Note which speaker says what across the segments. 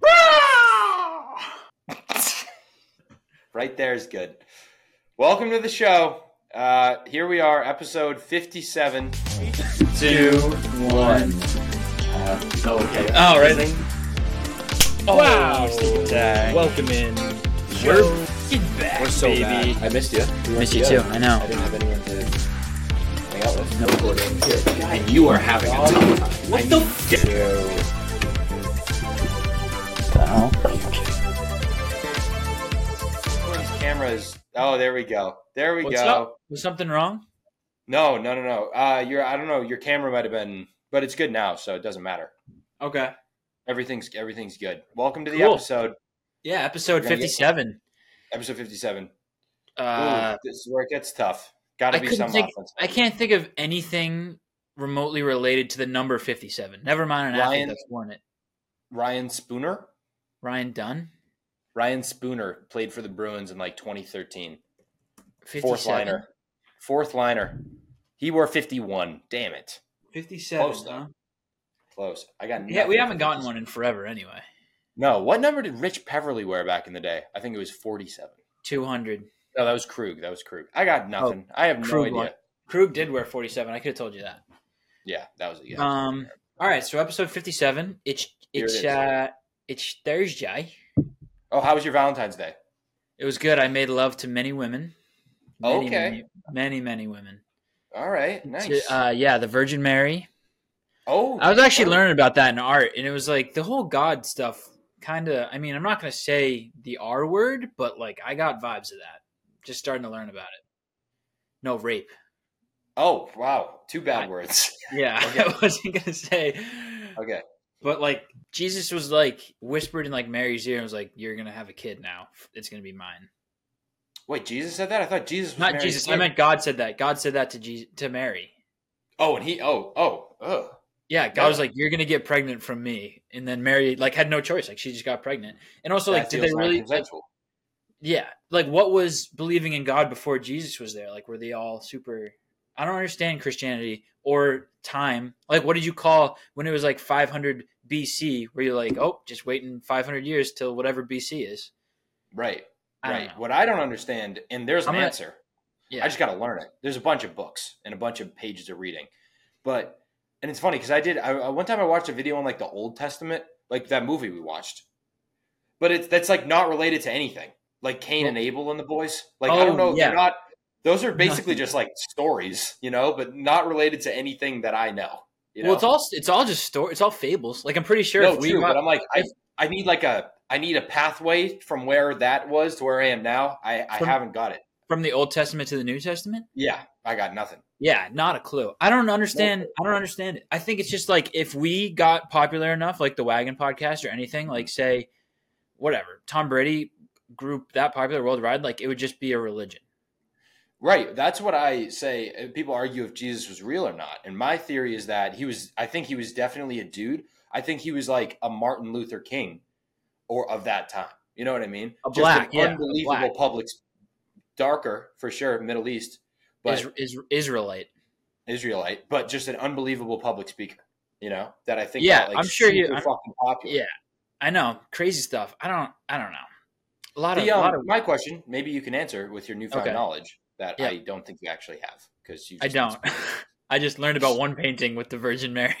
Speaker 1: Right there is good. Welcome to the show. Uh, here we are, episode 57.
Speaker 2: Two, one. Uh, oh, okay.
Speaker 3: All right. Oh,
Speaker 4: Wow.
Speaker 3: dang.
Speaker 4: Welcome in.
Speaker 3: We're
Speaker 4: Get back,
Speaker 3: We're so
Speaker 4: baby.
Speaker 3: bad.
Speaker 2: I missed you. We
Speaker 3: Miss
Speaker 2: weren't
Speaker 3: you too,
Speaker 2: together.
Speaker 3: I know.
Speaker 2: I didn't have anyone to hang out with.
Speaker 3: No.
Speaker 2: recording. Here.
Speaker 3: and you are having a tough time.
Speaker 4: What the f-
Speaker 2: So,
Speaker 3: Well,
Speaker 1: Everyone's camera is. Oh, there we go. There we
Speaker 4: What's
Speaker 1: go.
Speaker 4: up? Was something wrong?
Speaker 1: No, no, no, no. Uh, your I don't know. Your camera might have been, but it's good now, so it doesn't matter.
Speaker 4: Okay.
Speaker 1: Everything's everything's good. Welcome to the
Speaker 4: Cool.
Speaker 1: episode,
Speaker 4: Yeah, episode
Speaker 1: We're gonna get-
Speaker 4: 57.
Speaker 1: episode fifty-seven. Ooh,
Speaker 4: Uh,
Speaker 1: this is where it gets tough. Got to
Speaker 4: I
Speaker 1: be
Speaker 4: couldn't
Speaker 1: some
Speaker 4: think-
Speaker 1: offense.
Speaker 4: I can't think of anything remotely related to the number 57. Never mind an
Speaker 1: Ryan-
Speaker 4: athlete that's worn it.
Speaker 1: Ryan Spooner.
Speaker 4: Ryan Dunn?
Speaker 1: Ryan Spooner played for the Bruins in like 2013.
Speaker 4: 57.
Speaker 1: Fourth liner. Fourth liner. He wore 51. Damn it.
Speaker 4: 57.
Speaker 1: Close, though.
Speaker 4: huh?
Speaker 1: Close. I got.
Speaker 4: Yeah, we
Speaker 1: nothing
Speaker 4: haven't
Speaker 1: for
Speaker 4: gotten
Speaker 1: this.
Speaker 4: one in forever anyway.
Speaker 1: No. What number did Rich Peverly wear back in the day? I think it was 47.
Speaker 4: 200.
Speaker 1: No, that was Krug. That was Krug. I got nothing. I have no
Speaker 4: Oh, Krug
Speaker 1: idea.
Speaker 4: won. Krug did wear 47. I could have told you that.
Speaker 1: Yeah, that was it. Yeah.
Speaker 4: Um. All right, so episode 57. It's
Speaker 1: Here it
Speaker 4: it's
Speaker 1: is.
Speaker 4: uh it's Thursday.
Speaker 1: oh, how was your Valentine's Day?
Speaker 4: It was good. I made love to many women. Many,
Speaker 1: Okay.
Speaker 4: Many, many, many women.
Speaker 1: All right, nice.
Speaker 4: To- uh, yeah, the Virgin Mary.
Speaker 1: oh,
Speaker 4: I was actually
Speaker 1: oh,
Speaker 4: learning about that in art, and it was like the whole God stuff. Kind of. I mean, I'm not going to say the R word, but like I got vibes of that. Just starting to learn about it. No rape.
Speaker 1: Oh, wow, two bad
Speaker 4: I-
Speaker 1: words.
Speaker 4: Yeah,
Speaker 1: Okay.
Speaker 4: I wasn't going to say.
Speaker 1: Okay,
Speaker 4: But like Jesus was like whispered in like Mary's ear and was like, "You're going to have a kid now. It's going to be mine."
Speaker 1: wait, Jesus said that. I thought Jesus was
Speaker 4: Not
Speaker 1: Mary's
Speaker 4: Jesus. I
Speaker 1: kid.
Speaker 4: meant God said that. God said that to Jesus, to Mary.
Speaker 1: Oh, and he. Oh, oh, oh.
Speaker 4: Yeah, God
Speaker 1: Yeah.
Speaker 4: was like, "You're gonna get pregnant from me," and then Mary like had no choice; like she just got pregnant. And also, like,
Speaker 1: That
Speaker 4: did
Speaker 1: feels
Speaker 4: they really? Like,
Speaker 1: non-consensual.
Speaker 4: yeah, like what was believing in God before Jesus was there? Like, were they all super? I don't understand Christianity or time. Like, what did you call when it was like 500 BC? Where you're like, oh, just waiting 500 years till whatever BC is.
Speaker 1: right,
Speaker 4: I don't
Speaker 1: right.
Speaker 4: know.
Speaker 1: What I don't understand, and there's an
Speaker 4: I'm gonna-
Speaker 1: answer.
Speaker 4: Yeah,
Speaker 1: I just got to learn it. There's a bunch of books and a bunch of pages of reading, but and it's funny because I did. I, I- one time I watched a video on like the Old Testament, like that movie we watched, but it's that's like not related to anything, like Cain and Abel and the boys. Like I don't
Speaker 4: Oh,
Speaker 1: know, they're
Speaker 4: yeah.
Speaker 1: not. Those are basically just like stories, you know, but not related to anything that I know. You know?
Speaker 4: well, it's all it's all just story. It's all fables. Like, I'm pretty sure
Speaker 1: no,
Speaker 4: if we
Speaker 1: true,
Speaker 4: got-
Speaker 1: but I'm like, I,
Speaker 4: if-
Speaker 1: I need like a, I need a pathway from where that was to where I am now. I, I
Speaker 4: From-
Speaker 1: haven't got it.
Speaker 4: from the Old Testament to the New Testament.
Speaker 1: Yeah, I got nothing.
Speaker 4: Yeah, not a clue. I don't understand. I don't understand it. I think it's just like if we got popular enough, like the Wagon Podcast or anything, like say, whatever, Tom Brady group that popular worldwide, like it would just be a religion.
Speaker 1: Right. That's what I say. Uh, People argue if Jesus was real or not. And my theory is that he was, I think he was definitely a dude. I think he was like a Martin Luther King or of that time. You know what I mean?
Speaker 4: A black, yeah, a
Speaker 1: unbelievable
Speaker 4: black.
Speaker 1: public, darker for sure, Middle East, but
Speaker 4: Is, is Israelite?
Speaker 1: Israelite, but just an unbelievable public speaker, you know, that I think,
Speaker 4: Yeah,
Speaker 1: got, like,
Speaker 4: I'm sure he-
Speaker 1: super
Speaker 4: I'm-
Speaker 1: fucking popular.
Speaker 4: Yeah, I know, crazy stuff. I don't. I don't know. A lot of.
Speaker 1: The,
Speaker 4: a lot
Speaker 1: um,
Speaker 4: of
Speaker 1: my question, maybe you can answer with your newfound
Speaker 4: Okay.
Speaker 1: knowledge that
Speaker 4: Yeah.
Speaker 1: I don't think you actually have because you.
Speaker 4: I don't. I just learned about one painting with the Virgin Mary.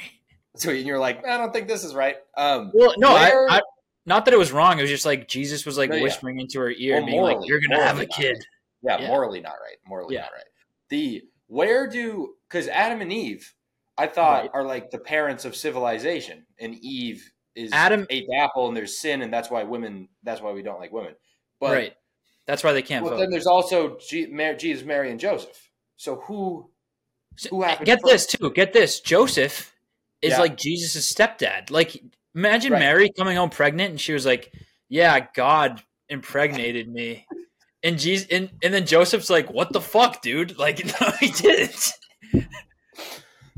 Speaker 1: So you're like, I don't think this is right. Um,
Speaker 4: Well, no, I,
Speaker 1: Where-
Speaker 4: I. Not that it was wrong. It was just like Jesus was like
Speaker 1: No, yeah.
Speaker 4: whispering into her ear,
Speaker 1: Well,
Speaker 4: and being like,
Speaker 1: morally-
Speaker 4: "You're gonna have a
Speaker 1: morally not.
Speaker 4: kid."
Speaker 1: yeah,
Speaker 4: Yeah.
Speaker 1: morally not right. Morally
Speaker 4: Yeah.
Speaker 1: not right. The where do because Adam and Eve, I thought
Speaker 4: Right.
Speaker 1: are like the parents of civilization, and Eve is
Speaker 4: Adam-
Speaker 1: ate the apple, and there's sin, and that's why women. That's why we don't like women. But
Speaker 4: right. That's why they can't
Speaker 1: but
Speaker 4: vote.
Speaker 1: then there's also G, Mar- Jesus, Mary, and Joseph. So who
Speaker 4: So,
Speaker 1: who happened
Speaker 4: get
Speaker 1: first?
Speaker 4: this too. Get this. Joseph is
Speaker 1: Yeah.
Speaker 4: like Jesus' stepdad. Like imagine
Speaker 1: Right.
Speaker 4: Mary coming home pregnant and she was like, Yeah, God impregnated me. And Jesus and, and then Joseph's like, What the fuck, dude? Like, no, he didn't.
Speaker 1: I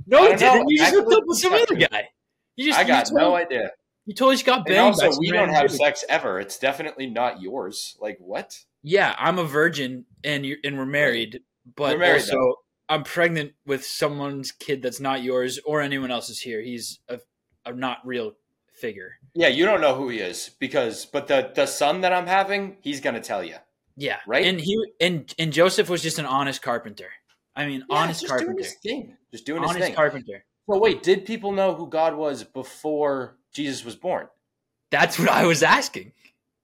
Speaker 4: No, he
Speaker 1: don't know.
Speaker 4: didn't. You just
Speaker 1: I
Speaker 4: hooked up
Speaker 1: believe-
Speaker 4: with some other guy. You just
Speaker 1: I got
Speaker 4: you
Speaker 1: no
Speaker 4: totally,
Speaker 1: idea.
Speaker 4: You totally just got
Speaker 1: And
Speaker 4: banged. by
Speaker 1: also,
Speaker 4: some
Speaker 1: we don't
Speaker 4: random
Speaker 1: have
Speaker 4: dude.
Speaker 1: sex ever. It's definitely not yours. Like what?
Speaker 4: Yeah, I'm a virgin and you and we're married, but
Speaker 1: We're married,
Speaker 4: also I'm pregnant with someone's kid that's not yours or anyone else's here. He's a, a not real figure.
Speaker 1: Yeah, you don't know who he is because, but the the son that I'm having, he's gonna tell you.
Speaker 4: Yeah.
Speaker 1: Right?
Speaker 4: And he and and Joseph was just an honest carpenter. I mean,
Speaker 1: Yeah,
Speaker 4: honest
Speaker 1: just
Speaker 4: carpenter.
Speaker 1: doing his thing. Just doing his
Speaker 4: honest
Speaker 1: thing.
Speaker 4: carpenter.
Speaker 1: well, wait, did people know who God was before Jesus was born?
Speaker 4: That's what I was asking.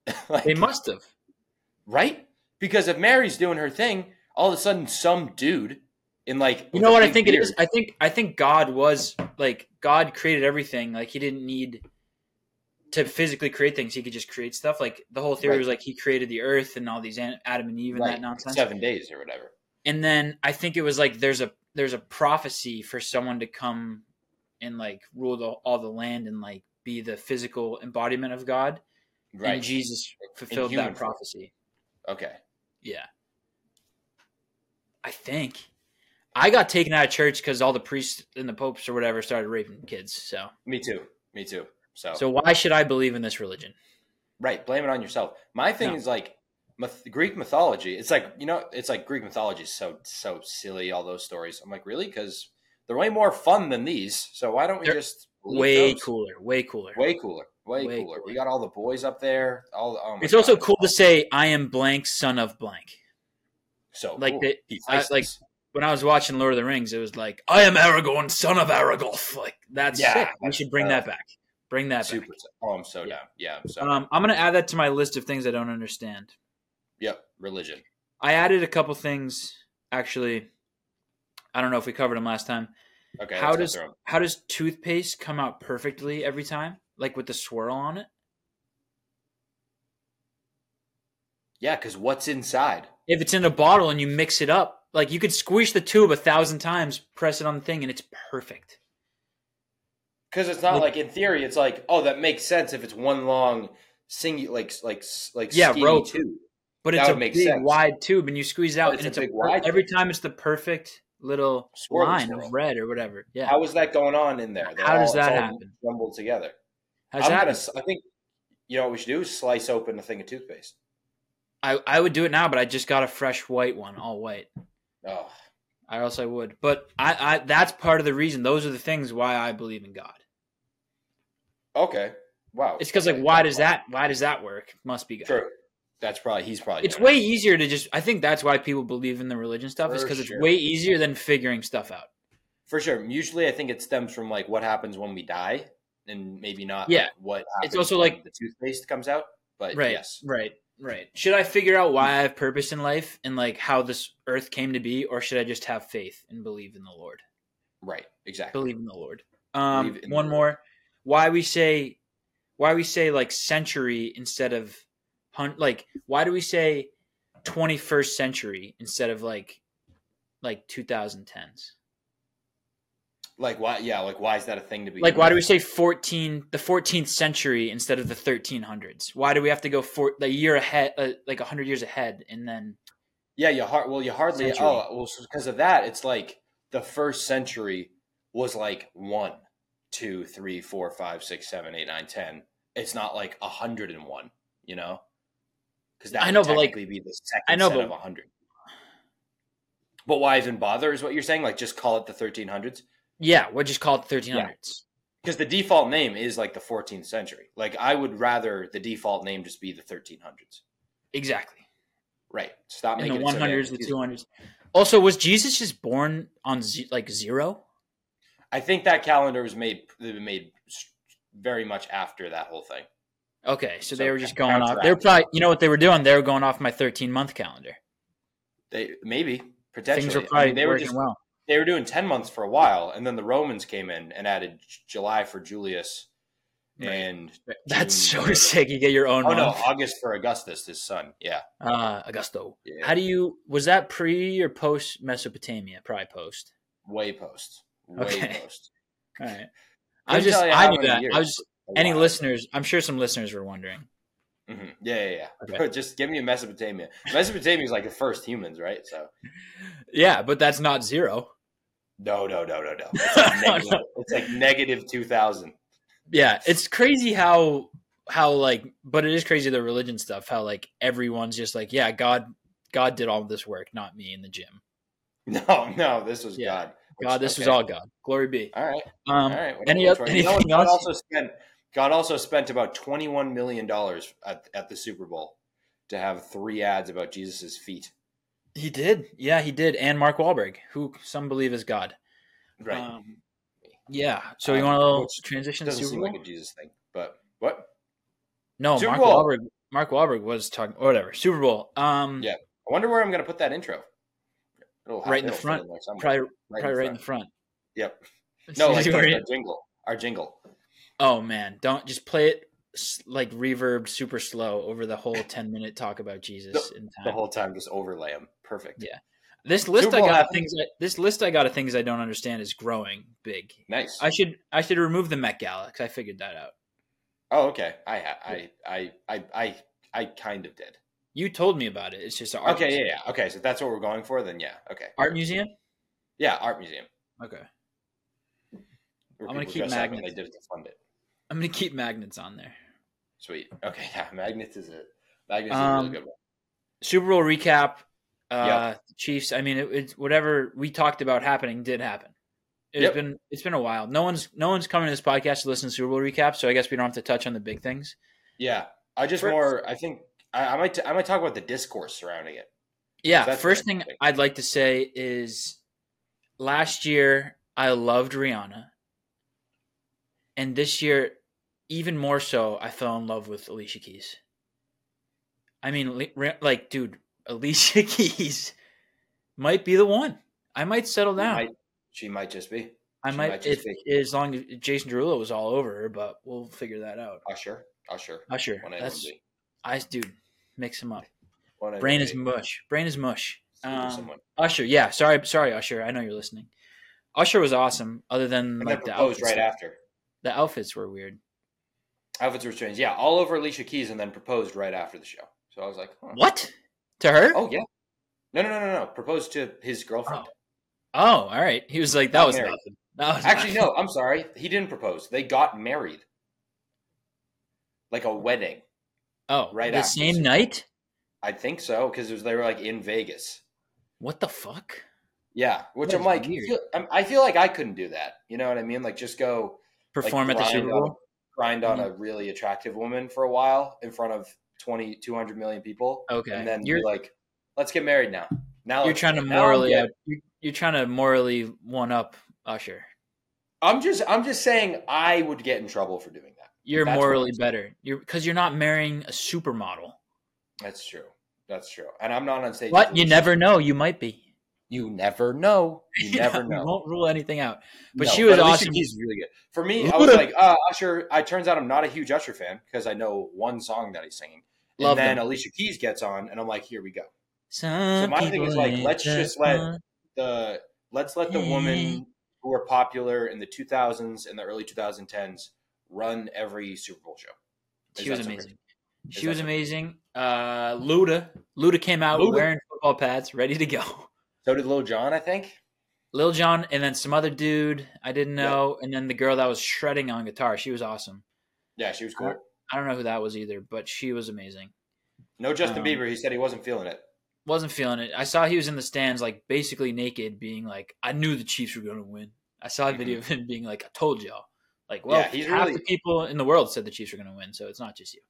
Speaker 1: Like,
Speaker 4: They must have.
Speaker 1: right? Because if Mary's doing her thing, all of a sudden some dude in like
Speaker 4: You
Speaker 1: with
Speaker 4: know
Speaker 1: a
Speaker 4: what I
Speaker 1: big
Speaker 4: think it
Speaker 1: beard-
Speaker 4: is? I think I think God was like God created everything. Like he didn't need to physically create things. He could just create stuff. Like the whole theory
Speaker 1: Right.
Speaker 4: was like he created the earth and all these an- Adam and Eve and
Speaker 1: Right,
Speaker 4: that nonsense.
Speaker 1: seven days or whatever.
Speaker 4: And then I think it was like there's a there's a prophecy for someone to come and like rule the, all the land and like be the physical embodiment of God.
Speaker 1: Right.
Speaker 4: And Jesus fulfilled
Speaker 1: human
Speaker 4: that
Speaker 1: form.
Speaker 4: prophecy.
Speaker 1: okay.
Speaker 4: Yeah. I think I got taken out of church because all the priests and the popes or whatever started raping kids. So,
Speaker 1: Me too. Me too. So,
Speaker 4: so why should I believe in this religion?
Speaker 1: right, blame it on yourself. My thing
Speaker 4: No.
Speaker 1: is like myth- Greek mythology. It's like, you know, it's like Greek mythology is so so silly all those stories. I'm like, "Really? Cuz they're way more fun than these. So why don't we
Speaker 4: They're
Speaker 1: just believe
Speaker 4: Way
Speaker 1: those?
Speaker 4: cooler. Way cooler.
Speaker 1: Way cooler. Way,
Speaker 4: Way
Speaker 1: cooler.
Speaker 4: cooler.
Speaker 1: We got all the boys up there. All oh my
Speaker 4: it's also
Speaker 1: God.
Speaker 4: cool to say I am blank, son of blank.
Speaker 1: so
Speaker 4: Like
Speaker 1: cool.
Speaker 4: they- I-
Speaker 1: Isis.
Speaker 4: like when I was watching Lord of the Rings, it was like I am Aragorn, son of Aragoth. Like that's
Speaker 1: Yeah,
Speaker 4: sick. We should bring
Speaker 1: uh,
Speaker 4: that back. Bring that
Speaker 1: super. Oh, I'm so
Speaker 4: Yeah.
Speaker 1: down. Yeah, I'm so
Speaker 4: back. Um, I'm gonna add that to my list of things I don't understand.
Speaker 1: Yep, religion.
Speaker 4: I added a couple things actually. I don't know if we covered them last time.
Speaker 1: Okay.
Speaker 4: How
Speaker 1: let's go
Speaker 4: does-
Speaker 1: through 'em.
Speaker 4: How does toothpaste come out perfectly every time? Like with the swirl on it?
Speaker 1: Yeah, because what's inside?
Speaker 4: If it's in a bottle and you mix it up, like you could squish the tube a thousand times, press it on the thing, and it's perfect.
Speaker 1: Because it's not like
Speaker 4: Like-
Speaker 1: in theory, it's like oh, that makes sense if it's one long single, like like like
Speaker 4: Yeah,
Speaker 1: skinny
Speaker 4: rope.
Speaker 1: tube.
Speaker 4: But
Speaker 1: That
Speaker 4: it's a
Speaker 1: would make
Speaker 4: big
Speaker 1: sense.
Speaker 4: wide tube and you squeeze it out,
Speaker 1: it's
Speaker 4: and
Speaker 1: a
Speaker 4: it's a,
Speaker 1: big
Speaker 4: per-
Speaker 1: wide
Speaker 4: every
Speaker 1: thing.
Speaker 4: time it's the perfect little
Speaker 1: Swirl,
Speaker 4: line
Speaker 1: swirl.
Speaker 4: of red or whatever. Yeah.
Speaker 1: How is that going on in there?
Speaker 4: How does
Speaker 1: it's
Speaker 4: that
Speaker 1: all
Speaker 4: happen?
Speaker 1: Jumbled together.
Speaker 4: How's
Speaker 1: I'm
Speaker 4: that?
Speaker 1: gonna s- I think you know what we should do is slice open a thing of toothpaste.
Speaker 4: I, I would do it now, but I just got a fresh white one, all white.
Speaker 1: Oh,
Speaker 4: or else I would. But I, I that's part of the reason. Those are the things why I believe in God.
Speaker 1: okay. Wow.
Speaker 4: It's because like
Speaker 1: Okay,
Speaker 4: why
Speaker 1: that's
Speaker 4: does that why does that work? Must be God.
Speaker 1: True. That's probably he's probably.
Speaker 4: It's
Speaker 1: doing
Speaker 4: way easier to just. I think that's why people believe in the religion stuff is
Speaker 1: For
Speaker 4: because it's
Speaker 1: sure.
Speaker 4: way easier than figuring stuff out.
Speaker 1: it. for sure. Usually, I think it stems from like what happens when we die, and maybe not.
Speaker 4: Yeah.
Speaker 1: like, what happens
Speaker 4: also
Speaker 1: when
Speaker 4: like-
Speaker 1: the toothpaste comes out. But
Speaker 4: Right.
Speaker 1: yes,
Speaker 4: Right. Right. Should I figure out why I have purpose in life and like how this earth came to be, or should I just have faith and believe in the Lord?
Speaker 1: right, exactly.
Speaker 4: Believe in the Lord. Um,
Speaker 1: Believe in the
Speaker 4: one
Speaker 1: Lord.
Speaker 4: more. Why we say, why we say like century instead of hun- like why do we say 21st century instead of like like 2010s?
Speaker 1: Like why? Yeah, like why is that a thing to be?
Speaker 4: Like why do we say 14 the 14th century instead of the 1300s? Why do we have to go for the year ahead uh, like 100 years ahead and then
Speaker 1: Yeah, you hard. Well, you hardly.
Speaker 4: Century.
Speaker 1: Oh, well, because of that, it's like the first century was like one, two, three, four, five, six, seven, eight, nine, ten. It's not like a hundred and one. You know, because that
Speaker 4: I
Speaker 1: I
Speaker 4: know,
Speaker 1: know, would
Speaker 4: but, like,
Speaker 1: technically be the second
Speaker 4: I know,
Speaker 1: set
Speaker 4: but-
Speaker 1: of a hundred. But why even bother? Is what you're saying? Like just call it the 1300s
Speaker 4: yeah, we'll just call it the 1300s.
Speaker 1: because the default name is like the 14th century. Like I would rather the default name just be the 1300s.
Speaker 4: Exactly.
Speaker 1: Right. Stop
Speaker 4: In
Speaker 1: making
Speaker 4: the
Speaker 1: it so damn
Speaker 4: 100s, the
Speaker 1: confusing.
Speaker 4: 200s. Also, was Jesus just born on ze- like 0?
Speaker 1: I think that calendar was made was made s- very much after that whole thing.
Speaker 4: Okay, so, they
Speaker 1: So
Speaker 4: were just going off.
Speaker 1: counteract
Speaker 4: They were
Speaker 1: it.
Speaker 4: probably, you know what they were doing? They were going off my 13 month calendar.
Speaker 1: They maybe potentially
Speaker 4: Things were
Speaker 1: I mean,
Speaker 4: probably
Speaker 1: they were
Speaker 4: working
Speaker 1: just
Speaker 4: well.
Speaker 1: they were doing ten months for a while, and then the Romans came in and added J- July for Julius and
Speaker 4: That's
Speaker 1: June
Speaker 4: so
Speaker 1: for-
Speaker 4: sick. You get your own
Speaker 1: Oh no,
Speaker 4: month.
Speaker 1: August for Augustus, his son. Yeah,
Speaker 4: Uh, Augusto.
Speaker 1: Yeah.
Speaker 4: How do you, was that pre or post Mesopotamia? Probably post.
Speaker 1: way post, way
Speaker 4: Okay.
Speaker 1: post.
Speaker 4: All right. I
Speaker 1: Couldn't
Speaker 4: just,
Speaker 1: tell you how
Speaker 4: I knew
Speaker 1: many
Speaker 4: that.
Speaker 1: years,
Speaker 4: I was,
Speaker 1: but a
Speaker 4: any
Speaker 1: while.
Speaker 4: listeners, I'm sure some listeners were wondering.
Speaker 1: Mhm. Yeah, yeah, yeah.
Speaker 4: Okay.
Speaker 1: Just give me a Mesopotamia. Mesopotamia is like the first humans, right? So
Speaker 4: Yeah, but that's not zero.
Speaker 1: no, no, no, no, no. It's like negative, it's like negative two thousand.
Speaker 4: yeah it's crazy how how like but it is crazy the religion stuff how like everyone's just like yeah god god did all this work not me in the gym
Speaker 1: No, no, this was
Speaker 4: Yeah.
Speaker 1: God. Which-
Speaker 4: god this was
Speaker 1: okay.
Speaker 4: all god glory be
Speaker 1: All right,
Speaker 4: um
Speaker 1: all right.
Speaker 4: any
Speaker 1: Well,
Speaker 4: oth-
Speaker 1: you know what?
Speaker 4: anything
Speaker 1: God
Speaker 4: else?
Speaker 1: also spent God also spent about twenty one million dollars at, at the Super Bowl to have three ads about Jesus' feet.
Speaker 4: He did. Yeah, he did. And Mark Wahlberg, who some believe is God.
Speaker 1: Right.
Speaker 4: Um, yeah. So you
Speaker 1: Um,
Speaker 4: want a little
Speaker 1: which
Speaker 4: transition to
Speaker 1: doesn't
Speaker 4: Super
Speaker 1: seem
Speaker 4: Bowl?
Speaker 1: like a Jesus thing, but what?
Speaker 4: no,
Speaker 1: Super
Speaker 4: Mark
Speaker 1: Bowl.
Speaker 4: Wahlberg. Mark Wahlberg was talking. Whatever. Super Bowl. Um,
Speaker 1: Yeah. I wonder where I'm going to put that intro. It'll
Speaker 4: Right in the
Speaker 1: it'll fit
Speaker 4: front.
Speaker 1: there somewhere.
Speaker 4: Probably, probably right
Speaker 1: front.
Speaker 4: in the front.
Speaker 1: Yep. No, like
Speaker 4: Right.
Speaker 1: our jingle. Our jingle.
Speaker 4: Oh man, don't just play it s- like reverb super slow over the whole 10 minute talk about Jesus in
Speaker 1: The
Speaker 4: time.
Speaker 1: whole time, just overlay them. Perfect.
Speaker 4: Uh, Yeah. This list
Speaker 1: Super
Speaker 4: I
Speaker 1: Bowl
Speaker 4: got of
Speaker 1: happened.
Speaker 4: things I, this list I got of things I don't understand is growing big.
Speaker 1: Nice.
Speaker 4: I should I should remove the Met Gala cuz I figured that out.
Speaker 1: oh, okay. I, ha- I, I, I, I, I kind of did.
Speaker 4: You told me about it. It's just an art
Speaker 1: Okay.
Speaker 4: museum.
Speaker 1: Yeah. Yeah. Okay. So if that's what we're going for. Then yeah. Okay.
Speaker 4: Art museum?
Speaker 1: Yeah. Art museum.
Speaker 4: Okay.
Speaker 1: where
Speaker 4: I'm gonna
Speaker 1: people
Speaker 4: keep
Speaker 1: dress up and
Speaker 4: magnets.
Speaker 1: They did it to fund it.
Speaker 4: I'm going to keep magnets on there.
Speaker 1: Sweet. Okay. Yeah. Magnets is a magnets is a
Speaker 4: Um,
Speaker 1: really good one.
Speaker 4: Super Bowl recap uh Chiefs, I mean it, it's whatever we talked about happening did happen. It's
Speaker 1: Yep.
Speaker 4: been it's been a while. No one's no one's coming to this podcast to listen to Super Bowl recap, so I guess we don't have to touch on the big things.
Speaker 1: Yeah. I just
Speaker 4: First-
Speaker 1: more. I think I, I might. T- I might talk about the discourse surrounding it.
Speaker 4: Yeah,
Speaker 1: That's
Speaker 4: first
Speaker 1: what I
Speaker 4: thing
Speaker 1: think.
Speaker 4: I'd like to say is last year I loved Rihanna. And this year, even more so, I fell in love with Alicia Keys. I mean, li- ri- like, dude, Alicia Keys might be the one. I might settle
Speaker 1: She
Speaker 4: down.
Speaker 1: might- she might just be
Speaker 4: I
Speaker 1: she
Speaker 4: might,
Speaker 1: might
Speaker 4: if,
Speaker 1: just
Speaker 4: as long as Jason Derulo was all over her, but we'll figure that out.
Speaker 1: Usher. Usher.
Speaker 4: Usher,
Speaker 1: One A, one
Speaker 4: that's
Speaker 1: B.
Speaker 4: I, dude, mix him up.
Speaker 1: One A,
Speaker 4: Brain
Speaker 1: one
Speaker 4: is
Speaker 1: B.
Speaker 4: mush. Brain is mush.
Speaker 1: Sue to
Speaker 4: Um,
Speaker 1: someone.
Speaker 4: Usher, yeah. Sorry, sorry, Usher. I know you're listening. Usher was awesome, other than
Speaker 1: And then
Speaker 4: like the
Speaker 1: proposed
Speaker 4: outfits.
Speaker 1: right after.
Speaker 4: The outfits were weird.
Speaker 1: Outfits were strange. Yeah, all over Alicia Keys, and then proposed right after the show. So I was like, huh.
Speaker 4: What to her? Oh,
Speaker 1: Oh yeah. No, no, no, no, no. Proposed to his girlfriend.
Speaker 4: Oh, all right. He was like, that
Speaker 1: Not
Speaker 4: was
Speaker 1: married.
Speaker 4: nothing. That was
Speaker 1: Actually,
Speaker 4: nothing.
Speaker 1: no. I'm sorry. He didn't propose. They got married, like a wedding.
Speaker 4: Oh,
Speaker 1: right
Speaker 4: the
Speaker 1: after
Speaker 4: same
Speaker 1: Super Bowl.
Speaker 4: night.
Speaker 1: I think so because it was they were like in Vegas.
Speaker 4: What the fuck?
Speaker 1: Yeah, which
Speaker 4: That
Speaker 1: I'm
Speaker 4: is
Speaker 1: like,
Speaker 4: weird.
Speaker 1: feel- I'm- I feel like I couldn't do that. You know what I mean? Like just go like,
Speaker 4: Perform at the
Speaker 1: grind
Speaker 4: Super
Speaker 1: on-
Speaker 4: Bowl. Mm-hmm.
Speaker 1: grind on a really attractive woman for a while in front of 20, 200 million people,
Speaker 4: Okay,
Speaker 1: and then
Speaker 4: you're
Speaker 1: you're like, let's get married now. Now
Speaker 4: you're
Speaker 1: let's-
Speaker 4: trying to
Speaker 1: now I'm
Speaker 4: morally
Speaker 1: good.
Speaker 4: up, you're, you're trying to morally one up Usher.
Speaker 1: I'm just I'm just saying I would get in trouble for doing that.
Speaker 4: You're
Speaker 1: That's what
Speaker 4: morally
Speaker 1: I'm saying.
Speaker 4: better. You're because you're not marrying a supermodel.
Speaker 1: That's true. That's true. And I'm not on stage.
Speaker 4: But
Speaker 1: with
Speaker 4: you
Speaker 1: Alicia.
Speaker 4: never know. You might be.
Speaker 1: you never know. You never
Speaker 4: We
Speaker 1: know.
Speaker 4: won't rule anything out. But
Speaker 1: No,
Speaker 4: she was
Speaker 1: Alicia
Speaker 4: awesome.
Speaker 1: Keys is really good. For me, I was like, uh, Usher. I turns out I'm not a huge Usher fan because I know one song that he's singing. And
Speaker 4: Love
Speaker 1: then
Speaker 4: them.
Speaker 1: Alicia Keys gets on, and I'm like, here we go.
Speaker 4: Some
Speaker 1: my thing
Speaker 4: people
Speaker 1: is, like,
Speaker 4: hate
Speaker 1: let's
Speaker 4: the
Speaker 1: just let-
Speaker 4: sun.
Speaker 1: The let's let the woman who are popular in the 2000s and the early 2010s run every Super Bowl show.
Speaker 4: She
Speaker 1: Is
Speaker 4: was
Speaker 1: that something?
Speaker 4: amazing.
Speaker 1: Is
Speaker 4: She
Speaker 1: that
Speaker 4: was
Speaker 1: something?
Speaker 4: amazing. Uh, Luda, Luda came out
Speaker 1: Luda.
Speaker 4: wearing football pads, ready to go.
Speaker 1: So did Lil Jon, I think.
Speaker 4: Lil Jon, and then some other dude I didn't
Speaker 1: Yeah.
Speaker 4: know, and then the girl that was shredding on guitar. She was awesome.
Speaker 1: Yeah, she was cool.
Speaker 4: I don't know who that was either, but she was amazing.
Speaker 1: No Justin
Speaker 4: Um,
Speaker 1: Bieber. He said he wasn't feeling it.
Speaker 4: Wasn't feeling it. I saw he was in the stands, like basically naked, being like, "I knew the Chiefs were going to win." I saw a video of him being like, "I told y'all." Like, well,
Speaker 1: Mm-hmm. Yeah, he's
Speaker 4: half
Speaker 1: really-
Speaker 4: the people in the world said the Chiefs were going to win, so it's not just you.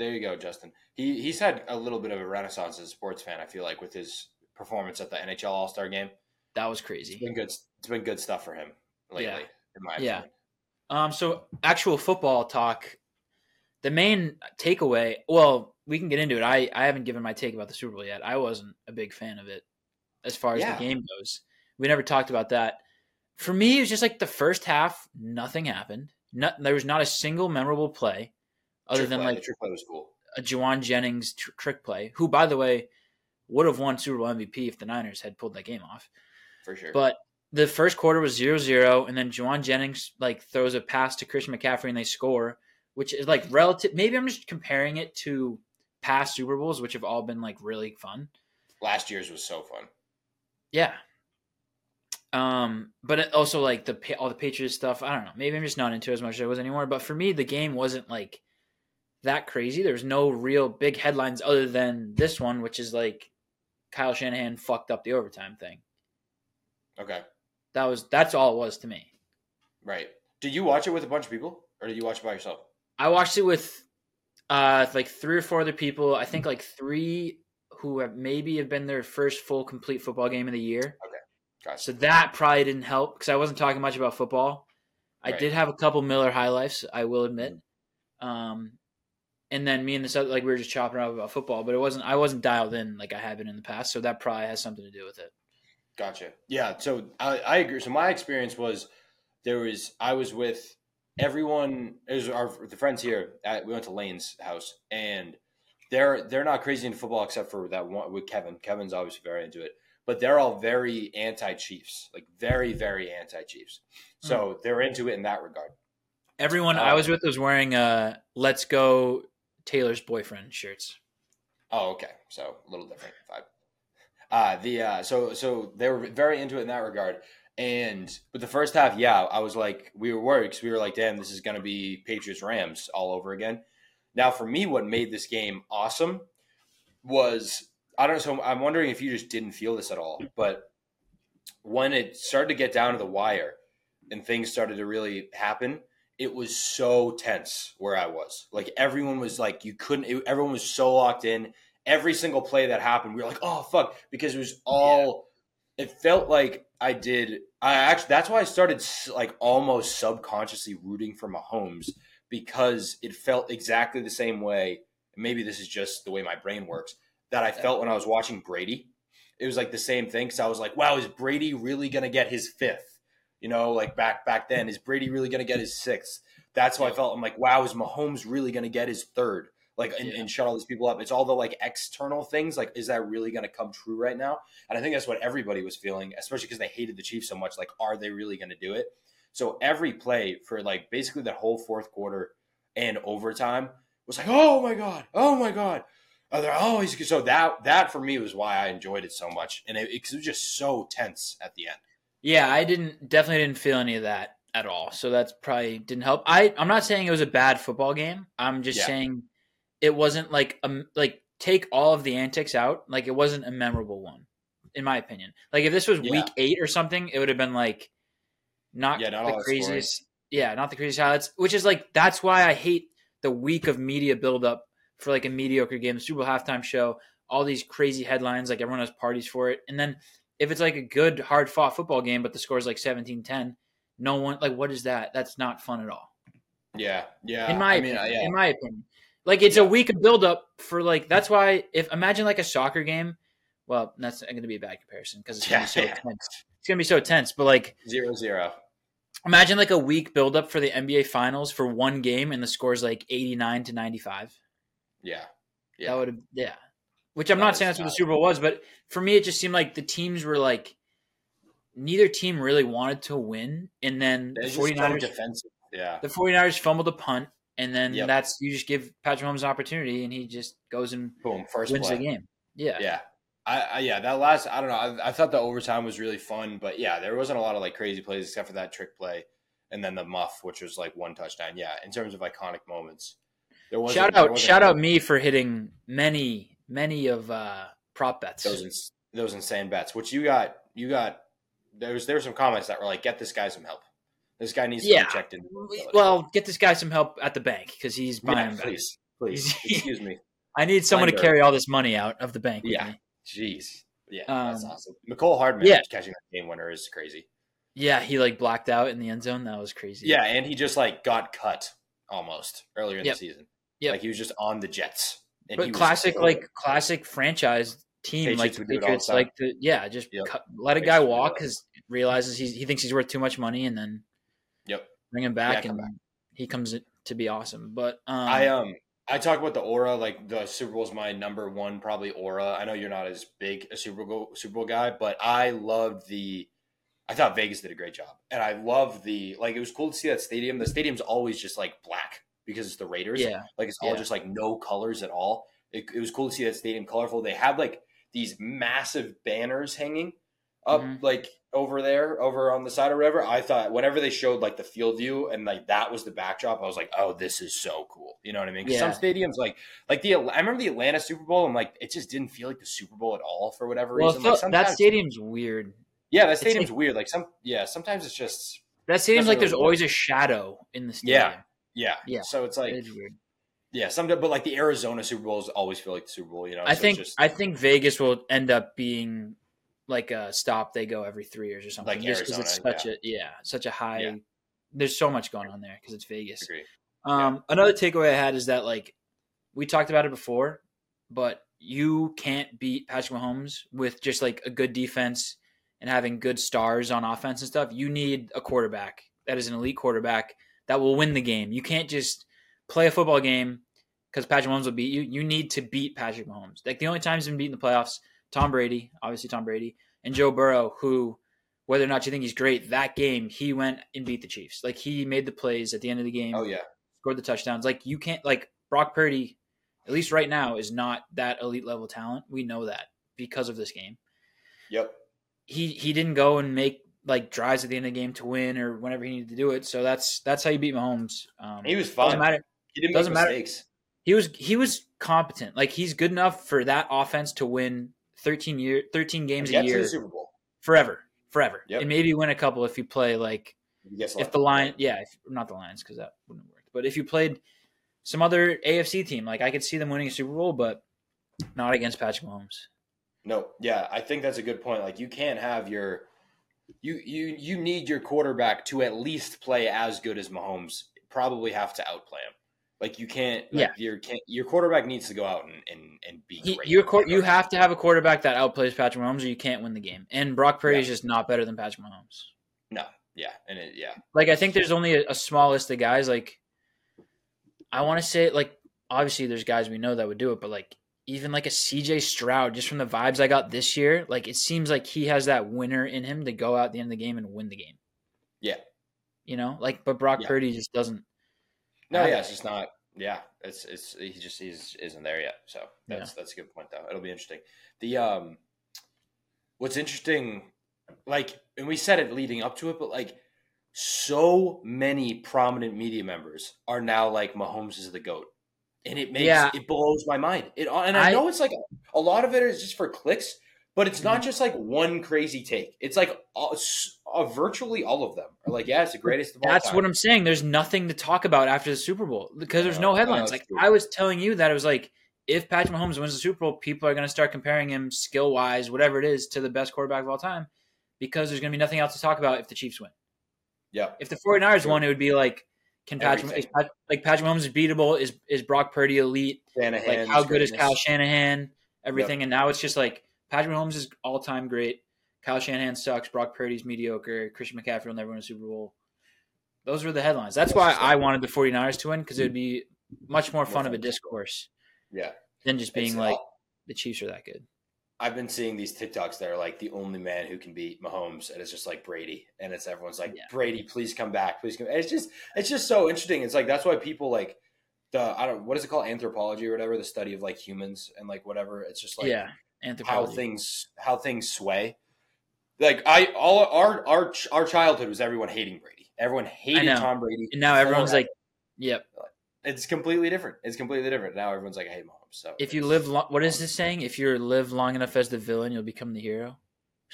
Speaker 1: There you go, Justin. He he's had a little bit of a renaissance as a sports fan. I feel like with his performance at the NHL All Star Game,
Speaker 4: That was
Speaker 1: it's
Speaker 4: crazy.
Speaker 1: been good. It's been good stuff for him lately,
Speaker 4: Yeah.
Speaker 1: in my
Speaker 4: Yeah.
Speaker 1: opinion.
Speaker 4: Um, so actual football talk. The main takeaway. Well, we can get into it. I I haven't given my take about the Super Bowl yet. I wasn't a big fan of it, as far as
Speaker 1: Yeah.
Speaker 4: the game goes. We never talked about that. For me, it was just like the first half. Nothing happened. Not, there was not a single memorable play, other
Speaker 1: Trick
Speaker 4: than
Speaker 1: play,
Speaker 4: like
Speaker 1: the trick play was cool.
Speaker 4: a Juwan Jennings tr- trick play. Who, by the way, would have won Super Bowl MVP if the Niners had pulled that game off.
Speaker 1: for sure.
Speaker 4: But the first quarter was 0-0, and then Juwan Jennings like throws a pass to Christian McCaffrey and they score, which is like relative. Maybe I'm just comparing it to past Super Bowls, which have all been like really fun.
Speaker 1: last year's was so fun.
Speaker 4: Yeah. Um, but it also like the pa- all the Patriots stuff. I don't know. Maybe I'm just not into it as much as I was anymore. But for me, the game wasn't like that crazy. There was no real big headlines other than this one, which is like Kyle Shanahan fucked up the overtime thing.
Speaker 1: Okay,
Speaker 4: That was that's all it was to me.
Speaker 1: right. Did you watch it with a bunch of people, or did you watch it by yourself?
Speaker 4: I watched it with uh, like three or four other people. I think like three who have maybe have been their first full complete football game of the year.
Speaker 1: Gotcha.
Speaker 4: So that probably didn't help because I wasn't talking much about football. I
Speaker 1: Right.
Speaker 4: did have a couple Miller high lifes, I will admit. Um, and then me and this other like we were just chopping it up about football, but it wasn't I wasn't dialed in like I have been in the past, so that probably has something to do with it.
Speaker 1: Gotcha. Yeah. So I, I agree. So my experience was there was I was with everyone. It was our the friends here. At, we went to Lane's house, and they're they're not crazy into football except for that one with Kevin. Kevin's obviously very into it, but they're all very anti Chiefs, like very very anti Chiefs. So they're into it in that regard.
Speaker 4: Everyone I
Speaker 1: Oh.
Speaker 4: was with was wearing uh let's go Taylor's boyfriend shirts.
Speaker 1: Oh, okay. So a little different vibe. Uh, the uh, so so they were very into it in that regard. And but the first half, yeah, I was like, we were worried 'cause we were like, damn, this is gonna be Patriots Rams all over again. Now, for me, what made this game awesome was I don't know. So I'm wondering if you just didn't feel this at all, but when it started to get down to the wire and things started to really happen, it was so tense where I was. Like everyone was like, you couldn't. It, everyone was so locked in. Every single play that happened, we were like, oh fuck, because it was all. It felt like I did. I actually that's why I started s- like almost subconsciously rooting for Mahomes because it felt exactly the same way. Maybe this is just the way my brain works that I felt when I was watching Brady. It was like the same thing because I was like, wow, is Brady really going to get his fifth? You know, like back back then, is Brady really going to get his sixth? That's how I felt. I'm like, wow, is Mahomes really going to get his third? Like, and, and shut all these people up. It's all the like external things. Like, is that really going to come true right now? And I think that's what everybody was feeling, especially because they hated the Chiefs so much. Like, are they really going to do it? So every play for like basically that whole fourth quarter and overtime was like, oh my god, oh my god, oh they're always good. so that that for me was why I enjoyed it so much, and it, it 'cause it was just so tense at the end.
Speaker 4: Yeah, I didn't definitely didn't feel any of that at all. So that's probably didn't help. I I'm not saying it was a bad football game. I'm just
Speaker 1: Yeah.
Speaker 4: saying it wasn't like um like take all of the antics out. Like it wasn't a memorable one, in my opinion. Like if this was
Speaker 1: Yeah.
Speaker 4: week eight or something, it would have been like not,
Speaker 1: Yeah, not all
Speaker 4: the
Speaker 1: that scoring.
Speaker 4: craziest. Yeah, not the craziest highlights. Which is like that's why I hate the week of media buildup for like a mediocre game, the Super Bowl halftime show, all these crazy headlines, like everyone has parties for it. And then if it's like a good hard fought football game, but the score's like 17-10, no one like what is that? That's not fun at all.
Speaker 1: Yeah, yeah.
Speaker 4: In my
Speaker 1: I mean, uh,
Speaker 4: opinion,
Speaker 1: yeah,
Speaker 4: in my opinion. Like it's a week of build up for like that's why if imagine like a soccer game, well, that's going to be a bad comparison because it's going
Speaker 1: Yeah,
Speaker 4: to be so
Speaker 1: yeah.
Speaker 4: tense. It's going to be so tense, but like
Speaker 1: zero zero.
Speaker 4: imagine like a week build up for the NBA finals for one game and the score's like 89 to 95.
Speaker 1: Yeah,
Speaker 4: That would have yeah. Which I'm
Speaker 1: That
Speaker 4: not
Speaker 1: is
Speaker 4: saying that's what the
Speaker 1: valid.
Speaker 4: Super Bowl was, but for me it just seemed like the teams were like neither team really wanted to win and then
Speaker 1: It
Speaker 4: the
Speaker 1: was just so
Speaker 4: 49ers
Speaker 1: defensive. Yeah,
Speaker 4: the 49ers fumbled a punt and then
Speaker 1: Yep.
Speaker 4: that's you just give Patrick Mahomes an opportunity and he just goes and
Speaker 1: boom, first
Speaker 4: wins
Speaker 1: play.
Speaker 4: the game. Yeah.
Speaker 1: Yeah. I, I yeah, that last I don't know. I, I thought the overtime was really fun, but yeah, there wasn't a lot of like crazy plays except for that trick play and then the muff, which was like one touchdown. Yeah, in terms of iconic moments, there was
Speaker 4: Shout out shout out me for hitting many many of uh prop bets.
Speaker 1: those ins- those insane bets. Which you got you got there was there were some comments that were like, get this guy some help. This guy needs to
Speaker 4: Yeah.
Speaker 1: be checked in.
Speaker 4: Well, get this guy some help at the bank cuz he's buying
Speaker 1: yeah,
Speaker 4: bets.
Speaker 1: please, please, excuse me.
Speaker 4: I need someone to
Speaker 1: Lender.
Speaker 4: carry all this money out of the bank. with
Speaker 1: Yeah.
Speaker 4: me.
Speaker 1: Jeez, yeah, that's
Speaker 4: Um,
Speaker 1: awesome. Nicole Hardman
Speaker 4: yeah.
Speaker 1: catching that game winner is crazy.
Speaker 4: Yeah, he like blacked out in the end zone. That was crazy.
Speaker 1: Yeah, and he just like got cut almost earlier in
Speaker 4: Yep.
Speaker 1: the season.
Speaker 4: Yep.
Speaker 1: like he was just on the Jets. And he
Speaker 4: but
Speaker 1: was
Speaker 4: classic
Speaker 1: so-
Speaker 4: like classic franchise team
Speaker 1: Patriots
Speaker 4: like the
Speaker 1: would do it all the
Speaker 4: Patriots
Speaker 1: time.
Speaker 4: like the yeah just
Speaker 1: Yep.
Speaker 4: cut, let a
Speaker 1: Patriots
Speaker 4: guy
Speaker 1: would do
Speaker 4: walk
Speaker 1: that.
Speaker 4: because realizes he's, he thinks he's worth too much money and then
Speaker 1: Yep.
Speaker 4: bring him back
Speaker 1: Yeah,
Speaker 4: and
Speaker 1: come
Speaker 4: he comes in- to be awesome. But um,
Speaker 1: I um I talk about the aura like the Super Bowl's my number one probably aura. I know you're not as big a Super Bowl Super Bowl guy, but I loved the. I thought Vegas did a great job, and I love the like. It was cool to see that stadium. The stadium's always just like black because it's the Raiders.
Speaker 4: yeah
Speaker 1: Like it's all
Speaker 4: Yeah.
Speaker 1: just like no colors at all. It, it was cool to see that stadium colorful. They had like these massive banners hanging up
Speaker 4: Mhm.
Speaker 1: like over there, over on the side or whatever. I thought whenever they showed like the field view and like that was the backdrop, I was like, oh, this is so cool. You know what I mean? 'Cause
Speaker 4: Yeah.
Speaker 1: Some stadiums like like the I remember the Atlanta Super Bowl. I'm like, it just didn't feel like the Super Bowl at all for whatever
Speaker 4: well
Speaker 1: reason.
Speaker 4: Phil-
Speaker 1: Like,
Speaker 4: that
Speaker 1: sometimes-
Speaker 4: stadium's weird.
Speaker 1: yeah, that
Speaker 4: it's like-
Speaker 1: stadium's weird. Like some yeah, sometimes it's just
Speaker 4: That stadium's
Speaker 1: Doesn't
Speaker 4: like there's
Speaker 1: really work.
Speaker 4: always a shadow in the stadium.
Speaker 1: yeah.
Speaker 4: Yeah.
Speaker 1: So it's like
Speaker 4: It is weird.
Speaker 1: yeah, some but like the Arizona Super Bowls always feel like the Super Bowl, you know.
Speaker 4: I
Speaker 1: so
Speaker 4: think
Speaker 1: it's just,
Speaker 4: I think Vegas will end up being like a stop they go every three years or something.
Speaker 1: Like
Speaker 4: just because it's
Speaker 1: Arizona,
Speaker 4: such a yeah, such a high.
Speaker 1: Yeah.
Speaker 4: There's so much going on there because it's Vegas.
Speaker 1: agree.
Speaker 4: Um, Another takeaway I had is that like we talked about it before, but you can't beat Patrick Mahomes with just like a good defense and having good stars on offense and stuff. You need a quarterback that is an elite quarterback that will win the game. You can't just play a football game because Patrick Mahomes will beat you. You need to beat Patrick Mahomes. Like the only times he's been beaten in the playoffs, Tom Brady, obviously Tom Brady, and Joe Burrow, who whether or not you think he's great, that game he went and beat the Chiefs. Like he made the plays at the end of the game
Speaker 1: Oh yeah,
Speaker 4: scored the touchdowns. Like you can't like Brock Purdy, at least right now, is not that elite level talent. We know that because of this game.
Speaker 1: yep.
Speaker 4: He he didn't go and make like drives at the end of the game to win or whenever he needed to do it. So that's that's how you beat Mahomes. Um,
Speaker 1: He was
Speaker 4: doesn't
Speaker 1: fine.
Speaker 4: matter.
Speaker 1: He didn't
Speaker 4: doesn't
Speaker 1: make
Speaker 4: matter.
Speaker 1: mistakes.
Speaker 4: He was he was competent. Like he's good enough for that offense to win thirteen year thirteen games
Speaker 1: Get
Speaker 4: a
Speaker 1: to
Speaker 4: year
Speaker 1: the Super Bowl.
Speaker 4: forever forever,
Speaker 1: Yep.
Speaker 4: and maybe win a couple if you play like
Speaker 1: You guess
Speaker 4: if the lion yeah if, not the lions because that wouldn't work but if you played some other afc team like i could see them winning a super bowl but not against patrick mahomes
Speaker 1: No, yeah, I think that's a good point. Like you can't have your you you you need your quarterback to at least play as good as Mahomes. Probably have to outplay him. Like you can't. Like,
Speaker 4: Yeah.
Speaker 1: your can't, your quarterback needs to go out and and, and be
Speaker 4: he,
Speaker 1: great.
Speaker 4: your quar- you have to have a quarterback that outplays patrick mahomes or you can't win the game and brock purdy is
Speaker 1: Yeah.
Speaker 4: just not better than patrick mahomes
Speaker 1: yeah, and it, yeah,
Speaker 4: like i think there's only a, a small list of guys like i want to say like obviously there's guys we know that would do it but like even like a cj stroud just from the vibes i got this year like it seems like he has that winner in him to go out at the end of the game and win the game
Speaker 1: yeah.
Speaker 4: you know like but brock
Speaker 1: Yeah.
Speaker 4: purdy just doesn't
Speaker 1: No,
Speaker 4: have
Speaker 1: yeah,
Speaker 4: it.
Speaker 1: it's just not. Yeah, it's it's he just he's isn't there yet. So that's that's a good point though. It'll be interesting. The um, what's interesting, like, and we said it leading up to it, but like, so many prominent media members are now like Mahomes is the goat, and it makes
Speaker 4: Yeah.
Speaker 1: it blows my mind. It and I,
Speaker 4: I-
Speaker 1: know it's like a lot of it is just for clicks, but it's
Speaker 4: Mm-hmm.
Speaker 1: not just like one crazy take. It's like all, s- uh, virtually all of them are like, yeah, it's the greatest of all
Speaker 4: that's
Speaker 1: time.
Speaker 4: what i'm saying there's nothing to talk about after the super bowl because there's no
Speaker 1: No, no,
Speaker 4: headlines
Speaker 1: it's
Speaker 4: like
Speaker 1: true.
Speaker 4: i was telling you that it was like if patrick mahomes wins the super bowl people are going to start comparing him skill wise whatever it is to the best quarterback of all time because there's going to be nothing else to talk about if the chiefs win
Speaker 1: yeah.
Speaker 4: if the 49ers
Speaker 1: True.
Speaker 4: won it would be like can patrick is
Speaker 1: Everything.
Speaker 4: Pat- like patrick mahomes is beatable is is brock purdy elite like
Speaker 1: Shanahan's
Speaker 4: how good is
Speaker 1: greatness.
Speaker 4: kyle shanahan everything and now it's just like patrick mahomes is all-time great kyle shanahan sucks brock purdy's mediocre christian mccaffrey will never win a super bowl those were the headlines that's
Speaker 1: That's
Speaker 4: why
Speaker 1: just
Speaker 4: i wanted the 49ers to win because it would be much more fun of a
Speaker 1: fun.
Speaker 4: discourse
Speaker 1: Yeah.
Speaker 4: than just being
Speaker 1: It's-
Speaker 4: like the chiefs are that good
Speaker 1: I've been seeing these TikToks that are like the only man who can beat Mahomes, and it's just like Brady, and it's everyone's like
Speaker 4: Yeah.
Speaker 1: Brady, please come back, please come. and It's just it's just so interesting. It's like that's why people like the I don't what is it called anthropology or whatever the study of like humans and like whatever. It's just like
Speaker 4: yeah
Speaker 1: how
Speaker 4: anthropology
Speaker 1: things how things sway. Like I all our our our childhood was everyone hating Brady. Everyone hated
Speaker 4: know.
Speaker 1: Tom Brady.
Speaker 4: and now
Speaker 1: for
Speaker 4: everyone's
Speaker 1: that.
Speaker 4: like yep
Speaker 1: it's completely different. It's completely different now. Everyone's like I hate Mahomes. So
Speaker 4: if you
Speaker 1: it's-
Speaker 4: live long, what is this saying? If you live long enough as the villain, you'll become the hero.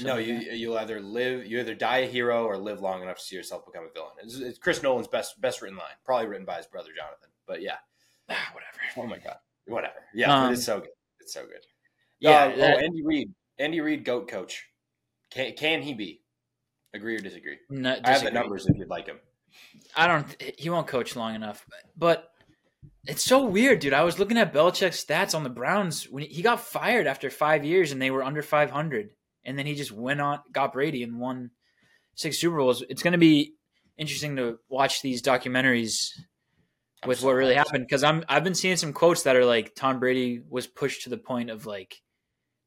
Speaker 1: no,
Speaker 4: Something
Speaker 1: you
Speaker 4: like that.
Speaker 1: you'll either live, you either die a hero or live long enough to see yourself become a villain. It's, it's Chris Nolan's best best written line, probably written by his brother Jonathan. But yeah,
Speaker 4: Ah, whatever.
Speaker 1: oh my god, whatever. Yeah, but
Speaker 4: Um,
Speaker 1: it's so good. It's so good.
Speaker 4: Yeah,
Speaker 1: Uh,
Speaker 4: that-
Speaker 1: oh, Andy Reid, Andy Reid, goat coach. Can can he be? Agree or disagree?
Speaker 4: No,
Speaker 1: I have the
Speaker 4: disagree.
Speaker 1: numbers if you'd like him.
Speaker 4: I don't. He won't coach long enough. But it's so weird, dude. I was looking at Belichick's stats on the Browns when he, he got fired after five years, and they were under five hundred, and then he just went on, got Brady, and won six Super Bowls. It's going to be interesting to watch these documentaries
Speaker 1: I'm
Speaker 4: with
Speaker 1: so
Speaker 4: what really
Speaker 1: hyped.
Speaker 4: happened because I'm I've been seeing some quotes that are like Tom Brady was pushed to the point of like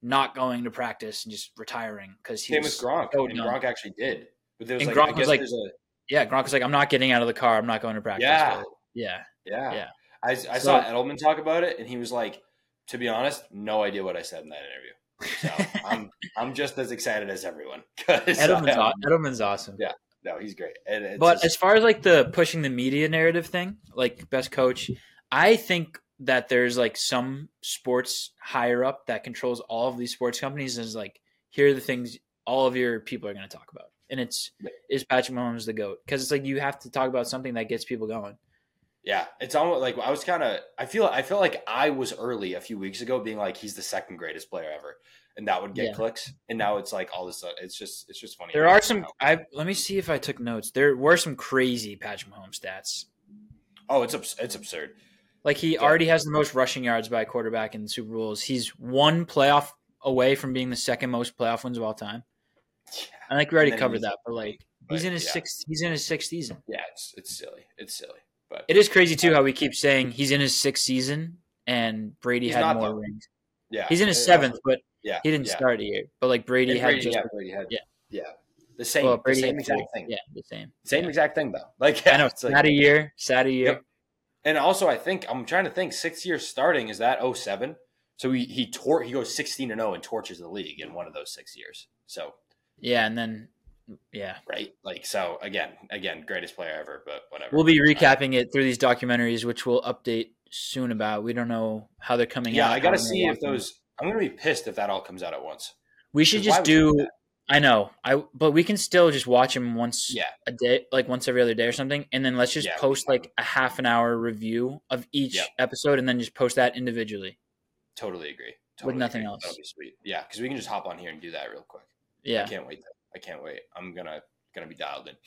Speaker 4: not going to practice and just retiring because he
Speaker 1: Same
Speaker 4: was
Speaker 1: with Gronk,
Speaker 4: so
Speaker 1: and
Speaker 4: dumb.
Speaker 1: Gronk actually did. But there was
Speaker 4: And
Speaker 1: like,
Speaker 4: Gronk
Speaker 1: I
Speaker 4: was
Speaker 1: guess
Speaker 4: like-
Speaker 1: there's a
Speaker 4: yeah Gronk was like I'm not getting out of the car I'm not going to practice
Speaker 1: Yeah.
Speaker 4: But, yeah
Speaker 1: Yeah.
Speaker 4: Yeah.
Speaker 1: I, I saw Edelman talk about it, and he was like, to be honest, no idea what I said in that interview. So I'm, I'm just as excited as everyone. 'Cause I
Speaker 4: Edelman's,
Speaker 1: am-
Speaker 4: aw- Edelman's awesome
Speaker 1: Yeah, No, he's great. And it's
Speaker 4: but
Speaker 1: just-
Speaker 4: as far as like the pushing the media narrative thing like best coach I think that there's like some sports higher up that controls all of these sports companies and is like here are the things all of your people are going to talk about and it's is Patrick Mahomes the goat? Because it's like you have to talk about something that gets people going.
Speaker 1: Yeah, it's almost like I was kind of. I feel. I feel like I was early a few weeks ago, being like, "He's the second greatest player ever," and that would get
Speaker 4: Yeah.
Speaker 1: clicks. And now it's like all this. It's just. It's just funny.
Speaker 4: There are some. I let me see if I took notes. There were some crazy Patrick Mahomes stats.
Speaker 1: Oh, it's abs- it's absurd.
Speaker 4: Like he already has the most rushing yards by a quarterback in the Super Bowls. He's one playoff away from being the second most playoff wins of all time. I think we already
Speaker 1: And then
Speaker 4: covered
Speaker 1: he's-
Speaker 4: that, but like he's
Speaker 1: but,
Speaker 4: in his
Speaker 1: yeah.
Speaker 4: sixth. He's in his sixth season.
Speaker 1: Yeah, it's it's silly. It's silly. But
Speaker 4: It is crazy too how we keep saying he's in his sixth season and Brady
Speaker 1: He's
Speaker 4: had
Speaker 1: not,
Speaker 4: more
Speaker 1: though.
Speaker 4: rings.
Speaker 1: yeah,
Speaker 4: He's in his
Speaker 1: it-
Speaker 4: seventh, but
Speaker 1: Yeah,
Speaker 4: he didn't
Speaker 1: yeah.
Speaker 4: start a year. But like Brady
Speaker 1: And
Speaker 4: had
Speaker 1: Brady,
Speaker 4: just
Speaker 1: yeah, Brady had,
Speaker 4: yeah.
Speaker 1: yeah, the same,
Speaker 4: well,
Speaker 1: the
Speaker 4: Brady
Speaker 1: same
Speaker 4: had
Speaker 1: exact
Speaker 4: four.
Speaker 1: thing.
Speaker 4: Yeah, the same.
Speaker 1: Same
Speaker 4: Yeah.
Speaker 1: exact thing though. Like
Speaker 4: I know.
Speaker 1: it's e like-
Speaker 4: sad a year. Sad a year.
Speaker 1: Yep. And also, I think I'm trying to think. Six years starting is that 07? So he he tor- he goes 16 and 0 and torches the league in one of those six years. So
Speaker 4: Yeah, and then yeah,
Speaker 1: right, like so again, again, greatest player ever. But whatever.
Speaker 4: we'll be recapping it through these documentaries, which we'll update soon about. We don't know how they're coming out.
Speaker 1: yeah, I
Speaker 4: how
Speaker 1: gotta
Speaker 4: they're
Speaker 1: see if
Speaker 4: walking.
Speaker 1: those. I'm gonna be pissed if that all comes out at once.
Speaker 4: We should
Speaker 1: 'Cause why
Speaker 4: just
Speaker 1: would you
Speaker 4: do.
Speaker 1: do
Speaker 4: I know. I but we can still just watch them once
Speaker 1: Yeah,
Speaker 4: a day, like once every other day or something, and then let's just
Speaker 1: Yeah.
Speaker 4: post like a half an hour review of each
Speaker 1: Yep.
Speaker 4: episode, and then just post that individually.
Speaker 1: totally agree.
Speaker 4: With
Speaker 1: Totally
Speaker 4: nothing
Speaker 1: agree.
Speaker 4: else.
Speaker 1: That'll be sweet. Yeah, because we can just hop on here and do that real quick. I
Speaker 4: Yeah,
Speaker 1: can't wait. I can't wait. I'm gonna gonna be dialed in.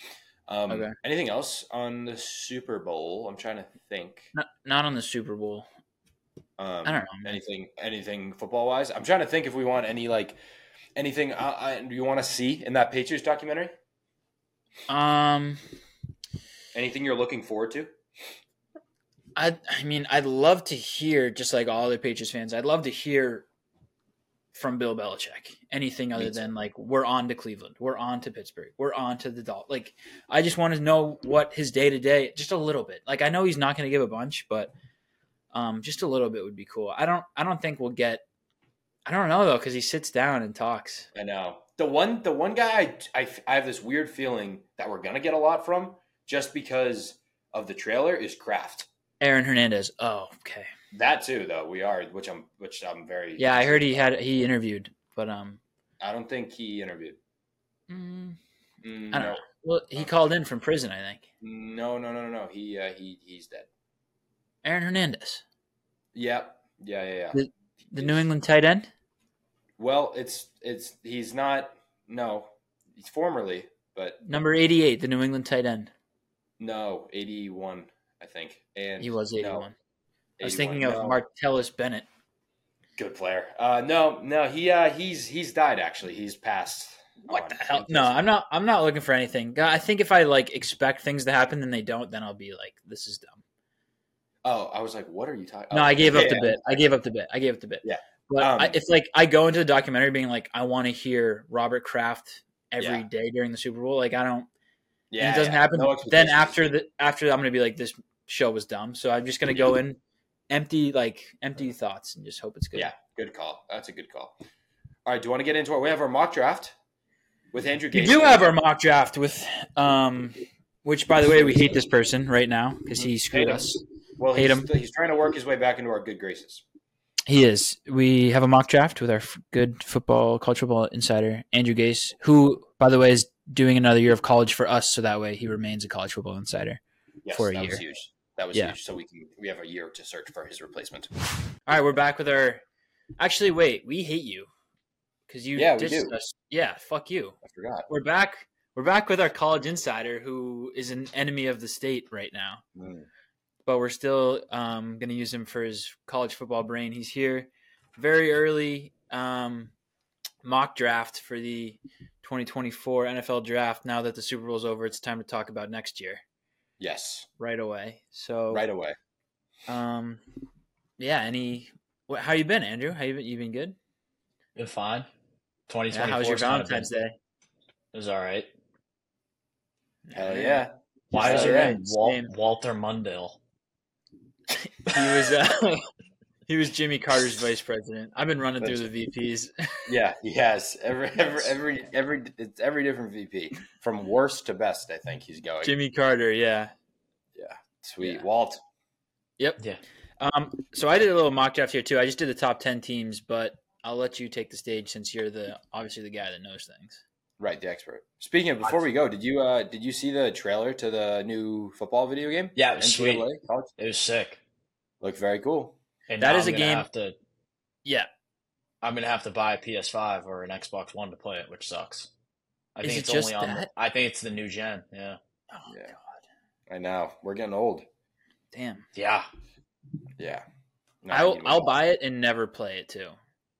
Speaker 1: Um,
Speaker 4: Okay.
Speaker 1: Anything else on the Super Bowl? I'm trying to think.
Speaker 4: not not on the Super Bowl.
Speaker 1: Um,
Speaker 4: I don't know. man.
Speaker 1: anything anything football wise i'm trying to think if we want any like anything I, I, you want to see in that patriots documentary
Speaker 4: Um,
Speaker 1: anything you're looking forward to
Speaker 4: I I mean, I'd love to hear just like all the Patriots fans. I'd love to hear from Bill Belichick anything other
Speaker 1: too.
Speaker 4: than like we're on to Cleveland, we're on to Pittsburgh, we're on to the Dolphins. Like, I just want to know what his day to day, just a little bit. Like, I know he's not going to give a bunch, but um, just a little bit would be cool. I don't I don't think we'll get. I don't know though because he sits down and talks.
Speaker 1: i know the one the one guy I, I I have this weird feeling that we're gonna get a lot from just because of the trailer is kraft
Speaker 4: Aaron Hernandez. Oh, okay.
Speaker 1: that too though we are which i'm which i'm very
Speaker 4: Yeah, I heard he had he interviewed, but um,
Speaker 1: i don't think he interviewed
Speaker 4: mm,
Speaker 1: Mm,
Speaker 4: I don't know. Well, he called in from prison, I think.
Speaker 1: no. no no no no no he uh, he he's dead
Speaker 4: Aaron Hernandez.
Speaker 1: yep yeah yeah yeah
Speaker 4: The New England tight end?
Speaker 1: well it's it's he's not no he's formerly but
Speaker 4: Number 88, the New England tight end.
Speaker 1: No, eighty-one, I think. And
Speaker 4: He was
Speaker 1: no,
Speaker 4: 81. I was thinking
Speaker 1: 81,
Speaker 4: of
Speaker 1: no.
Speaker 4: Martellus Bennett.
Speaker 1: Good player. Uh, no, no, he uh, he's he's died actually. He's passed.
Speaker 4: What
Speaker 1: on.
Speaker 4: the hell? No, I'm not I'm not looking for anything. God, I think if I like expect things to happen and they don't, then I'll be like this is dumb.
Speaker 1: Oh, I was like, what are you talking?
Speaker 4: No, I gave up the
Speaker 1: yeah.
Speaker 4: bit. I gave up the bit. I gave up the bit.
Speaker 1: Yeah.
Speaker 4: But
Speaker 1: Um,
Speaker 4: I, if like I go into the documentary being like I want to hear Robert Kraft every day
Speaker 1: Yeah.
Speaker 4: during the Super Bowl, like I don't
Speaker 1: Yeah,
Speaker 4: and it doesn't
Speaker 1: yeah.
Speaker 4: happen.
Speaker 1: No
Speaker 4: then
Speaker 1: expectations.
Speaker 4: after the after I'm gonna be like this show was dumb. So I'm just gonna go
Speaker 1: Mm-hmm.
Speaker 4: in empty like empty thoughts and just hope it's good.
Speaker 1: yeah, good call. That's a good call. All right, do you want to get into it? We have our mock draft with Andrew.
Speaker 4: We
Speaker 1: Gates.
Speaker 4: do have our mock draft with, um, which by the way, we hate this person right now because he screwed
Speaker 1: Hate him.
Speaker 4: us.
Speaker 1: Well,
Speaker 4: hate
Speaker 1: he's,
Speaker 4: him.
Speaker 1: he's trying to work his way back into our good graces.
Speaker 4: He is. We have a mock draft with our f- good football, cultural ball insider, Andrew Gase, who, by the way, is doing another year of college for us. So that way he remains a college football insider.
Speaker 1: Yes,
Speaker 4: For a
Speaker 1: that was
Speaker 4: year.
Speaker 1: huge. That was
Speaker 4: Yeah.
Speaker 1: huge. So we can we have a year to search for his replacement.
Speaker 4: All right, we're back with our. Actually, wait, we hate you because you
Speaker 1: Yeah, we
Speaker 4: dissed
Speaker 1: do.
Speaker 4: us. Yeah, fuck you.
Speaker 1: I forgot.
Speaker 4: We're back. We're back with our college insider, who is an enemy of the state right now.
Speaker 1: Hmm.
Speaker 4: but we're still um, going to use him for his college football brain. He's here very early um, mock draft for the 2024 NFL draft. Now that the Super Bowl's over, it's time to talk about next year
Speaker 1: Yes,
Speaker 4: right away. So,
Speaker 1: right away.
Speaker 4: um, yeah. Any? wh- How you been, Andrew? How you been? You been good?
Speaker 3: Been fine. Twenty
Speaker 4: Yeah,
Speaker 3: twenty.
Speaker 4: how was your Valentine's Day?
Speaker 3: It was all right.
Speaker 1: Hell yeah.
Speaker 3: Why is
Speaker 1: all
Speaker 3: your
Speaker 1: right.
Speaker 3: name Wal-
Speaker 4: Same.
Speaker 3: Walter Mundell?
Speaker 4: He was. Uh, he was Jimmy Carter's vice president. I've been running through the VPs.
Speaker 1: Yeah, he has every every every every it's every different VP from worst to best. I think he's going.
Speaker 4: Jimmy Carter, yeah.
Speaker 1: Sweet
Speaker 4: yeah.
Speaker 1: Walt.
Speaker 4: Um, so I did a little mock draft here too. I just did the top ten teams, but I'll let you take the stage since you're the obviously the guy that knows things.
Speaker 1: Right, the expert. Speaking of, before we go, did you uh did you see the trailer to the new football video game?
Speaker 3: Yeah, it was
Speaker 1: NCAA
Speaker 3: sweet.
Speaker 1: college?
Speaker 3: It was sick.
Speaker 1: Looked very cool.
Speaker 3: And
Speaker 4: That
Speaker 3: now
Speaker 4: is
Speaker 3: I'm
Speaker 4: a
Speaker 3: gonna
Speaker 4: game-
Speaker 3: Have to,
Speaker 4: Yeah.
Speaker 3: I'm gonna have to buy a PS5 or an Xbox One to play it, which sucks. I
Speaker 4: Is
Speaker 3: think
Speaker 4: it
Speaker 3: it's
Speaker 4: just
Speaker 3: only on. The,
Speaker 4: that?
Speaker 3: I think it's the new gen. Yeah,
Speaker 4: Oh,
Speaker 1: Yeah.
Speaker 4: God.
Speaker 1: I know we're getting old.
Speaker 4: Damn.
Speaker 3: yeah,
Speaker 1: Yeah, No,
Speaker 4: I'll,
Speaker 1: anyway.
Speaker 4: I'll buy it and never play it too.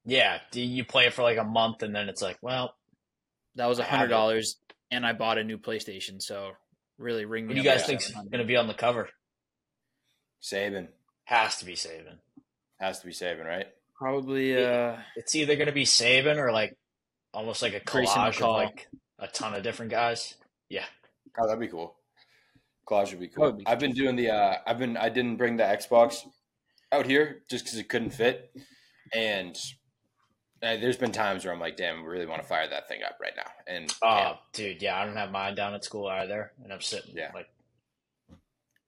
Speaker 3: yeah. Do You play it for like a month, and then it's like, well,
Speaker 4: That was
Speaker 3: I have it.
Speaker 4: $100 and I bought a new PlayStation. So really ring
Speaker 3: who
Speaker 4: me
Speaker 3: do you
Speaker 4: up
Speaker 3: guys
Speaker 4: for
Speaker 3: think's
Speaker 4: $700.
Speaker 3: gonna be on the cover?
Speaker 1: Saban
Speaker 3: Has to be Saban.
Speaker 1: has to be Saban, right?
Speaker 4: Probably uh,
Speaker 3: It's either gonna be Saban or like almost like a
Speaker 4: Grayson
Speaker 3: collage of
Speaker 4: McCall.
Speaker 3: like a ton of different guys. Yeah,
Speaker 1: Oh, that'd be cool. Collage would be
Speaker 4: That
Speaker 1: cool.
Speaker 4: would be
Speaker 1: I've been doing the. Uh, I've been. I didn't bring the Xbox out here just because it couldn't fit, and uh, there's been times where I'm like, "Damn, we really want to fire that thing up right now." And
Speaker 3: Oh,
Speaker 1: and
Speaker 3: dude, yeah, I don't have mine down at school either, and I'm sitting
Speaker 1: Yeah.
Speaker 3: like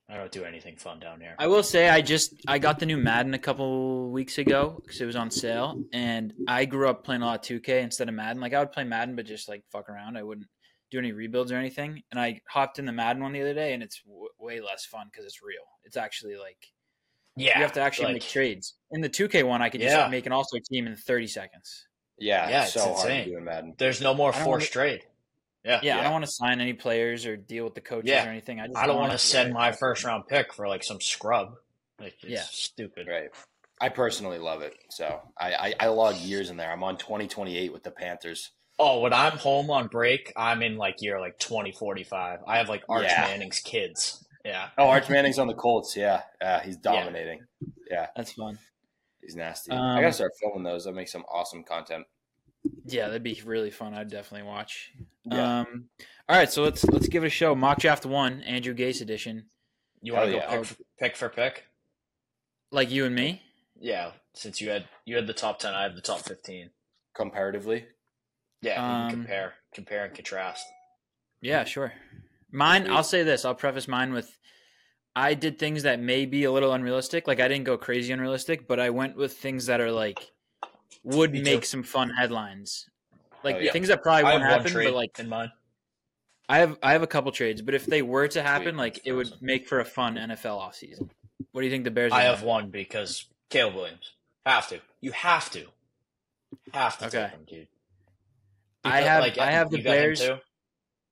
Speaker 3: I don't do anything fun down here.
Speaker 4: I will say I just I got the new Madden a couple weeks ago because it was on sale, and I grew up playing a lot of 2K instead of Madden. Like I would play Madden, but just like fuck around. I wouldn't do any rebuilds or anything. And I hopped in the Madden one the other day, and it's w- way less fun because it's real. It's actually like
Speaker 3: yeah,
Speaker 4: you have to actually
Speaker 3: like,
Speaker 4: make trades. In the 2K one, I could just
Speaker 3: Yeah.
Speaker 4: make an All Star team in 30 seconds.
Speaker 1: yeah,
Speaker 3: Yeah,
Speaker 1: it's
Speaker 3: it's
Speaker 1: so hard to
Speaker 3: insane.
Speaker 1: do in Madden.
Speaker 3: There's no more
Speaker 4: I don't
Speaker 3: forced trade. Yeah,
Speaker 4: Yeah, I
Speaker 1: Yeah.
Speaker 4: don't want to sign any players or deal with the coaches
Speaker 3: Yeah.
Speaker 4: or anything. I just
Speaker 3: I don't want
Speaker 4: wanna-
Speaker 3: to send my first round pick for like some scrub. Like, it's
Speaker 4: Yeah.
Speaker 3: stupid.
Speaker 1: Right. I personally love it, so I, I I log years in there. I'm on 2028 with the Panthers.
Speaker 3: Oh, when I'm home on break, I'm in like year like 2045. I have like Arch
Speaker 1: Yeah.
Speaker 3: Manning's kids. Yeah,
Speaker 1: Oh, Arch Manning's on the Colts. Yeah, yeah, he's dominating.
Speaker 4: That's fun.
Speaker 1: He's nasty. I
Speaker 4: Um,
Speaker 1: gotta start filming those. That makes some awesome content.
Speaker 4: Yeah, that'd be really fun. I'd definitely watch.
Speaker 1: Yeah.
Speaker 4: Um, all right, so let's let's give it a show. Mock draft one, Andrew Gase edition.
Speaker 3: you want to
Speaker 1: Hell
Speaker 3: go
Speaker 1: yeah.
Speaker 3: pick, for, pick for pick?
Speaker 4: Like you and me.
Speaker 3: Yeah, since you had you had the top ten, I have the top fifteen.
Speaker 1: Comparatively,
Speaker 3: Yeah, you
Speaker 4: Um,
Speaker 3: can compare, compare and contrast.
Speaker 4: Yeah, sure. Mine.
Speaker 1: Sweet.
Speaker 4: I'll say this. I'll preface mine with, I did things that may be a little unrealistic. Like I didn't go crazy unrealistic, but I went with things that are like would
Speaker 3: Me too.
Speaker 4: make some fun headlines. Like
Speaker 1: Oh, yeah.
Speaker 4: things that probably
Speaker 3: I
Speaker 4: won't
Speaker 3: have one
Speaker 4: happen,
Speaker 3: trade
Speaker 4: but like
Speaker 3: in mind.
Speaker 4: I have I have a couple trades, but if they were to
Speaker 1: Sweet.
Speaker 4: happen, like it would make for a fun NFL offseason. What do you think the Bears?
Speaker 3: I
Speaker 4: are
Speaker 3: have one because Caleb Williams. Have to. You have to. Have to
Speaker 4: Okay.
Speaker 3: take him, dude.
Speaker 4: I
Speaker 3: Because,
Speaker 4: have-
Speaker 3: like,
Speaker 4: I have
Speaker 3: you
Speaker 4: the
Speaker 3: got him
Speaker 4: Bears.
Speaker 3: too?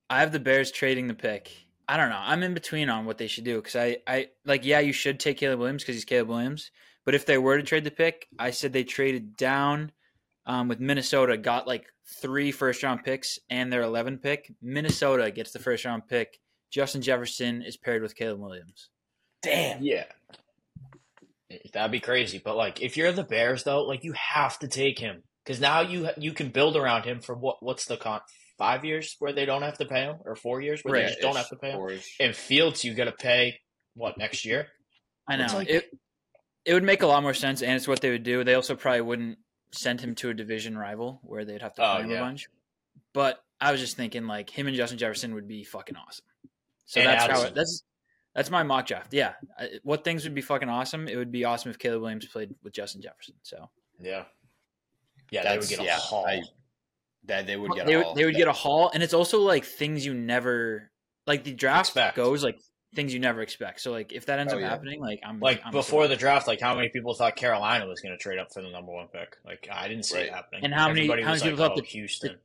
Speaker 4: I have the Bears trading the pick. I don't know. I'm in between on what they should do because I, I like yeah, you should take Caleb Williams because he's Caleb Williams. But if they were to trade the pick, I said they traded down um, with Minnesota, got like three first round picks and their 11 pick. Minnesota gets the first round pick. Justin Jefferson is paired with Caleb Williams.
Speaker 1: damn.
Speaker 3: Yeah. That'd be crazy. But like if you're the Bears though, like you have to take him. Because now you you can build around him for what what's the con five years where they don't have to pay him? Or four years where
Speaker 4: Right,
Speaker 3: they just don't have to pay him?
Speaker 1: Four-ish.
Speaker 3: And Fields you gotta pay what next year?
Speaker 4: I know
Speaker 3: It's like-
Speaker 4: it. It would make a lot more sense, and it's what they would do. They also probably wouldn't send him to a division rival where they'd have to
Speaker 3: Oh,
Speaker 4: play him
Speaker 3: yeah.
Speaker 4: a bunch. But I was just thinking, like him and Justin Jefferson would be fucking awesome. So
Speaker 3: And
Speaker 4: that's how
Speaker 3: Addison.
Speaker 4: it, that's that's my mock draft. Yeah, I, what things would be fucking awesome? It would be awesome if Caleb Williams played with Justin Jefferson. So
Speaker 3: Yeah. Yeah,
Speaker 1: That's-
Speaker 3: they would get a
Speaker 1: yeah,
Speaker 3: haul.
Speaker 1: I- that they would get.
Speaker 4: they
Speaker 1: a
Speaker 4: would
Speaker 1: haul.
Speaker 4: they would
Speaker 1: That-
Speaker 4: get a haul, and it's also like things you never like. The draft
Speaker 3: Expect.
Speaker 4: goes like things you never expect. So like if that ends
Speaker 1: Oh,
Speaker 4: up
Speaker 1: yeah.
Speaker 4: happening, like I'm
Speaker 3: like
Speaker 4: I'm
Speaker 3: before
Speaker 4: thrilled.
Speaker 3: the draft, like how many people thought Carolina was going to trade up for the number one pick? Like I didn't see
Speaker 1: Right.
Speaker 3: it happening.
Speaker 4: And how many-
Speaker 3: Everybody
Speaker 4: how
Speaker 3: was
Speaker 4: many
Speaker 3: like,
Speaker 4: people thought
Speaker 3: "Oh,
Speaker 4: the-
Speaker 3: Houston?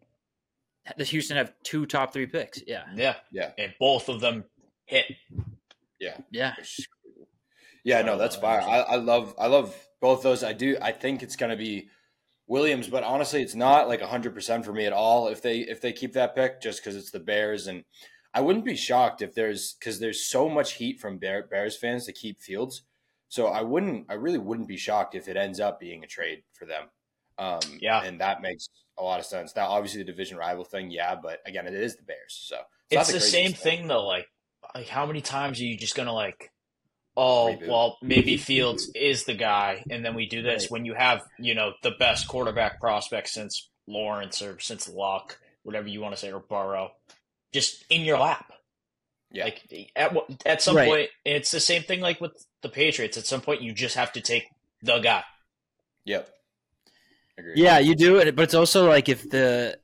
Speaker 4: the Houston have two top three picks. Yeah,
Speaker 3: yeah,
Speaker 1: Yeah.
Speaker 3: and both of them hit.
Speaker 4: yeah.
Speaker 1: Yeah, no, that's
Speaker 3: Uh,
Speaker 1: fire. I, I love I love both those. I do I think it's gonna be Williams, but honestly, it's not like hundred percent for me at all. If they if they keep that pick, just because it's the Bears, and I wouldn't be shocked if there's because there's so much heat from Bear, Bears fans to keep Fields. So I wouldn't I really wouldn't be shocked if it ends up being a trade for them. Um,
Speaker 3: Yeah.
Speaker 1: and that makes a lot of sense. Now, obviously, the division rival thing, yeah, but again, it is the Bears, so not
Speaker 3: It's the
Speaker 1: craziest
Speaker 3: same thing though. Like, like how many times are you just going to like? Oh
Speaker 1: Reboot.
Speaker 3: well, maybe Fields is the guy, and then we do this when you have you know the best quarterback prospect since Lawrence or since Locke, whatever you want to say, or Burrow, just in your lap.
Speaker 1: Yeah,
Speaker 3: Like at what- at some
Speaker 4: Right.
Speaker 3: point, it's the same thing. Like with the Patriots, at some point you just have to take the guy.
Speaker 1: yep, agree.
Speaker 4: Yeah, you do it, but it's also like if the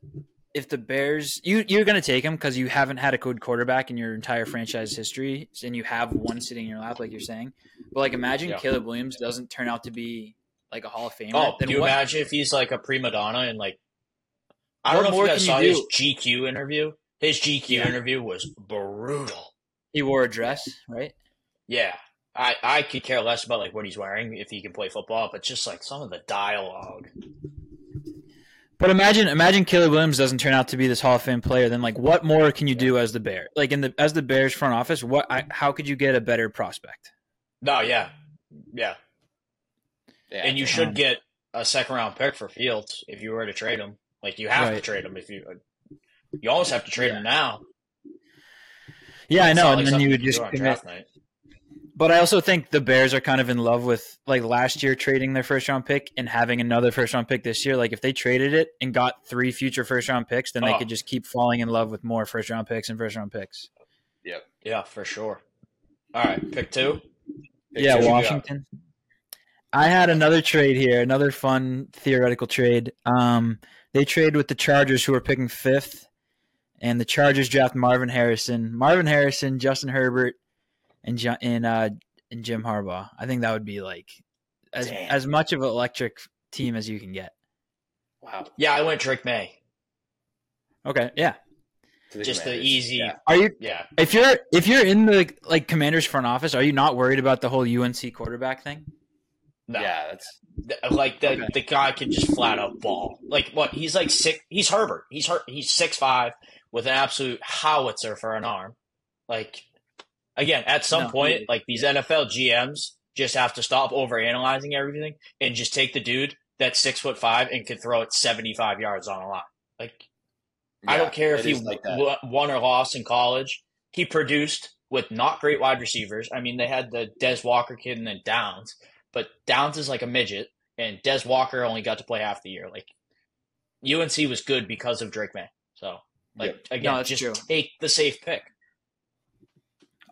Speaker 4: if the Bears you you're gonna take him because you haven't had a good quarterback in your entire franchise history, and you have one sitting in your lap, like you're saying. But like, imagine
Speaker 3: Yeah.
Speaker 4: Caleb Williams doesn't turn out to be like a Hall of Famer.
Speaker 3: Oh,
Speaker 4: then
Speaker 3: can you
Speaker 4: what-
Speaker 3: imagine if he's like a prima donna and like I don't
Speaker 4: What
Speaker 3: know
Speaker 4: more
Speaker 3: if you guys saw
Speaker 4: can you
Speaker 3: his GQ interview. His GQ
Speaker 4: Yeah.
Speaker 3: interview was brutal.
Speaker 4: he wore a dress, right?
Speaker 3: Yeah. I, I could care less about like what he's wearing if he can play football, but just like some of the dialogue.
Speaker 4: But imagine, imagine Caleb Williams doesn't turn out to be this Hall of Fame player. Then, like, what more can you do as the Bear? Like in the as the Bears front office, what? I, how could you get a better prospect?
Speaker 3: No, yeah. Yeah.
Speaker 1: Yeah.
Speaker 3: And you
Speaker 4: Um,
Speaker 3: should get a second round pick for Fields if you were to trade him. Like you have to
Speaker 4: Right.
Speaker 3: trade him if you you almost have to trade him now.
Speaker 4: Yeah, I
Speaker 3: It's
Speaker 4: know.
Speaker 3: not
Speaker 4: And
Speaker 3: like
Speaker 4: then
Speaker 3: something
Speaker 4: you would
Speaker 3: can do
Speaker 4: just
Speaker 3: on
Speaker 4: commit.
Speaker 3: draft night.
Speaker 4: But I also think the Bears are kind of in love with like last year trading their first round pick and having another first round pick this year. Like if they traded it and got three future first round picks, then they
Speaker 3: Oh.
Speaker 4: could just keep falling in love with more first round picks and first round picks.
Speaker 3: Yeah, for sure. All right, pick two.
Speaker 4: yeah,
Speaker 3: two, yeah.
Speaker 4: Washington. I had another trade here, another fun theoretical trade. Um, they trade with the Chargers, who are picking fifth, and the Chargers draft Marvin Harrison, Marvin Harrison, Justin Herbert, and Jo- and uh, and Jim Harbaugh. I think that would be like as
Speaker 3: Damn.
Speaker 4: as much of an electric team as you can get.
Speaker 1: wow.
Speaker 3: Yeah, I went Drake May.
Speaker 4: Okay, yeah.
Speaker 1: To the
Speaker 3: Just the
Speaker 1: Commanders.
Speaker 3: easy.
Speaker 1: Yeah.
Speaker 4: Are you
Speaker 3: yeah.
Speaker 4: if you're if you're in the like Commanders front office? Are you not worried about the whole UNC quarterback thing?
Speaker 3: No.
Speaker 1: Yeah, that's
Speaker 3: Th- Like the
Speaker 4: Okay.
Speaker 3: the guy can just flat out ball. Like what? He's like six. He's Herbert. He's Her, he's six five with an absolute howitzer for an arm. Like again, at some
Speaker 4: No.
Speaker 3: point, like these NFL GMs just have to stop overanalyzing everything and just take the dude that's six foot five and can throw it seventy five yards on a line. Like I
Speaker 1: yeah,
Speaker 3: don't care if
Speaker 1: it
Speaker 3: he
Speaker 1: is like that.
Speaker 3: w- won or lost in college. He produced with not great wide receivers. I mean, they had the Des Walker kid and then Downs, but Downs is like a midget, and Des Walker only got to play half the year. Like UNC was good because of Drake May. So, like
Speaker 4: No,
Speaker 3: again,
Speaker 4: that's
Speaker 3: just
Speaker 4: true.
Speaker 3: take the safe pick.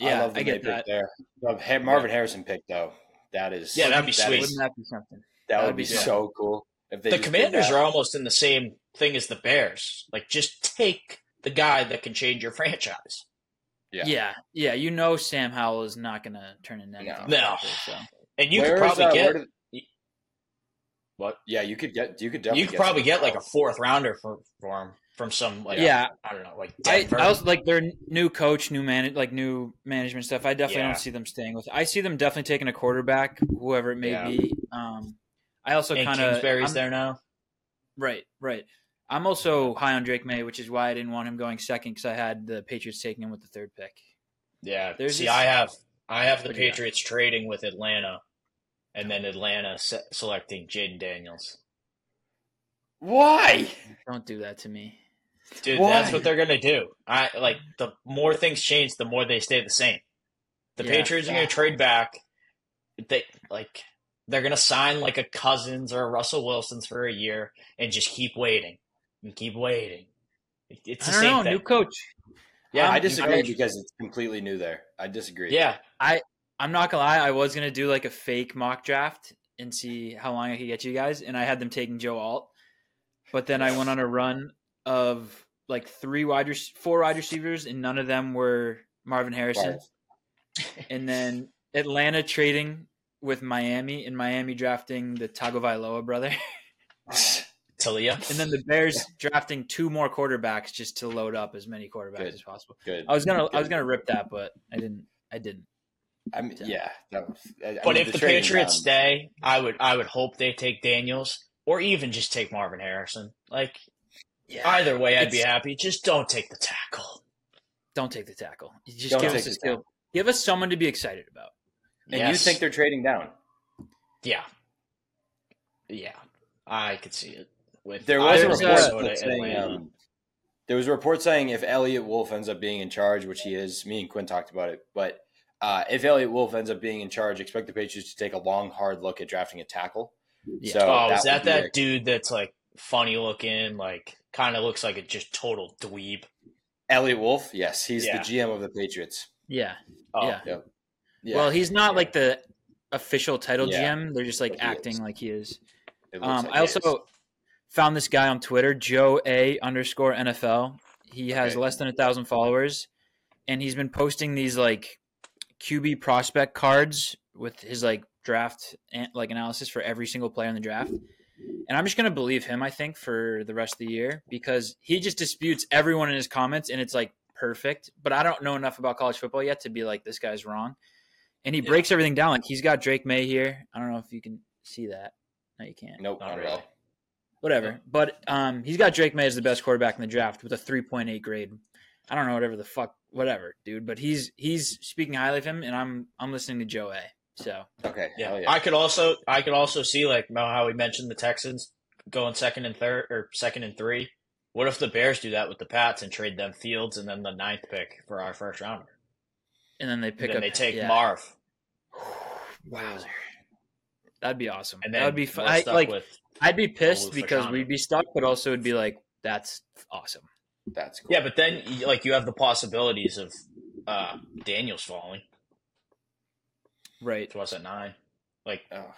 Speaker 4: Yeah,
Speaker 1: I, love the
Speaker 4: I
Speaker 1: May
Speaker 4: get
Speaker 1: pick
Speaker 4: that.
Speaker 1: There. The Ha- Marvin Harrison pick though. That is
Speaker 3: Yeah, that'd be
Speaker 1: that
Speaker 3: sweet.
Speaker 1: is-
Speaker 4: Wouldn't that be something?
Speaker 1: that would
Speaker 4: That'd
Speaker 1: be
Speaker 4: be sick.
Speaker 1: so cool. If they
Speaker 3: the
Speaker 1: just did
Speaker 3: Commanders
Speaker 1: that.
Speaker 3: are almost in the same thing as the Bears. Like, just take the guy that can change your franchise.
Speaker 1: Yeah.
Speaker 4: Yeah. yeah, you know Sam Howell is not going to turn into anything.
Speaker 3: No.
Speaker 4: like this, so.
Speaker 3: And you
Speaker 1: Where
Speaker 3: could
Speaker 1: is,
Speaker 3: probably
Speaker 1: uh,
Speaker 3: get
Speaker 1: where did-
Speaker 3: What?
Speaker 1: Yeah, you could get. You could definitely.
Speaker 3: you could probably get like a
Speaker 1: something.
Speaker 3: fourth rounder for, for him from some like
Speaker 4: yeah,
Speaker 3: I don't know like
Speaker 4: I,
Speaker 3: Denver.
Speaker 4: I was like their new coach, new man, like new management stuff. I definitely
Speaker 3: Yeah.
Speaker 4: don't see them staying with. I see them definitely taking a quarterback, whoever it may
Speaker 3: Yeah.
Speaker 4: be. Um, I also
Speaker 3: and
Speaker 4: kind of
Speaker 3: Kingsbury's there now.
Speaker 4: Right, right. I'm also high on Drake May, which is why I didn't want him going second because I had the Patriots taking him with the third pick.
Speaker 3: Yeah.
Speaker 4: There's
Speaker 3: See,
Speaker 4: this-
Speaker 3: I have I have the
Speaker 4: What do you got?
Speaker 3: Patriots trading with Atlanta, and then Atlanta se- selecting Jaden Daniels.
Speaker 1: Why?
Speaker 4: Don't do that to me.
Speaker 3: Dude,
Speaker 1: Why?
Speaker 3: that's what they're gonna do. I like the more things change, the more they stay the same. The
Speaker 4: Yeah.
Speaker 3: Patriots are gonna trade back. They like they're gonna sign like a Cousins or a Russell Wilson's for a year and just keep waiting and keep waiting. It- It's
Speaker 4: I
Speaker 3: the
Speaker 4: don't
Speaker 3: same
Speaker 4: know,
Speaker 3: thing.
Speaker 4: new coach.
Speaker 3: Yeah,
Speaker 1: I
Speaker 3: you
Speaker 1: disagree
Speaker 3: could-
Speaker 1: because it's completely new there. I disagree.
Speaker 3: Yeah,
Speaker 4: I'm not gonna lie, I was gonna do like a fake mock draft and see how long I could get you guys, and I had them taking Joe Alt, but then I went on a run of like three wide, rec- four wide receivers, and none of them were Marvin Harrison. And then Atlanta trading with Miami, and Miami drafting the Tagovailoa brother,
Speaker 3: Talia.
Speaker 4: and then the Bears drafting two more quarterbacks just to load up as many quarterbacks
Speaker 1: Good.
Speaker 4: as possible.
Speaker 1: Good.
Speaker 3: Oh,
Speaker 4: I was gonna, I was gonna rip that, but I didn't. I didn't.
Speaker 1: I mean, yeah. That was, I- I
Speaker 3: But
Speaker 1: mean,
Speaker 3: if the,
Speaker 1: trading
Speaker 3: Patriots
Speaker 1: round-
Speaker 3: stay, I would I would hope they take Daniels or even just take Marvin Harrison. Like
Speaker 4: Yeah.
Speaker 3: either way, I'd be
Speaker 4: It's-
Speaker 3: happy. Just don't take the tackle.
Speaker 4: Don't take the tackle. You just
Speaker 1: Don't
Speaker 4: give
Speaker 1: take
Speaker 4: us a
Speaker 1: the
Speaker 4: skill. Give us someone to be excited about.
Speaker 1: and
Speaker 3: Yes.
Speaker 1: you think they're trading down?
Speaker 3: yeah, yeah, I could see it. With
Speaker 1: There was
Speaker 4: I
Speaker 1: a
Speaker 4: was,
Speaker 1: report
Speaker 4: uh,
Speaker 1: that saying um, there was a report saying if Elliot Wolf ends up being in charge, which he is, me and Quinn talked about it, but uh, if Elliot Wolf ends up being in charge, expect the Patriots to take a long, hard look at drafting a tackle.
Speaker 4: Yeah.
Speaker 1: So
Speaker 3: oh,
Speaker 1: that
Speaker 3: is that
Speaker 1: would be
Speaker 3: that
Speaker 1: a-
Speaker 3: dude that's like funny looking, like kind of looks like a just total dweeb?
Speaker 1: Elliot Wolf? Yes, he's
Speaker 3: Yeah.
Speaker 1: the GM of the Patriots.
Speaker 4: Yeah.
Speaker 3: Oh,
Speaker 4: yeah.
Speaker 1: Yeah,
Speaker 4: Well, he's not
Speaker 1: Yeah.
Speaker 4: like the official title
Speaker 1: Yeah.
Speaker 4: GM. They're just like
Speaker 1: But he
Speaker 4: acting
Speaker 1: is.
Speaker 4: like he is.
Speaker 1: it looks
Speaker 4: Um,
Speaker 1: like
Speaker 4: I
Speaker 1: he
Speaker 4: also
Speaker 1: is.
Speaker 4: found this guy on Twitter, Joe A underscore NFL. He has
Speaker 1: Okay.
Speaker 4: less than a thousand followers, and he's been posting these like QB prospect cards with his like draft and like analysis for every single player in the draft. And I'm just gonna believe him, I think, for the rest of the year because he just disputes everyone in his comments, and it's like perfect. But I don't know enough about college football yet to be like this guy's wrong. And he
Speaker 3: Yeah.
Speaker 4: breaks everything down. Like he's got Drake May here. I don't know if you can see that. No, you can't
Speaker 1: Nope,
Speaker 3: Not
Speaker 1: not, at
Speaker 3: really.
Speaker 1: all.
Speaker 4: whatever. But um, he's got Drake May as the best quarterback in the draft with a 3.8 grade. I don't know whatever the fuck, whatever, dude. But he's he's speaking highly of him, and I'm I'm listening to Joe A. So
Speaker 1: Okay,
Speaker 3: Yeah.
Speaker 1: hell
Speaker 3: I could also I could also see like you know, how we mentioned the Texans going second and third or second and three. What if the Bears do that with the Pats and trade them Fields and then the ninth pick for our first rounder?
Speaker 4: and then they pick
Speaker 3: And then
Speaker 4: up
Speaker 3: they take
Speaker 4: yeah.
Speaker 3: Marv
Speaker 4: Wowzer. That'd be awesome.
Speaker 3: and then
Speaker 4: That would be
Speaker 3: we're
Speaker 4: fun.
Speaker 3: stuck
Speaker 4: Like
Speaker 3: with
Speaker 4: I'd be pissed
Speaker 3: Olu
Speaker 4: because
Speaker 3: Fashanu.
Speaker 4: we'd be stuck, but also it'd be like that's awesome.
Speaker 1: that's cool.
Speaker 3: yeah, but then you- like you have the possibilities of uh, Daniels falling
Speaker 4: Right.
Speaker 3: to us at nine. Like
Speaker 1: Oh.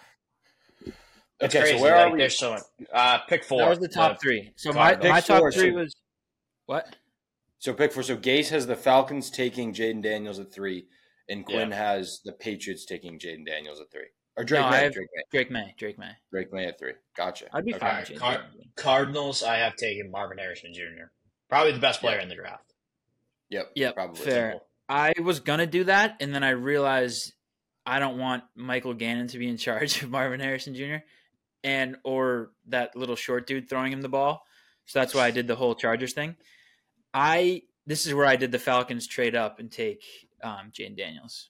Speaker 3: it's
Speaker 1: Okay,
Speaker 3: crazy.
Speaker 1: so where
Speaker 3: like,
Speaker 1: are we?
Speaker 3: There's so much. Uh, pick four.
Speaker 4: That was the top three. So my,
Speaker 3: Card.
Speaker 4: my
Speaker 1: Pick
Speaker 4: top
Speaker 1: four,
Speaker 4: three
Speaker 1: so-
Speaker 4: was what?
Speaker 1: So pick four. So Gase has the Falcons taking Jaden Daniels at three, and Quinn has the Patriots taking Jaden Daniels at three. Or Drake,
Speaker 4: No, I
Speaker 1: May,
Speaker 4: have-
Speaker 1: Drake May.
Speaker 4: Drake May. Drake May.
Speaker 1: Drake May at three. Gotcha.
Speaker 4: I'd be
Speaker 1: Okay.
Speaker 4: fine.
Speaker 3: Alright,
Speaker 4: with Jaden
Speaker 3: Car-
Speaker 4: Daniels.
Speaker 3: Cardinals. I have taken Marvin Harrison Jr. Probably the best player in the draft.
Speaker 1: Yep.
Speaker 4: Yep,
Speaker 1: Probably.
Speaker 4: fair. I was gonna do that, and then I realized I don't want Michael Gannon to be in charge of Marvin Harrison Jr. and or that little short dude throwing him the ball. So that's why I did the whole Chargers thing. I this is where I did the Falcons trade up and take um, Jane Daniels.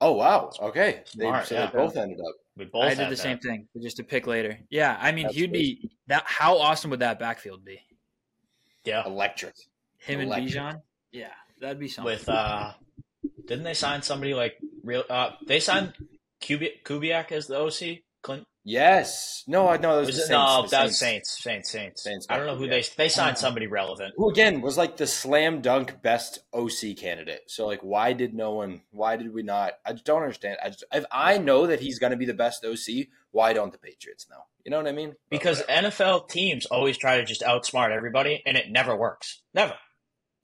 Speaker 1: Oh wow. Okay. They,
Speaker 3: Smart,
Speaker 1: so
Speaker 3: yeah.
Speaker 1: they both ended up.
Speaker 3: We both
Speaker 4: I did
Speaker 3: had
Speaker 4: the
Speaker 3: that.
Speaker 4: same thing, but just to pick later. Yeah, I mean,
Speaker 1: That's
Speaker 4: he'd be that. How awesome would that backfield be?
Speaker 3: Yeah.
Speaker 1: Electric.
Speaker 4: Him and
Speaker 1: Electric.
Speaker 4: Bijan. Yeah, that'd be something.
Speaker 3: with uh didn't they sign somebody like real uh they signed Kubiak, Kubiak as the OC Clint
Speaker 1: Yes. No. I know that was,
Speaker 3: was
Speaker 1: the
Speaker 3: it,
Speaker 1: Saints,
Speaker 3: no
Speaker 1: the
Speaker 3: that was
Speaker 1: Saints.
Speaker 3: Saints Saints Saints,
Speaker 1: Saints
Speaker 3: I don't know
Speaker 1: got
Speaker 3: who they they signed somebody relevant
Speaker 1: Who again was like the slam dunk best OC candidate. So like, why did no one? Why did we not? I just don't understand. I just if I know that he's going to be the best OC, why don't the Patriots know? You know what I mean? But
Speaker 3: because
Speaker 1: whatever.
Speaker 3: NFL teams always try to just outsmart everybody and it never works never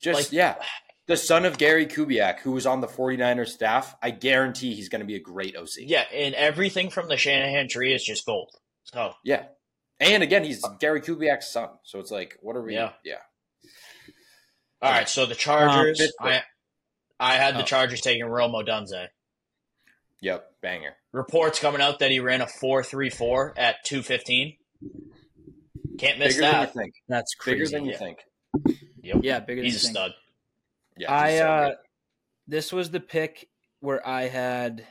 Speaker 1: just
Speaker 3: like-
Speaker 1: yeah, the son of Gary Kubiak, who was on the 49ers staff, I guarantee he's going to be a great OC.
Speaker 3: yeah and everything from the Shanahan tree is just gold so
Speaker 1: Yeah. And again, he's Gary Kubiak's son. So it's like, what are we?
Speaker 3: Uh, Yeah.
Speaker 1: Yeah.
Speaker 3: all right so the Chargers
Speaker 1: fifth
Speaker 3: I I had the
Speaker 4: Oh.
Speaker 3: Chargers taking Romo Dunze
Speaker 1: Yep. Banger.
Speaker 3: reports coming out that he ran a four three four at two fifteen can't miss
Speaker 1: Bigger
Speaker 3: that.
Speaker 1: than you think.
Speaker 4: That's
Speaker 1: Bigger
Speaker 4: crazy.
Speaker 1: than you
Speaker 3: yeah.
Speaker 1: think.
Speaker 4: yeah, bigger than
Speaker 3: He's
Speaker 4: you
Speaker 3: a
Speaker 4: think.
Speaker 3: stud.
Speaker 1: Yeah.
Speaker 4: I
Speaker 1: he's so
Speaker 4: uh,
Speaker 1: good.
Speaker 4: this was the pick where I had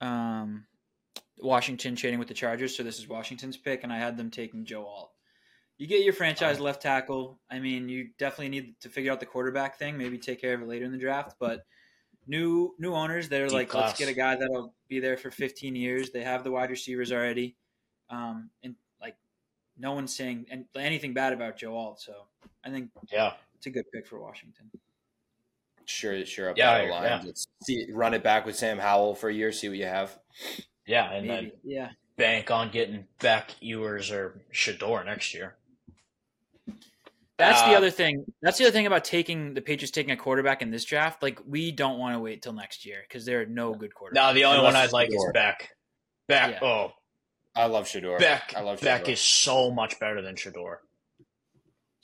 Speaker 4: um Washington trading with the Chargers, so this is Washington's pick, and I had them taking Joe Alt. You get your franchise left tackle. I mean, you definitely need to figure out the quarterback thing. Maybe take care of it later in the draft. But new new owners, they're
Speaker 3: Deep
Speaker 4: like,
Speaker 3: class.
Speaker 4: let's get a guy that'll be there for 15 years. They have the wide receivers already, um, and like no one's saying an- anything bad about Joe Alt. So I think
Speaker 3: Yeah.
Speaker 4: it's a good pick for Washington.
Speaker 1: sure, sure. Up
Speaker 3: Yeah,
Speaker 1: yeah.
Speaker 3: I-
Speaker 1: Lines. It's, see, run it back with Sam Howell for a year, see what you have.
Speaker 3: Yeah. And
Speaker 4: Maybe.
Speaker 3: then
Speaker 4: Yeah.
Speaker 3: bank on getting back Ewers or Shador next year.
Speaker 4: That's the
Speaker 3: Uh,
Speaker 4: other thing. That's the other thing about taking the Patriots taking a quarterback in this draft. Like we don't want to wait till next year because there are no good quarterbacks.
Speaker 3: No, the only
Speaker 1: Unless
Speaker 3: one I'd
Speaker 1: it's
Speaker 3: like is
Speaker 1: Shador.
Speaker 3: Beck. Beck.
Speaker 4: Yeah.
Speaker 3: Oh,
Speaker 1: I love Shador.
Speaker 3: Beck.
Speaker 1: I love Shador.
Speaker 3: Beck is so much better than Shador.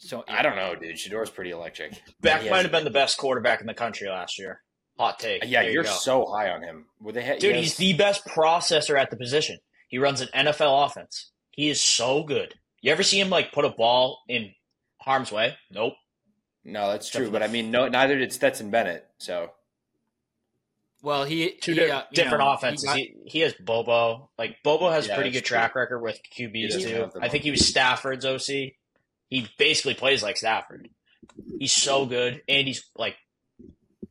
Speaker 4: so
Speaker 1: I don't know, dude. Shador's pretty electric.
Speaker 3: Beck
Speaker 1: He
Speaker 3: might
Speaker 1: has-
Speaker 3: have been the best quarterback in the country last year. Hot take.
Speaker 1: Yeah,
Speaker 3: There you
Speaker 1: you're
Speaker 3: go.
Speaker 1: so high on him. Well, they ha- he
Speaker 3: dude.
Speaker 1: has-
Speaker 3: He's the best processor at the position. He runs an NFL offense. He is so good. You ever see him like put a ball in harm's way? Nope.
Speaker 1: no, that's
Speaker 3: Except
Speaker 1: true.
Speaker 3: for
Speaker 1: But
Speaker 3: the-
Speaker 1: I mean, no, neither did Stetson Bennett. So
Speaker 4: Well, he
Speaker 3: two
Speaker 4: he,
Speaker 3: di-
Speaker 4: uh, you
Speaker 3: different
Speaker 4: know,
Speaker 3: offenses.
Speaker 4: He got-
Speaker 3: He, he has Bobo. Like Bobo has
Speaker 1: Yeah,
Speaker 3: a pretty good
Speaker 1: that's
Speaker 3: track record with
Speaker 1: He
Speaker 3: QBs
Speaker 1: does
Speaker 3: too.
Speaker 1: have them
Speaker 3: I think
Speaker 1: all.
Speaker 3: he was Stafford's OC. He basically plays like Stafford. He's so good, and he's like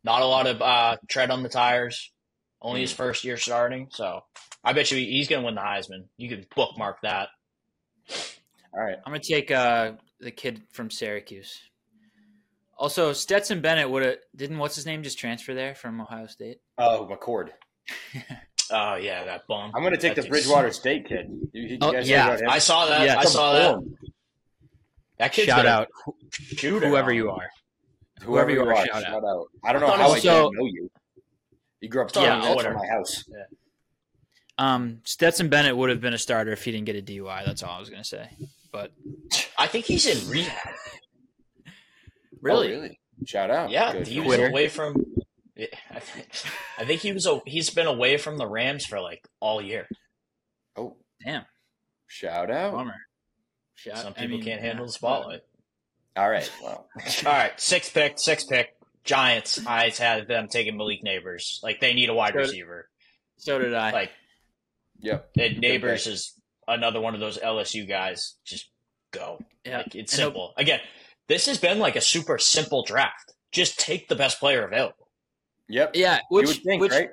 Speaker 3: not a lot of uh, tread on the tires. Only
Speaker 1: Mm.
Speaker 3: his first year starting, so I bet you he- he's going to win the Heisman. You can bookmark that.
Speaker 1: all right,
Speaker 4: I'm gonna take uh, the kid from Syracuse. Also, Stetson Bennett would have didn't what's his name just transfer there from Ohio State?
Speaker 1: oh McCord.
Speaker 3: Oh yeah, that bum.
Speaker 1: I'm going to take
Speaker 3: That
Speaker 1: the
Speaker 3: dude's-
Speaker 1: Bridgewater State kid. You, you
Speaker 4: Oh,
Speaker 1: guys
Speaker 5: yeah.
Speaker 1: heard about him?
Speaker 3: I saw that.
Speaker 5: Yeah.
Speaker 3: I saw that. That kid's
Speaker 5: Shout
Speaker 3: gonna
Speaker 5: out
Speaker 3: Shoot
Speaker 5: whoever you are.
Speaker 1: Whoever you are, shout, out. I don't know how I
Speaker 3: I
Speaker 5: thought it was-
Speaker 1: didn't know you. You grew up
Speaker 3: Yeah,
Speaker 1: 20 minutes from
Speaker 3: whatever.
Speaker 1: my house.
Speaker 4: Um, Stetson Bennett would have been a starter if he didn't get a DUI. That's all I was gonna say.
Speaker 3: I think he's in rehab.
Speaker 1: Oh, really? Shout out.
Speaker 3: Yeah,
Speaker 1: Good
Speaker 3: he
Speaker 1: for
Speaker 3: was
Speaker 1: you.
Speaker 3: away from. I think- I think he was. a- He's been away from the Rams for like all year.
Speaker 1: Oh,
Speaker 4: Damn.
Speaker 1: Shout out.
Speaker 4: Bummer. Shot-
Speaker 3: Some
Speaker 4: I
Speaker 3: people
Speaker 4: mean,
Speaker 3: can't handle
Speaker 4: yeah.
Speaker 3: the spotlight.
Speaker 1: All right. Well,
Speaker 3: All right, sixth pick, sixth pick. Giants. I had them taking Malik Neighbors. Like they need a wide
Speaker 4: Good.
Speaker 3: receiver.
Speaker 4: So did I.
Speaker 3: Like
Speaker 1: yep.
Speaker 3: and Neighbors is another one of those LSU guys. Just go.
Speaker 4: Yeah.
Speaker 3: Like it's
Speaker 4: And he'll-
Speaker 3: simple. Again, this has been like a super simple draft. Just take the best player available.
Speaker 1: Yep.
Speaker 4: yeah,
Speaker 1: you
Speaker 4: which
Speaker 1: would think,
Speaker 4: which
Speaker 1: right?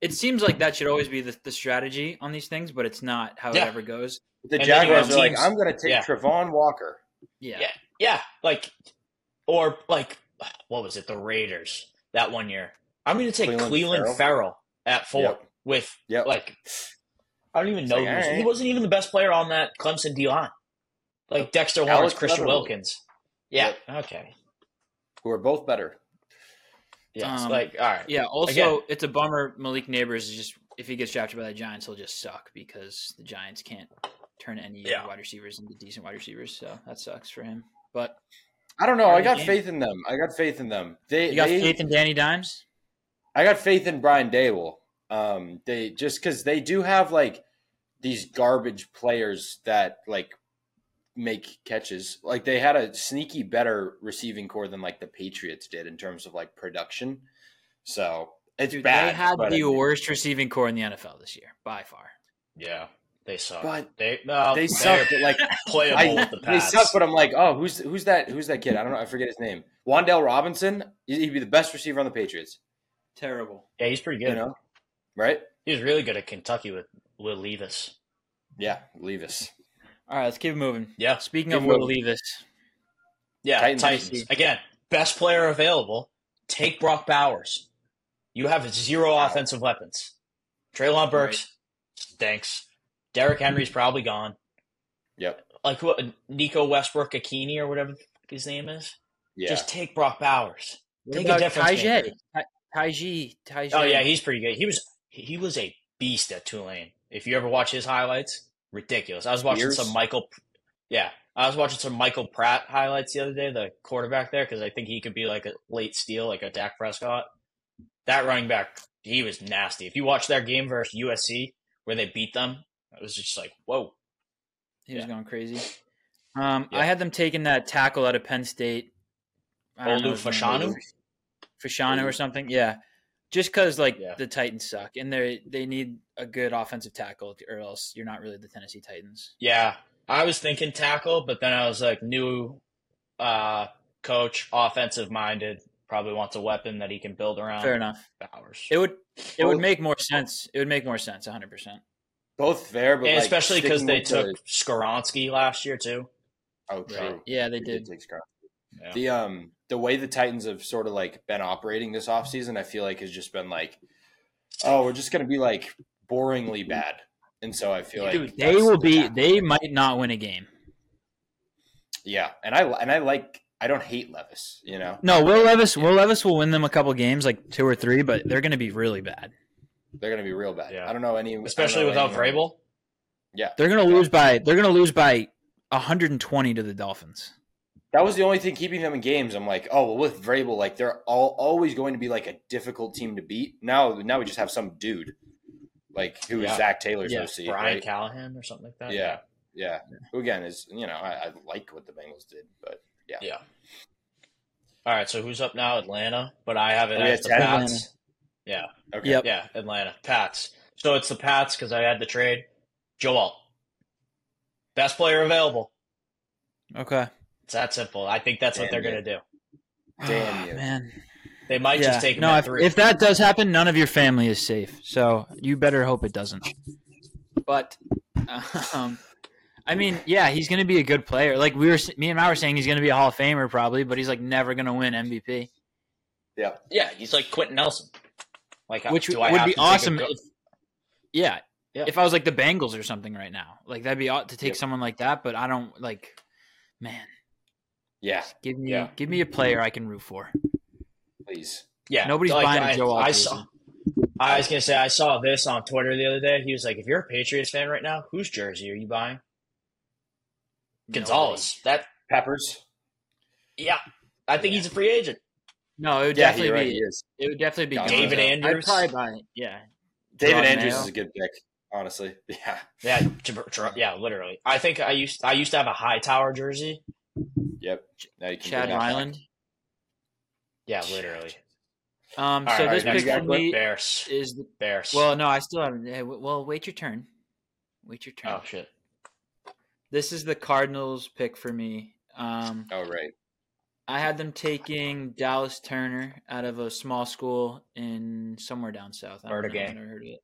Speaker 4: it seems like that should always be the, the strategy on these things, but it's not how
Speaker 3: Yeah.
Speaker 4: it ever goes.
Speaker 1: The
Speaker 3: and then you
Speaker 1: Jaguars
Speaker 3: have
Speaker 1: are like,
Speaker 3: teams-
Speaker 1: I'm going to take
Speaker 3: yeah.
Speaker 1: Travon Walker.
Speaker 4: Yeah.
Speaker 3: Yeah. Yeah, like or like what was it? The Raiders that one year. I'm going to take
Speaker 1: Cleveland
Speaker 3: Cleveland, Farrell. at four
Speaker 1: Yep.
Speaker 3: with
Speaker 1: Yep.
Speaker 3: like I don't even
Speaker 1: It's
Speaker 3: know
Speaker 1: like,
Speaker 3: who was-
Speaker 1: all right.
Speaker 3: he wasn't even the best player on that Clemson D line.
Speaker 1: Oh,
Speaker 3: Like Dexter Lawrence, Christian
Speaker 1: Leatherwood.
Speaker 3: Wilkins. Yeah. Okay.
Speaker 1: who are both better.
Speaker 3: Yeah. it's
Speaker 4: Um,
Speaker 3: like all right.
Speaker 4: Yeah. Also,
Speaker 3: Again-
Speaker 4: it's a bummer. Malik Neighbors is just if he gets drafted by the Giants, he'll just suck because the Giants can't turn any
Speaker 3: Yeah.
Speaker 4: wide receivers into decent wide receivers. So that sucks for him. But
Speaker 1: I don't know.
Speaker 4: Part
Speaker 1: I
Speaker 4: of the
Speaker 1: got
Speaker 4: game.
Speaker 1: faith in them. I got faith in them. They,
Speaker 4: you got
Speaker 1: they-
Speaker 4: faith in Danny Dimes?
Speaker 1: I got faith in Brian Dable. Um, they just because they do have like these garbage players that like make catches. Like they had a sneaky better receiving core than like the Patriots did in terms of like production. So it's
Speaker 4: Dude,
Speaker 1: bad.
Speaker 4: they had
Speaker 1: but,
Speaker 4: the worst receiving core in the NFL this year by far.
Speaker 3: Yeah, they suck.
Speaker 1: but
Speaker 3: they no,
Speaker 1: they
Speaker 3: they
Speaker 1: suck. But like
Speaker 3: Playable
Speaker 1: I,
Speaker 3: with the
Speaker 1: they
Speaker 3: pass.
Speaker 1: suck. But I'm like, oh, who's who's that? Who's that kid? I don't know. I forget his name. Wandell Robinson. He'd be the best receiver on the Patriots.
Speaker 4: Terrible.
Speaker 3: yeah, he's pretty good.
Speaker 1: You know, right?
Speaker 3: He was really good at Kentucky with Will Levis.
Speaker 1: Yeah, Levis.
Speaker 4: All right, let's keep it moving.
Speaker 3: Yeah,
Speaker 4: Speaking
Speaker 1: Keep
Speaker 4: of
Speaker 1: it
Speaker 4: Will
Speaker 1: moving.
Speaker 4: Levis,
Speaker 3: yeah.
Speaker 1: Titans.
Speaker 3: Titans. again, best player available. Take Brock Bowers. You have zero
Speaker 1: Wow.
Speaker 3: offensive weapons. Traylon Burks stinks. Derrick Henry's probably gone.
Speaker 1: Yep.
Speaker 3: Like what? Nico Westbrook Akini or whatever the fuck his name is.
Speaker 1: Yeah.
Speaker 3: Just take Brock Bowers.
Speaker 4: what
Speaker 3: Take a
Speaker 4: about
Speaker 3: difference
Speaker 4: Tajay?
Speaker 3: maker.
Speaker 4: Ti- Tajay, Tajay.
Speaker 3: Oh yeah, he's pretty good. He was he was a beast at Tulane. If you ever watch his highlights, ridiculous. I was watching
Speaker 1: Spears?
Speaker 3: some Michael. Yeah, I was watching some Michael Pratt highlights the other day, the quarterback there, because I think he could be like a late steal, like a Dak Prescott. That running back, he was nasty. If you watch that game versus USC where they beat them, it was just like whoa.
Speaker 4: He was
Speaker 3: Yeah.
Speaker 4: going crazy. Um,
Speaker 3: Yeah.
Speaker 4: I had them taking that tackle out of Penn State. I don't know
Speaker 3: Olu
Speaker 4: his name.
Speaker 3: Fashanu.
Speaker 4: Fashanu or something. Yeah. Just because like
Speaker 3: Yeah.
Speaker 4: the Titans suck and they they need a good offensive tackle or else you're not really the Tennessee Titans.
Speaker 3: Yeah, I was thinking tackle, but then I was like, new uh, coach, offensive minded, probably wants a weapon that he can build around.
Speaker 4: Fair enough.
Speaker 3: Bowers.
Speaker 4: It would it would
Speaker 1: Well-
Speaker 4: make more sense. It would make more sense 100%.
Speaker 1: Both fair, but
Speaker 3: and
Speaker 1: like,
Speaker 3: especially because
Speaker 1: sticking
Speaker 3: they
Speaker 1: with
Speaker 3: took
Speaker 1: the-
Speaker 3: Skoronsky last year too.
Speaker 1: oh, true.
Speaker 3: Right.
Speaker 4: Yeah, they
Speaker 1: They did
Speaker 4: did.
Speaker 1: take Scar.
Speaker 3: Yeah.
Speaker 1: The um the way the Titans have sort of like been operating this offseason, I feel like has just been like, oh, we're just gonna be like boringly bad, and so I feel like
Speaker 4: Dude, they
Speaker 1: that's
Speaker 4: will
Speaker 1: the
Speaker 4: be
Speaker 1: back-
Speaker 4: they might not win a game.
Speaker 1: yeah. And I and I like I don't hate Levis, you know,
Speaker 4: No, Will Levis Will Levis will win them a couple games like 2 or 3, but they're going to be really bad.
Speaker 1: they're gonna be real bad.
Speaker 3: Yeah.
Speaker 1: I don't know any, I don't
Speaker 3: Especially
Speaker 1: know
Speaker 3: without
Speaker 1: anyone-
Speaker 3: Vrabel.
Speaker 4: They're going to lose by they're going to lose by 120 to the Dolphins.
Speaker 1: That was the only thing keeping them in games. I'm like, oh well, with Vrabel, like they're all always going to be like a difficult team to beat. Now, now we just have some dude, like who's
Speaker 3: Yeah.
Speaker 1: Zach Taylor's
Speaker 4: Yeah,
Speaker 1: OC,
Speaker 3: Brian
Speaker 1: right?
Speaker 3: Callahan or something like that.
Speaker 1: Yeah. Yeah. Who again is you know, I, I like what the Bengals did, but
Speaker 3: Yeah. All right, so who's up now? Atlanta, but I have it
Speaker 1: Oh, yeah,
Speaker 3: as the
Speaker 1: Ted
Speaker 3: Pats.
Speaker 1: okay.
Speaker 4: Yep.
Speaker 3: Yeah, Atlanta Pats. So it's the Pats because I had the trade. Joel, best player available.
Speaker 4: Okay.
Speaker 3: It's that simple. I think that's what
Speaker 1: Damn
Speaker 3: they're going to do.
Speaker 1: Damn you.
Speaker 4: Ah, Man.
Speaker 3: They might just take him
Speaker 4: no,
Speaker 3: at
Speaker 4: if,
Speaker 3: three.
Speaker 4: if that does happen, none of your family is safe. So you better hope it doesn't. But, um, I mean, yeah, he's going to be a good player. Like we were, me and I were saying, he's going to be a Hall of Famer probably, but he's like never going to win MVP,
Speaker 3: yeah, he's like Quentin Nelson. Like,
Speaker 4: which
Speaker 3: do
Speaker 4: would
Speaker 3: I have
Speaker 4: be
Speaker 3: to take a
Speaker 4: awesome
Speaker 3: go-
Speaker 4: if, Yeah.
Speaker 3: Yeah.
Speaker 4: If I was like the Bengals or something right now, like that'd be ought to take
Speaker 1: Yep.
Speaker 4: someone like that. But I don't like, man,
Speaker 1: Yeah,
Speaker 4: give me
Speaker 1: Yeah.
Speaker 4: give me a player I can root for.
Speaker 1: please.
Speaker 3: Yeah,
Speaker 4: Nobody's buying a Joe
Speaker 3: I, I
Speaker 4: Alt
Speaker 3: saw. I was gonna say I saw this on Twitter the other day. He was like, "If you're a Patriots fan right now, whose jersey are you buying?" Gonzalez. That
Speaker 1: Peppers.
Speaker 3: yeah, I think he's a free agent.
Speaker 4: No, it would
Speaker 1: Yeah,
Speaker 4: definitely
Speaker 1: you're right.
Speaker 4: be
Speaker 1: He is.
Speaker 4: it would definitely be
Speaker 1: David
Speaker 4: Gonzalez.
Speaker 3: Andrews.
Speaker 4: I'd probably buy it. Yeah,
Speaker 1: David
Speaker 4: John
Speaker 1: Andrews
Speaker 4: Mayo.
Speaker 1: is a good pick, honestly. Yeah,
Speaker 3: Yeah, Jab- Jab- yeah, literally. I think I used I used to have a high tower jersey.
Speaker 1: yep. Now you can
Speaker 4: Chad
Speaker 1: bring that back.
Speaker 4: Ryland.
Speaker 3: Yeah, literally.
Speaker 4: Um,
Speaker 3: All
Speaker 4: so
Speaker 3: right,
Speaker 4: this
Speaker 3: next
Speaker 4: pick for
Speaker 1: guy.
Speaker 4: me
Speaker 3: Bears,
Speaker 4: is the,
Speaker 3: Bears.
Speaker 4: well, no, I still haven't. eh, Well, wait your turn. Wait your turn.
Speaker 3: oh shit.
Speaker 4: This is the Cardinals pick for me. Um,
Speaker 1: Oh right.
Speaker 4: I had them taking Dallas Turner out of a small school in somewhere down south. I don't know.
Speaker 3: Vertigay.
Speaker 4: I've never heard of it.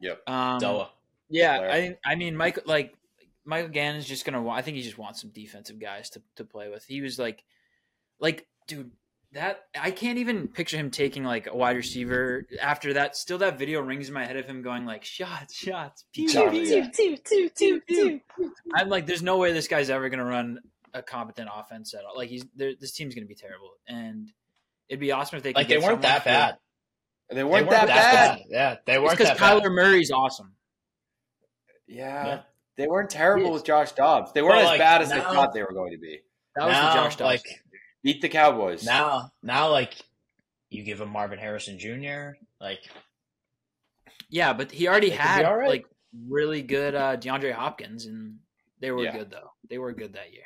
Speaker 1: Yep.
Speaker 4: Um,
Speaker 3: Doa.
Speaker 4: Yeah,
Speaker 1: player.
Speaker 4: I think- I mean Michael like Michael Gannon's just gonna. wa- I think he just wants some defensive guys to to play with. He was like, like dude, that I can't even picture him taking like a wide receiver after that. Still, that video rings in my head of him going like shots, shots, pew,
Speaker 1: Shots,
Speaker 4: pew,
Speaker 1: yeah.
Speaker 4: pew, pew, pew, pew. I'm like, there's no way this guy's ever gonna run a competent offense at all. Like he's there, this team's gonna be terrible, and it'd be awesome if they could
Speaker 3: Like they
Speaker 4: get
Speaker 3: weren't
Speaker 4: someone
Speaker 3: that
Speaker 4: for-
Speaker 3: bad.
Speaker 1: And they
Speaker 3: They
Speaker 1: weren't, that, bad.
Speaker 3: Yeah, they
Speaker 4: It's
Speaker 3: weren't
Speaker 4: because
Speaker 3: that bad.
Speaker 4: Kyler Murray's awesome.
Speaker 1: Yeah.
Speaker 3: Yeah.
Speaker 1: They weren't terrible
Speaker 4: Yes.
Speaker 1: with Josh Dobbs. They weren't
Speaker 3: But,
Speaker 1: as
Speaker 3: like,
Speaker 1: bad as they
Speaker 3: now-
Speaker 1: thought they were going to be.
Speaker 4: That was
Speaker 3: Now,
Speaker 4: the Josh Dobbs.
Speaker 3: like
Speaker 4: thing.
Speaker 1: Beat the Cowboys.
Speaker 3: now, now, like you give him Marvin Harrison Jr. Like
Speaker 4: Yeah, but he already
Speaker 3: They could be
Speaker 4: had
Speaker 3: all right.
Speaker 4: like really good uh, DeAndre Hopkins, and they were
Speaker 1: Yeah.
Speaker 4: good though. They were good that year.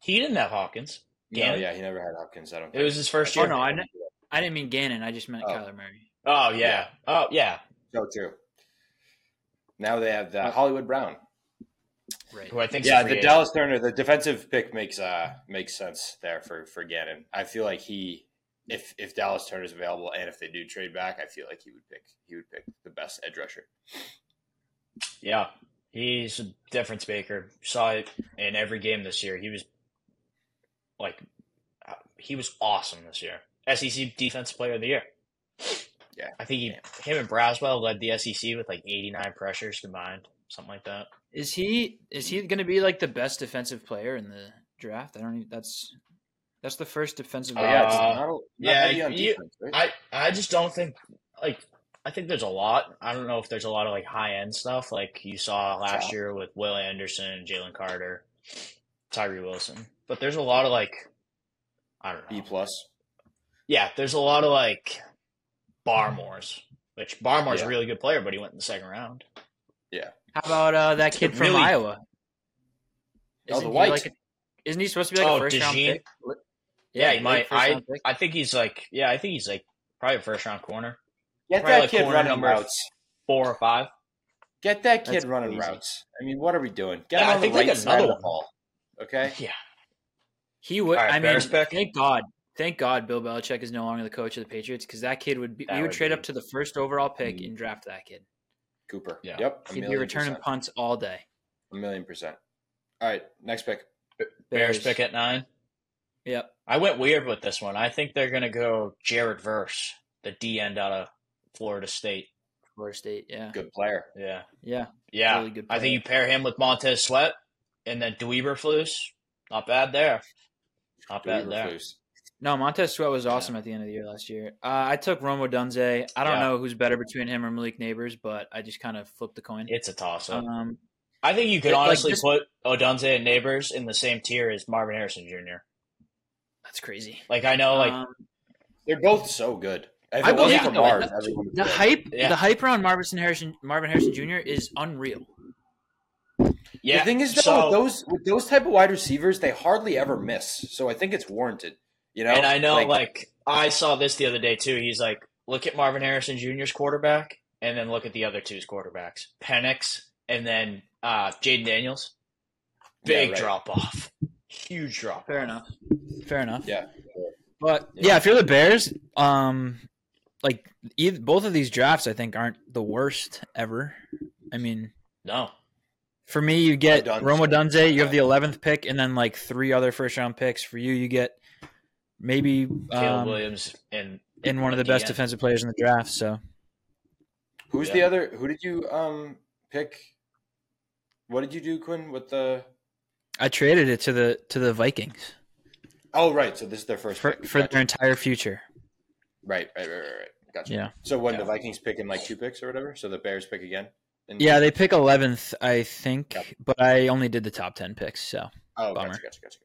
Speaker 3: he didn't have Hawkins.
Speaker 1: No,
Speaker 3: Gannon?
Speaker 1: yeah, he never had Hopkins. I don't.
Speaker 3: It was his first
Speaker 4: Oh
Speaker 3: year.
Speaker 4: no, I, didn't- I didn't mean Gannon. I just meant
Speaker 1: Oh.
Speaker 4: Kyler Murray.
Speaker 3: Oh yeah. Oh yeah.
Speaker 1: So true. Now they have uh, Hollywood Brown.
Speaker 4: Right.
Speaker 3: Who I think
Speaker 1: Yeah, the Dallas Turner, the defensive pick makes uh makes sense there for for Gannon. I feel like he, if if Dallas Turner's available, and if they do trade back, I feel like he would pick he would pick the best edge rusher.
Speaker 3: Yeah, he's a difference maker. Saw it in every game this year. He was like, uh, he was awesome this year. SEC Defense Player of the Year.
Speaker 1: Yeah.
Speaker 3: I think he, him and Braswell led the SEC with like 89 pressures combined, something like that.
Speaker 4: Is he is he going to be like the best defensive player in the draft? I don't. Even, that's that's the first defensive.
Speaker 3: Uh,
Speaker 1: yeah,
Speaker 4: guy.
Speaker 1: it's not, a, not
Speaker 3: yeah,
Speaker 1: heavy on
Speaker 3: you-
Speaker 1: defense, right?
Speaker 3: I I just don't think like I think there's a lot. I don't know if there's a lot of like high end stuff like you saw last
Speaker 1: Yeah.
Speaker 3: year with Will Anderson, Jalen Carter, Tyree Wilson. But there's a lot of like I don't know.
Speaker 1: B plus.
Speaker 3: Yeah, there's a lot of like Barmores, which Barmore's
Speaker 1: Yeah.
Speaker 3: a really good player, but he went in the second round.
Speaker 4: How about uh, that kid from
Speaker 3: Really-
Speaker 4: Iowa?
Speaker 1: Oh, the
Speaker 4: Isn't he,
Speaker 1: white.
Speaker 4: like, a- isn't he supposed to be like
Speaker 3: Oh,
Speaker 4: a first round
Speaker 3: DeJean?
Speaker 4: pick?
Speaker 3: Yeah, he
Speaker 4: like,
Speaker 3: might.
Speaker 4: first
Speaker 3: I
Speaker 4: round pick.
Speaker 3: I think he's like yeah, I think he's like probably a first round corner,
Speaker 1: Get
Speaker 3: Probably
Speaker 1: that
Speaker 3: like
Speaker 1: kid
Speaker 3: corner
Speaker 1: running
Speaker 3: number
Speaker 1: routes.
Speaker 3: four or five.
Speaker 1: Get that kid
Speaker 4: That's
Speaker 1: running
Speaker 4: crazy.
Speaker 1: routes. I mean, what are we doing? Get
Speaker 3: Yeah,
Speaker 1: him
Speaker 3: I
Speaker 1: on
Speaker 3: think
Speaker 1: the
Speaker 3: they
Speaker 1: right
Speaker 3: got
Speaker 1: side of
Speaker 3: another
Speaker 1: the ball. Okay.
Speaker 3: Yeah.
Speaker 4: He would.
Speaker 3: All right,
Speaker 4: I mean,
Speaker 3: Bears pick.
Speaker 4: thank God, thank God, Bill Belichick is no longer the coach of the Patriots because that kid would be.
Speaker 3: That
Speaker 4: we would,
Speaker 3: would
Speaker 4: trade
Speaker 3: be-
Speaker 4: up to the first overall pick and draft that kid.
Speaker 1: Cooper.
Speaker 3: Yeah.
Speaker 1: Yep. a
Speaker 4: He'd be
Speaker 1: million
Speaker 4: returning
Speaker 1: percent.
Speaker 4: punts all day.
Speaker 1: A million percent. All right, next pick.
Speaker 3: Bears pick at nine.
Speaker 4: Yep.
Speaker 3: I went weird with this one. I think they're going to go Jared Verse, the D end out of Florida State.
Speaker 4: Florida State. Yeah.
Speaker 1: Good player.
Speaker 3: Yeah.
Speaker 4: Yeah.
Speaker 3: Yeah.
Speaker 4: Really good
Speaker 3: I
Speaker 4: player.
Speaker 3: think you pair him with Montez Sweat and then Dweeberflus. Not bad there. Not bad there.
Speaker 1: Dude,
Speaker 4: No, Montez Sweat was awesome at the end of the year last year. Uh, I took Romo Dunze. I don't
Speaker 3: Yeah.
Speaker 4: know who's better between him or Malik Neighbors, but I just kind of flipped the coin.
Speaker 3: It's a toss up.
Speaker 4: Um,
Speaker 3: I think you could
Speaker 4: it- like,
Speaker 3: honestly
Speaker 4: this-
Speaker 3: put Odunze and Neighbors in the same tier as Marvin Harrison Jr.
Speaker 4: that's crazy.
Speaker 3: Like, I know, like,
Speaker 4: Um,
Speaker 1: They're both so good. If
Speaker 4: I
Speaker 1: it wasn't
Speaker 4: believe
Speaker 1: for
Speaker 4: it, though.
Speaker 1: Mars,
Speaker 4: The-
Speaker 1: everyone would
Speaker 4: the
Speaker 1: be
Speaker 4: hype,
Speaker 3: Yeah.
Speaker 4: the hype around Marvin Harrison, Marvin Harrison Jr. is unreal.
Speaker 3: yeah.
Speaker 1: The thing is, though,
Speaker 3: so-
Speaker 1: with those with those type of wide receivers, they hardly ever miss. So I think it's warranted. You know,
Speaker 3: And I know, like, I saw this the other day too. He's like, look at Marvin Harrison Jr.'s quarterback, and then look at the other two's quarterbacks, Penix, and then uh, Jaden Daniels. Big
Speaker 1: Yeah, right.
Speaker 3: drop off, huge drop.
Speaker 4: Fair enough. Fair enough.
Speaker 1: Yeah.
Speaker 4: But yeah, if you're the Bears, um, like either, both of these drafts, I think aren't the worst ever. I mean,
Speaker 3: No,
Speaker 4: for me, you get
Speaker 1: Dunze.
Speaker 4: Romo Dunze. You have the 11th pick, and then like three other first round picks. For you, you get maybe
Speaker 3: Caleb
Speaker 4: um,
Speaker 3: Williams and
Speaker 4: in one of the best
Speaker 3: Yeah.
Speaker 4: defensive players in the draft. So
Speaker 1: Who's
Speaker 3: Yeah.
Speaker 1: the other? Who did you um pick? What did you do, Quinn? With the
Speaker 4: I traded it to the to the Vikings
Speaker 1: oh right, so this is their first
Speaker 4: for,
Speaker 1: pick.
Speaker 4: for
Speaker 1: Gotcha.
Speaker 4: their entire future.
Speaker 1: right, right, right, right, right. Gotcha.
Speaker 4: Yeah.
Speaker 1: So when the
Speaker 3: Yeah.
Speaker 1: Vikings pick in like two picks or whatever, so the Bears pick again. And
Speaker 4: Yeah, they pick 11th, I think,
Speaker 1: Yep.
Speaker 4: but I only did the top 10 picks, so
Speaker 1: Oh,
Speaker 4: bummer.
Speaker 1: gotcha, gotcha,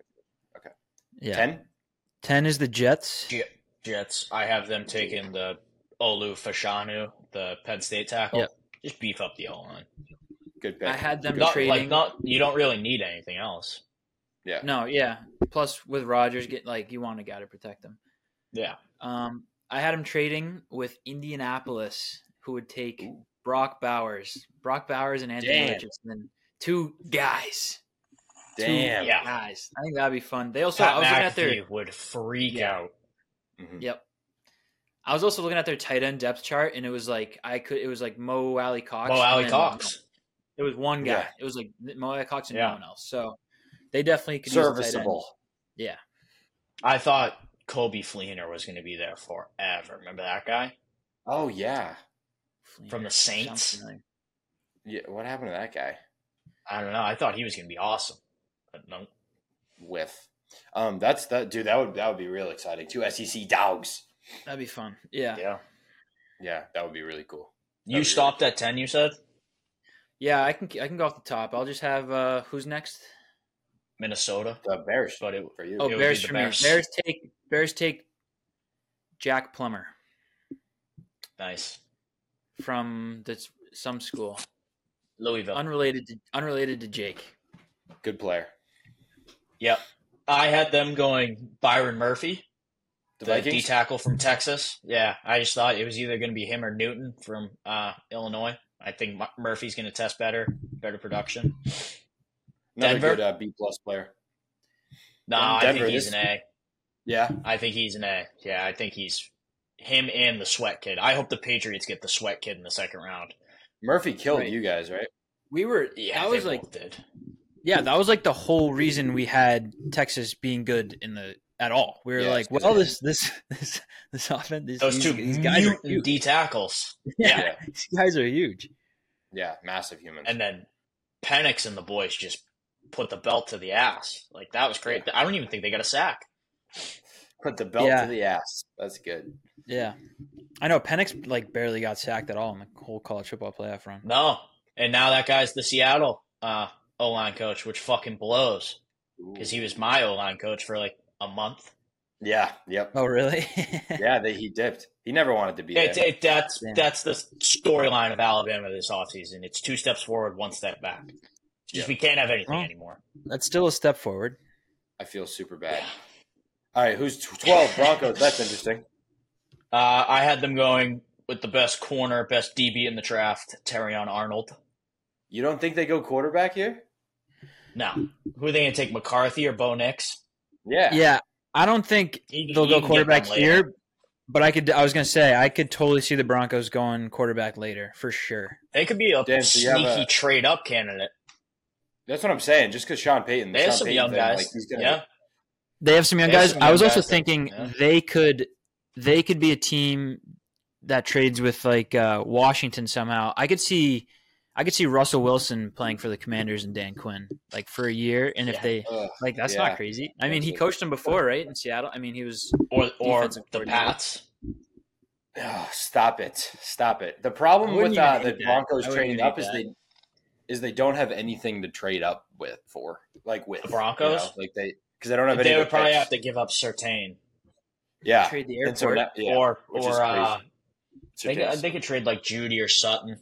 Speaker 1: gotcha.
Speaker 4: yeah. 10,
Speaker 1: Ten.
Speaker 4: is the Jets.
Speaker 3: J- Jets. I have them taking the Olu Fashanu, the Penn State tackle.
Speaker 4: Yep.
Speaker 3: Just beef up the O line.
Speaker 1: Good pick.
Speaker 4: I had them
Speaker 3: Not
Speaker 4: trading.
Speaker 3: like not you don't really need anything else.
Speaker 1: yeah.
Speaker 4: no, yeah. Plus with Rogers get like you want to got to protect them.
Speaker 3: Yeah.
Speaker 4: Um I had them trading with Indianapolis who would take Brock Bowers. Brock Bowers and Anthony
Speaker 1: Damn.
Speaker 4: Richardson. Two guys.
Speaker 1: Damn.
Speaker 4: Two
Speaker 3: Yeah.
Speaker 4: guys. I think that'd be fun. They also I
Speaker 3: Pat
Speaker 4: was looking at
Speaker 3: McAfee
Speaker 4: their
Speaker 3: would freak
Speaker 4: Yeah.
Speaker 3: out.
Speaker 1: Mhm.
Speaker 4: Yep. I was also looking at their tight end depth chart, and it was like I could. It was like Mo Alley Cox.
Speaker 3: Oh,
Speaker 4: and
Speaker 3: Alley
Speaker 4: then-
Speaker 3: Cox.
Speaker 4: It was one guy.
Speaker 1: Yeah.
Speaker 4: It was like Mo Alley Cox and
Speaker 3: Yeah.
Speaker 4: no one else. So they definitely could Use a tight end.
Speaker 1: Serviceable.
Speaker 3: I thought Kobe Fleener was going to be there forever. Remember that guy?
Speaker 1: Oh yeah.
Speaker 3: From the
Speaker 4: Sounds
Speaker 3: Saints?
Speaker 4: familiar.
Speaker 1: Yeah. What happened to that guy?
Speaker 3: I don't know. I thought he was going to be awesome. But no.
Speaker 1: With. Um. That's that dude. That would that would be real exciting. Two SEC dogs.
Speaker 4: That'd be fun. Yeah. yeah,
Speaker 3: Yeah.
Speaker 1: Yeah. That would be really cool. That'd be
Speaker 3: You
Speaker 1: really
Speaker 3: stopped at 10, you said?
Speaker 4: I can I can go off the top. I'll just have uh who's next?
Speaker 3: Minnesota.
Speaker 1: The Bears.
Speaker 3: But it,
Speaker 1: for you.
Speaker 4: Oh,
Speaker 3: would be
Speaker 4: Bears
Speaker 3: the
Speaker 4: for me.
Speaker 3: Bears.
Speaker 4: Bears take Bears take Jack Plummer
Speaker 3: nice.
Speaker 4: from the, some school
Speaker 3: Louisville.
Speaker 4: unrelated to, unrelated to Jake.
Speaker 1: Good player.
Speaker 3: yep. I had them going Byron Murphy,
Speaker 1: The,
Speaker 3: the D
Speaker 1: Vikings.
Speaker 3: tackle from Texas. Yeah. I just thought it was either going to be him or Newton from uh, Illinois. I think Mu- Murphy's going to test better, better production.
Speaker 1: Another
Speaker 3: Denver?
Speaker 1: good uh, B plus player.
Speaker 3: No,
Speaker 1: Yeah,
Speaker 3: I
Speaker 1: Denver,
Speaker 3: think he's an
Speaker 1: this-
Speaker 3: A.
Speaker 1: Yeah.
Speaker 3: I think he's an A. Yeah, I think he's him and the sweat kid. I hope the Patriots get the sweat kid in the second round.
Speaker 1: Murphy killed
Speaker 4: Right.
Speaker 1: you guys, right?
Speaker 4: We were
Speaker 3: Yeah,
Speaker 4: that
Speaker 3: they
Speaker 4: was like
Speaker 3: both did.
Speaker 4: Yeah, that was like the whole reason we had Texas being good in the at all. We were
Speaker 1: Yeah,
Speaker 4: like,
Speaker 1: it's 'cause
Speaker 4: well,
Speaker 1: they-
Speaker 4: this this this this offense, these,
Speaker 3: Those
Speaker 4: these-
Speaker 3: two
Speaker 4: these guys are
Speaker 3: mutant
Speaker 4: huge.
Speaker 3: D tackles,
Speaker 4: Yeah,
Speaker 1: Yeah.
Speaker 4: these guys are huge.
Speaker 1: Yeah. Massive humans.
Speaker 3: and then Penix and the boys just put the belt to the ass. Like that was great. I don't even think they got a sack.
Speaker 1: Put the belt
Speaker 4: Yeah.
Speaker 1: to the ass. That's good.
Speaker 4: Yeah, I know Penix like barely got sacked at all in the whole college football playoff run.
Speaker 3: No, and now that guy's the Seattle uh, O line coach, which fucking blows because he was my O line coach for like a month.
Speaker 1: Yeah. Yep.
Speaker 4: Oh, really?
Speaker 1: Yeah. They, he dipped. He never wanted to be
Speaker 3: It,
Speaker 1: there.
Speaker 3: it, that's
Speaker 4: Damn.
Speaker 3: that's the storyline of Alabama this offseason. It's two steps forward, one step back. It's just
Speaker 1: Yeah.
Speaker 3: we can't have anything
Speaker 4: Well,
Speaker 3: anymore.
Speaker 4: That's still a step forward.
Speaker 1: I feel super bad. All right. Who's tw- twelve? Broncos. That's interesting.
Speaker 3: Uh, I had them going with the best corner, best DB in the draft, Terrion Arnold.
Speaker 1: You don't think they go quarterback here?
Speaker 3: Now, who are they going to take, McCarthy or Bo Nix?
Speaker 1: Yeah.
Speaker 4: Yeah. I don't think
Speaker 3: You-
Speaker 4: they'll
Speaker 3: you
Speaker 4: go
Speaker 3: can get
Speaker 4: quarterback
Speaker 3: them later.
Speaker 4: here, but I could. I was gonna say I could totally see the Broncos going quarterback later for sure.
Speaker 3: They could be a
Speaker 1: Dan, so you have
Speaker 3: sneaky
Speaker 1: a-
Speaker 3: trade up candidate.
Speaker 1: That's what I'm saying. Just because Sean Payton. the
Speaker 3: They have
Speaker 1: Sean
Speaker 3: some
Speaker 1: Payton
Speaker 3: young
Speaker 1: thing,
Speaker 3: guys.
Speaker 1: like, he's gonna-
Speaker 3: yeah,
Speaker 4: They have some young
Speaker 1: They have
Speaker 4: guys.
Speaker 1: some
Speaker 4: I
Speaker 1: young
Speaker 4: was also
Speaker 1: guys that-
Speaker 4: thinking
Speaker 3: yeah.
Speaker 4: they could they could be a team that trades with like uh, Washington somehow. I could see I could see Russell Wilson playing for the Commanders and Dan Quinn like for a year, and if
Speaker 3: Yeah.
Speaker 4: they
Speaker 1: Ugh,
Speaker 4: like that's
Speaker 1: Yeah.
Speaker 4: not crazy. I mean, he coached them before, right, in Seattle. I mean, he was
Speaker 3: or or
Speaker 4: Defensive
Speaker 3: the
Speaker 4: coordinator.
Speaker 3: Pats.
Speaker 1: ugh, stop it. Stop it. The problem
Speaker 4: I
Speaker 1: with
Speaker 4: wouldn't even
Speaker 1: uh,
Speaker 4: hate
Speaker 1: the
Speaker 4: that.
Speaker 1: Broncos
Speaker 4: I wouldn't
Speaker 1: trading
Speaker 4: even hate
Speaker 1: up is
Speaker 4: that.
Speaker 1: they is they don't have anything to trade up with for like with
Speaker 3: The Broncos?
Speaker 1: you know, like they because they don't have any
Speaker 3: They
Speaker 1: good
Speaker 3: would probably
Speaker 1: picks.
Speaker 3: have to give up Sertain
Speaker 1: yeah
Speaker 4: trade the
Speaker 1: And so
Speaker 4: airport.
Speaker 1: now- yeah,
Speaker 3: or
Speaker 1: which is
Speaker 3: or uh,
Speaker 1: crazy. so,
Speaker 3: they, could,
Speaker 1: Gase.
Speaker 3: they could trade like Judy or Sutton.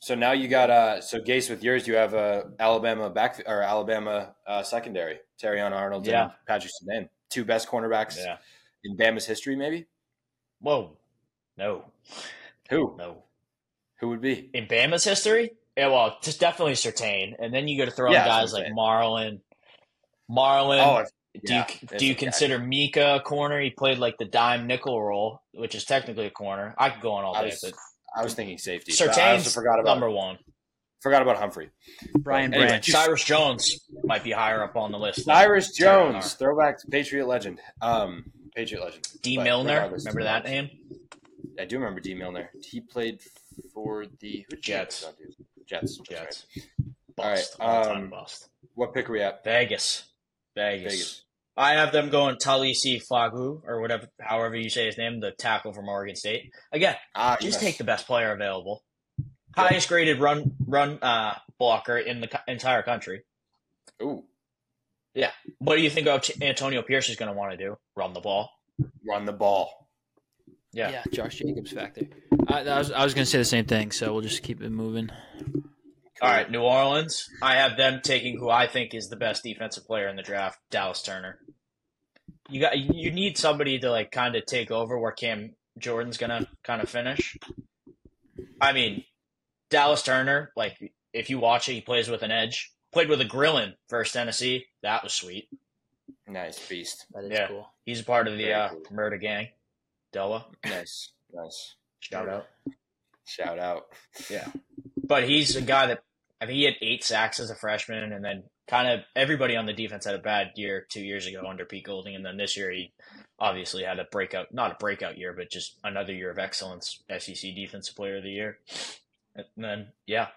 Speaker 1: so now you got uh so Gase with yours you have uh, Alabama back or Alabama uh, secondary Terrion Arnold and
Speaker 3: Yeah.
Speaker 1: Patrick Sudan two best cornerbacks
Speaker 3: Yeah.
Speaker 1: in Bama's history maybe
Speaker 3: Whoa. No.
Speaker 1: who
Speaker 3: No.
Speaker 1: who would be
Speaker 3: in Bama's history? Yeah, well, just definitely Sertain, and then you got to throw
Speaker 1: Yeah,
Speaker 3: in
Speaker 1: that's
Speaker 3: guys
Speaker 1: what
Speaker 3: like
Speaker 1: I'm
Speaker 3: Marlin. Marlin,
Speaker 1: oh if-
Speaker 3: do
Speaker 1: yeah,
Speaker 3: you
Speaker 1: it's
Speaker 3: do you
Speaker 1: okay.
Speaker 3: consider Mika a corner? He played like the dime nickel role, which is technically a corner. I could go on all
Speaker 1: I
Speaker 3: day,
Speaker 1: was,
Speaker 3: but
Speaker 1: I was thinking safety but I also
Speaker 3: Sertain's
Speaker 1: forgot about
Speaker 3: number one.
Speaker 1: forgot about Humphrey
Speaker 4: Brian
Speaker 1: Anyway,
Speaker 4: Branch.
Speaker 3: Cyrus Jones might be higher up on the list. than
Speaker 1: Cyrus
Speaker 3: Terry
Speaker 1: Jones throwback to Patriot legend um Patriot legend
Speaker 3: D.
Speaker 1: But
Speaker 3: Milner,
Speaker 1: regardless-
Speaker 3: remember that name?
Speaker 1: I do remember D Milner he played for the who did
Speaker 3: Jets.
Speaker 1: you guys do? Jets. That's right.
Speaker 3: Jets.
Speaker 1: All right,
Speaker 3: Bust. All time
Speaker 1: um,
Speaker 3: bust.
Speaker 1: What pick are we at?
Speaker 3: Vegas. Vegas.
Speaker 1: Vegas.
Speaker 3: I have them going Talisi Fagu or whatever, however you say his name, the tackle from Oregon State. Again,
Speaker 1: Ah,
Speaker 3: just
Speaker 1: yes.
Speaker 3: take the best player available.
Speaker 1: Yeah.
Speaker 3: Highest graded run run uh, blocker in the co- entire country.
Speaker 1: Ooh,
Speaker 3: What do you think Ant- Antonio Pierce is going to want to do? Run the ball.
Speaker 1: run the ball.
Speaker 3: Yeah.
Speaker 4: Josh Jacobs factor. I, I was I was gonna say the same thing, so we'll just keep it moving.
Speaker 3: All right, New Orleans. I have them taking who I think is the best defensive player in the draft, Dallas Turner. You got you need somebody to like kind of take over where Cam Jordan's gonna kind of finish. I mean, Dallas Turner, like if you watch it, he plays with an edge. Played with a grillin versus Tennessee. That was sweet.
Speaker 1: Nice beast.
Speaker 4: That is
Speaker 3: Yeah.
Speaker 4: cool.
Speaker 3: He's a part of the
Speaker 1: Very
Speaker 3: uh,
Speaker 1: cool.
Speaker 3: murder gang. Della,
Speaker 1: Nice, nice.
Speaker 3: shout out.
Speaker 1: Shout out.
Speaker 3: But he's a guy that I think he had eight sacks as a freshman, and then kind of everybody on the defense had a bad year two years ago under Pete Golding, and then this year he obviously had a breakout, not a breakout year, but just another year of excellence. SEC Defensive Player of the Year, and then yeah,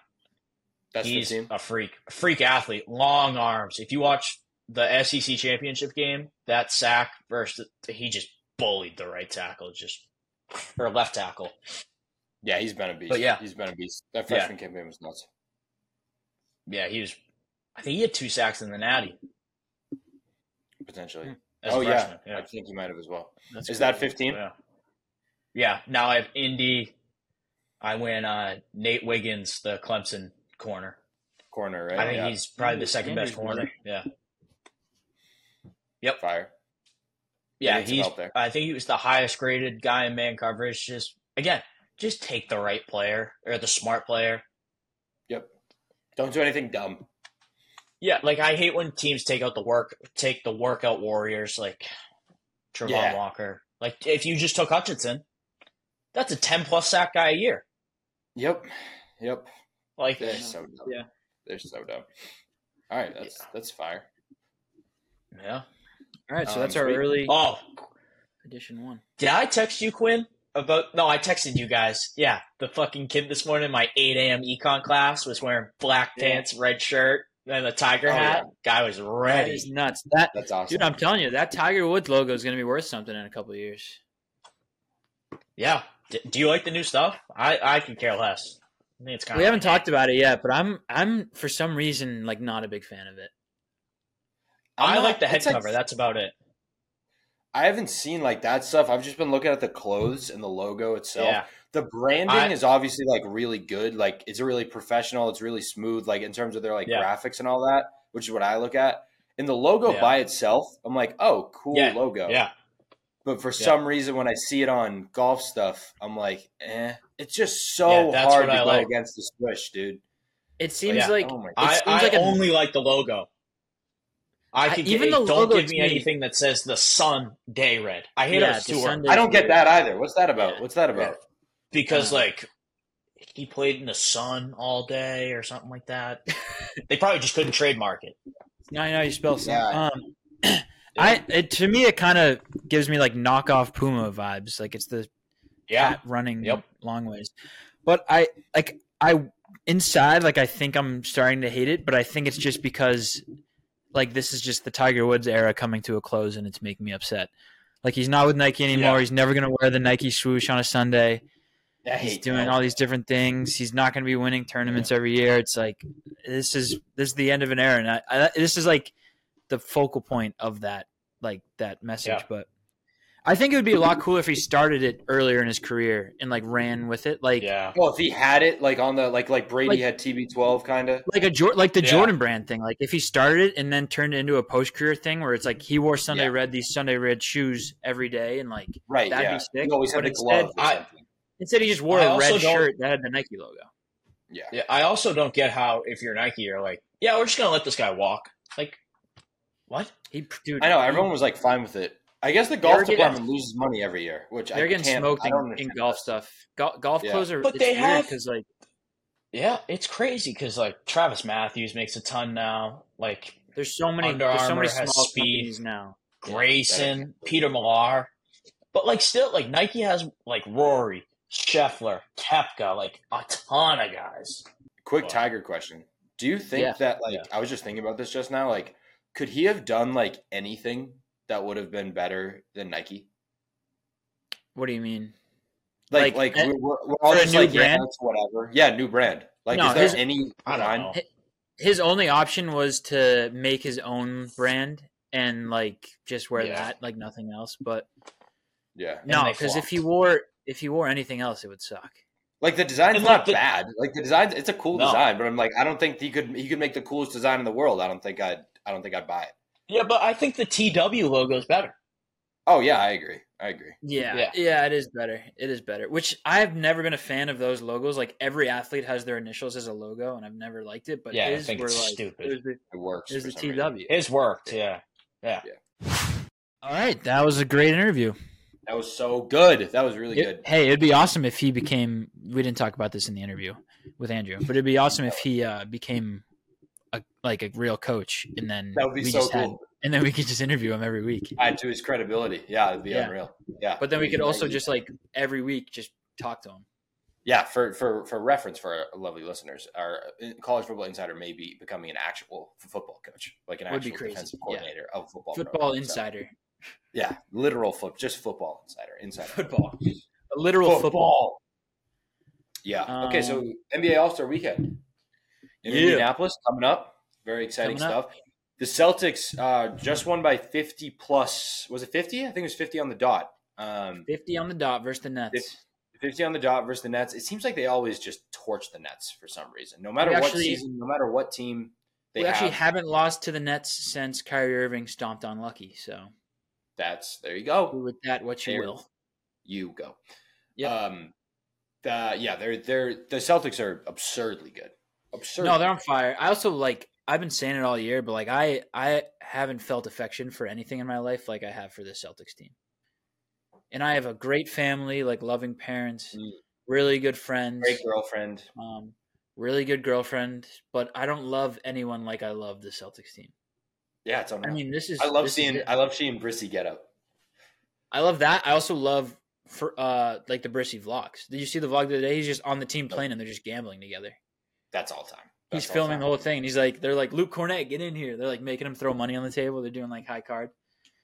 Speaker 1: That's
Speaker 3: he's
Speaker 1: the team.
Speaker 3: a freak, a freak athlete, long arms. If you watch the SEC championship game, that sack versus he just bullied the right tackle, just or left tackle.
Speaker 1: Yeah, he's been a beast.
Speaker 3: But yeah.
Speaker 1: he's been a beast. That
Speaker 3: Yeah.
Speaker 1: freshman campaign was nuts.
Speaker 3: Yeah, he was. I think he had two sacks in the Natty.
Speaker 1: Potentially.
Speaker 3: As
Speaker 1: oh
Speaker 3: a
Speaker 1: yeah.
Speaker 3: freshman. Mm, yeah.
Speaker 1: I think he might have as well.
Speaker 4: That's
Speaker 1: Is that fifteen?
Speaker 3: Yeah. Yeah. Now I have Indy. I win uh, Nate Wiggins, the Clemson corner.
Speaker 1: Corner, right?
Speaker 3: I think
Speaker 1: yeah.
Speaker 3: he's probably the
Speaker 4: Andrews-
Speaker 3: second best
Speaker 4: Andrews,
Speaker 3: corner.
Speaker 4: wasn't
Speaker 3: Yeah.
Speaker 1: fire.
Speaker 3: Yeah.
Speaker 1: needs some
Speaker 3: He's,
Speaker 1: help there.
Speaker 3: I think he was the highest graded guy in man coverage. Just, again, just take the right player or the smart player.
Speaker 1: Don't do anything dumb.
Speaker 3: Yeah. Like, I hate when teams take out the work, take the workout warriors like Trevon
Speaker 1: Yeah.
Speaker 3: Walker. Like, if you just took Hutchinson, that's a 10 plus sack guy a year.
Speaker 1: Yep. Yep.
Speaker 3: Like,
Speaker 1: They're so dumb.
Speaker 4: Yeah.
Speaker 1: They're so dumb. All right, that's that's fire.
Speaker 3: yeah.
Speaker 4: All right, so
Speaker 1: Um,
Speaker 4: that's our
Speaker 1: sweet.
Speaker 4: early
Speaker 3: Oh,
Speaker 4: edition one.
Speaker 3: Did I text you, Quinn? About no, I texted you guys. Yeah, the fucking kid this morning, my eight a.m. econ class was wearing black
Speaker 4: Yeah.
Speaker 3: pants, red shirt, and a tiger
Speaker 1: Oh,
Speaker 3: hat. Guy was
Speaker 4: That
Speaker 3: ready.
Speaker 4: is nuts. That
Speaker 1: That's awesome.
Speaker 4: dude, I'm telling you, that Tiger Woods logo is gonna be worth something in a couple of years.
Speaker 3: Yeah. D- do you like the new stuff? I I could care less. I think it's kind
Speaker 4: We
Speaker 3: of
Speaker 4: haven't talked about it yet, but I'm I'm for some reason like not a big fan of it.
Speaker 3: I
Speaker 1: I'm
Speaker 3: like
Speaker 1: not-
Speaker 3: the head
Speaker 1: it's like-
Speaker 3: cover. That's about it.
Speaker 1: I haven't seen like that stuff. I've just been looking at the clothes and the logo itself.
Speaker 3: Yeah.
Speaker 1: The branding
Speaker 3: I-
Speaker 1: is obviously like really good. Like it's really professional. It's really smooth. Like in terms of their like
Speaker 3: Yeah.
Speaker 1: graphics and all that, which is what I look at. And the logo
Speaker 3: Yeah.
Speaker 1: by itself, I'm like, oh, cool
Speaker 3: Yeah.
Speaker 1: logo.
Speaker 3: Yeah.
Speaker 1: But for some reason, when I see it on golf stuff, I'm like, eh. It's just so
Speaker 3: Yeah, that's
Speaker 1: hard
Speaker 3: what
Speaker 1: to
Speaker 3: I
Speaker 1: go
Speaker 3: like.
Speaker 1: against the swish, dude.
Speaker 4: It seems
Speaker 3: Yeah.
Speaker 4: like
Speaker 1: oh my god.
Speaker 3: I,
Speaker 4: seems
Speaker 3: I
Speaker 4: like a-
Speaker 3: only like the logo. I
Speaker 4: I-
Speaker 3: could
Speaker 4: even
Speaker 3: even
Speaker 4: the
Speaker 3: don't
Speaker 4: logo
Speaker 3: give
Speaker 4: to
Speaker 3: me,
Speaker 4: me-
Speaker 3: anything that says the sun day red. I hate
Speaker 4: Yeah,
Speaker 3: those
Speaker 4: the
Speaker 3: two words.
Speaker 4: sun
Speaker 1: I don't get that either. What's that about? What's that about?
Speaker 3: because
Speaker 4: Uh.
Speaker 3: like he played in the sun all day or something like that. they probably just couldn't trademark it.
Speaker 4: No, I know you spell some.
Speaker 1: Yeah.
Speaker 4: Um, I it, to me it kind of gives me like knockoff Puma vibes. Like it's the cat running
Speaker 3: Yep.
Speaker 4: long ways. But I like I inside like I think I'm starting to hate it, but I think it's just because like this is just the Tiger Woods era coming to a close and it's making me upset. Like he's not with Nike anymore.
Speaker 3: Yeah.
Speaker 4: He's never going to wear the Nike swoosh on a Sunday.
Speaker 1: I
Speaker 4: He's
Speaker 1: hate
Speaker 4: doing
Speaker 1: that.
Speaker 4: all these different things. He's not going to be winning tournaments every year. It's like this is this is the end of an era, and I, I, this is like the focal point of that like that message.
Speaker 3: Yeah.
Speaker 4: But I think it would be a lot cooler if he started it earlier in his career and like ran with it, like
Speaker 3: yeah.
Speaker 1: Well, if he had it like on the like like Brady
Speaker 4: Like-
Speaker 1: had TB12 kind of.
Speaker 4: like a Jor- like the
Speaker 3: Yeah.
Speaker 4: Jordan brand thing. Like if he started it and then turned it into a post career thing where it's like he wore Sunday
Speaker 1: Yeah.
Speaker 4: red these Sunday red shoes every day, and like
Speaker 1: Right.
Speaker 4: That'd
Speaker 1: yeah.
Speaker 4: be sick,
Speaker 1: You always had
Speaker 4: but
Speaker 1: the
Speaker 4: instead-
Speaker 1: glove. or
Speaker 3: I-
Speaker 1: something.
Speaker 4: instead he just wore
Speaker 3: I
Speaker 4: a
Speaker 3: also
Speaker 4: red
Speaker 3: don't-
Speaker 4: shirt that had the Nike logo.
Speaker 1: yeah.
Speaker 3: Yeah. I also don't get how if you're Nike you're like, yeah, we're just gonna let this guy walk. Like what?
Speaker 4: He dude,
Speaker 1: I know everyone was like fine with it. I guess the golf
Speaker 4: They're getting-
Speaker 1: department loses money every year, which I
Speaker 4: they're getting
Speaker 1: can't,
Speaker 4: smoked
Speaker 1: I don't
Speaker 4: in, in
Speaker 1: understand.
Speaker 4: golf stuff. Gol golf
Speaker 1: Yeah.
Speaker 4: clothes are,
Speaker 3: But
Speaker 4: it's
Speaker 3: they
Speaker 4: weird
Speaker 3: have-
Speaker 4: 'cause, like
Speaker 3: Yeah, it's crazy because like Travis Matthews makes a ton now. Like
Speaker 4: there's so many,
Speaker 3: Under
Speaker 4: there's so many
Speaker 3: Armour has
Speaker 4: small
Speaker 3: speed.
Speaker 4: companies now.
Speaker 3: Grayson, Peter Millar. But like still like Nike has like Rory, Scheffler, Kepka, like a ton of guys.
Speaker 1: Quick
Speaker 3: Well.
Speaker 1: Tiger question. Do you think
Speaker 3: Yeah.
Speaker 1: that like
Speaker 3: Yeah.
Speaker 1: I was just thinking about this just now? Like, could he have done like anything that would have been better than Nike?
Speaker 4: What do you mean?
Speaker 1: Like, like,
Speaker 4: Like, eh,
Speaker 1: we're, we're, we're all
Speaker 4: for a
Speaker 1: just
Speaker 4: new
Speaker 1: like, yeah,
Speaker 4: brand?
Speaker 1: that's whatever. Yeah, new brand. Like,
Speaker 4: No,
Speaker 1: is there
Speaker 4: his-
Speaker 1: any?
Speaker 3: I don't
Speaker 1: line?
Speaker 3: know.
Speaker 4: His only option was to make his own brand and like just wear
Speaker 3: Yeah.
Speaker 4: that, like nothing else. But
Speaker 1: Yeah,
Speaker 4: no,
Speaker 3: they
Speaker 4: because if
Speaker 3: flopped.
Speaker 4: he wore if he wore anything else, it would suck.
Speaker 1: like the design's
Speaker 3: And, like,
Speaker 1: not
Speaker 3: the-
Speaker 1: bad. Like the design, it's a cool
Speaker 3: No.
Speaker 1: design, but I'm like, I don't think he could. He could make the coolest design in the world. I don't think I'd. I don't think I'd buy it.
Speaker 3: Yeah, but I think the TW logo is better.
Speaker 1: Oh yeah, I agree. I agree.
Speaker 4: Yeah,
Speaker 3: Yeah.
Speaker 4: yeah, it is better. It is better. Which I've never been a fan of those logos. Like every athlete has their initials as a logo, and I've never liked it. But
Speaker 3: Yeah, I
Speaker 4: his
Speaker 3: think
Speaker 4: were
Speaker 3: it's
Speaker 4: like
Speaker 3: stupid.
Speaker 4: There's the,
Speaker 1: It works.
Speaker 4: there's
Speaker 1: for
Speaker 4: the
Speaker 1: some
Speaker 4: TW.
Speaker 1: reason.
Speaker 3: His worked, yeah.
Speaker 4: All right, that was a great interview.
Speaker 1: That was so good. That was really
Speaker 4: It-
Speaker 1: good.
Speaker 4: hey, it'd be awesome if he became. We didn't talk about this in the interview with Andrew, but it'd be awesome if he uh, became a like a real coach, and then
Speaker 1: That would be
Speaker 4: we
Speaker 1: so
Speaker 4: just had-
Speaker 1: cool.
Speaker 4: and then we could just interview him every week.
Speaker 1: Add to his credibility. Yeah, it'd be
Speaker 4: Yeah.
Speaker 1: unreal. Yeah.
Speaker 4: But then we could also
Speaker 1: Nike.
Speaker 4: just like every week just talk to him.
Speaker 1: yeah for for for reference for our lovely listeners, our uh, college football insider may be becoming an actual f- football coach, like an
Speaker 4: Would be
Speaker 1: actual
Speaker 4: crazy.
Speaker 1: defensive
Speaker 4: Yeah.
Speaker 1: coordinator of a football
Speaker 4: Football
Speaker 1: program. So,
Speaker 4: insider,
Speaker 1: yeah, literal foot, just football insider, insider
Speaker 4: football, a literal football.
Speaker 1: Yeah. okay, so
Speaker 4: Um,
Speaker 1: NBA All Star Weekend in
Speaker 4: Yeah.
Speaker 1: Indianapolis coming up. Very exciting
Speaker 4: Coming
Speaker 1: stuff. The Celtics uh, just won by fifty plus. Was it fifty? I think it was fifty on the dot. Um,
Speaker 4: Fifty on the dot versus the Nets.
Speaker 1: Fif- fifty on the dot versus the Nets. It seems like they always just torch the Nets for some reason. No matter
Speaker 4: We
Speaker 1: what
Speaker 4: actually-
Speaker 1: season, no matter what team they
Speaker 4: we
Speaker 1: have,
Speaker 4: actually haven't lost to the Nets since Kyrie Irving stomped on Lucky. So
Speaker 1: that's there you go.
Speaker 4: do with that, what you
Speaker 1: There.
Speaker 4: will.
Speaker 1: you go.
Speaker 4: Yep.
Speaker 1: Um, the, yeah, they're they're the Celtics are absurdly good. Absurdly.
Speaker 4: No, they're on fire. I also like. I've been saying it all year, but like I, I haven't felt affection for anything in my life like I have for this Celtics team. And I have a great family, like loving parents,
Speaker 1: Mm.
Speaker 4: really good friends,
Speaker 1: great girlfriend.
Speaker 4: um, really good girlfriend. But I don't love anyone like I love the Celtics team.
Speaker 1: Yeah, it's
Speaker 4: I
Speaker 1: unreal.
Speaker 4: mean, this is
Speaker 1: I love
Speaker 4: this is
Speaker 1: seeing
Speaker 4: it.
Speaker 1: I love seeing Brissy get up.
Speaker 4: I love that. I also love for uh like the Brissy vlogs. Did you see the vlog the other day? He's just on the team playing and they're just gambling together.
Speaker 1: That's all time.
Speaker 4: He's
Speaker 1: That's all
Speaker 4: filming
Speaker 1: time.
Speaker 4: the whole thing. And he's like, they're like Luke Cornett, get in here. They're like making him throw money on the table. They're doing like high card.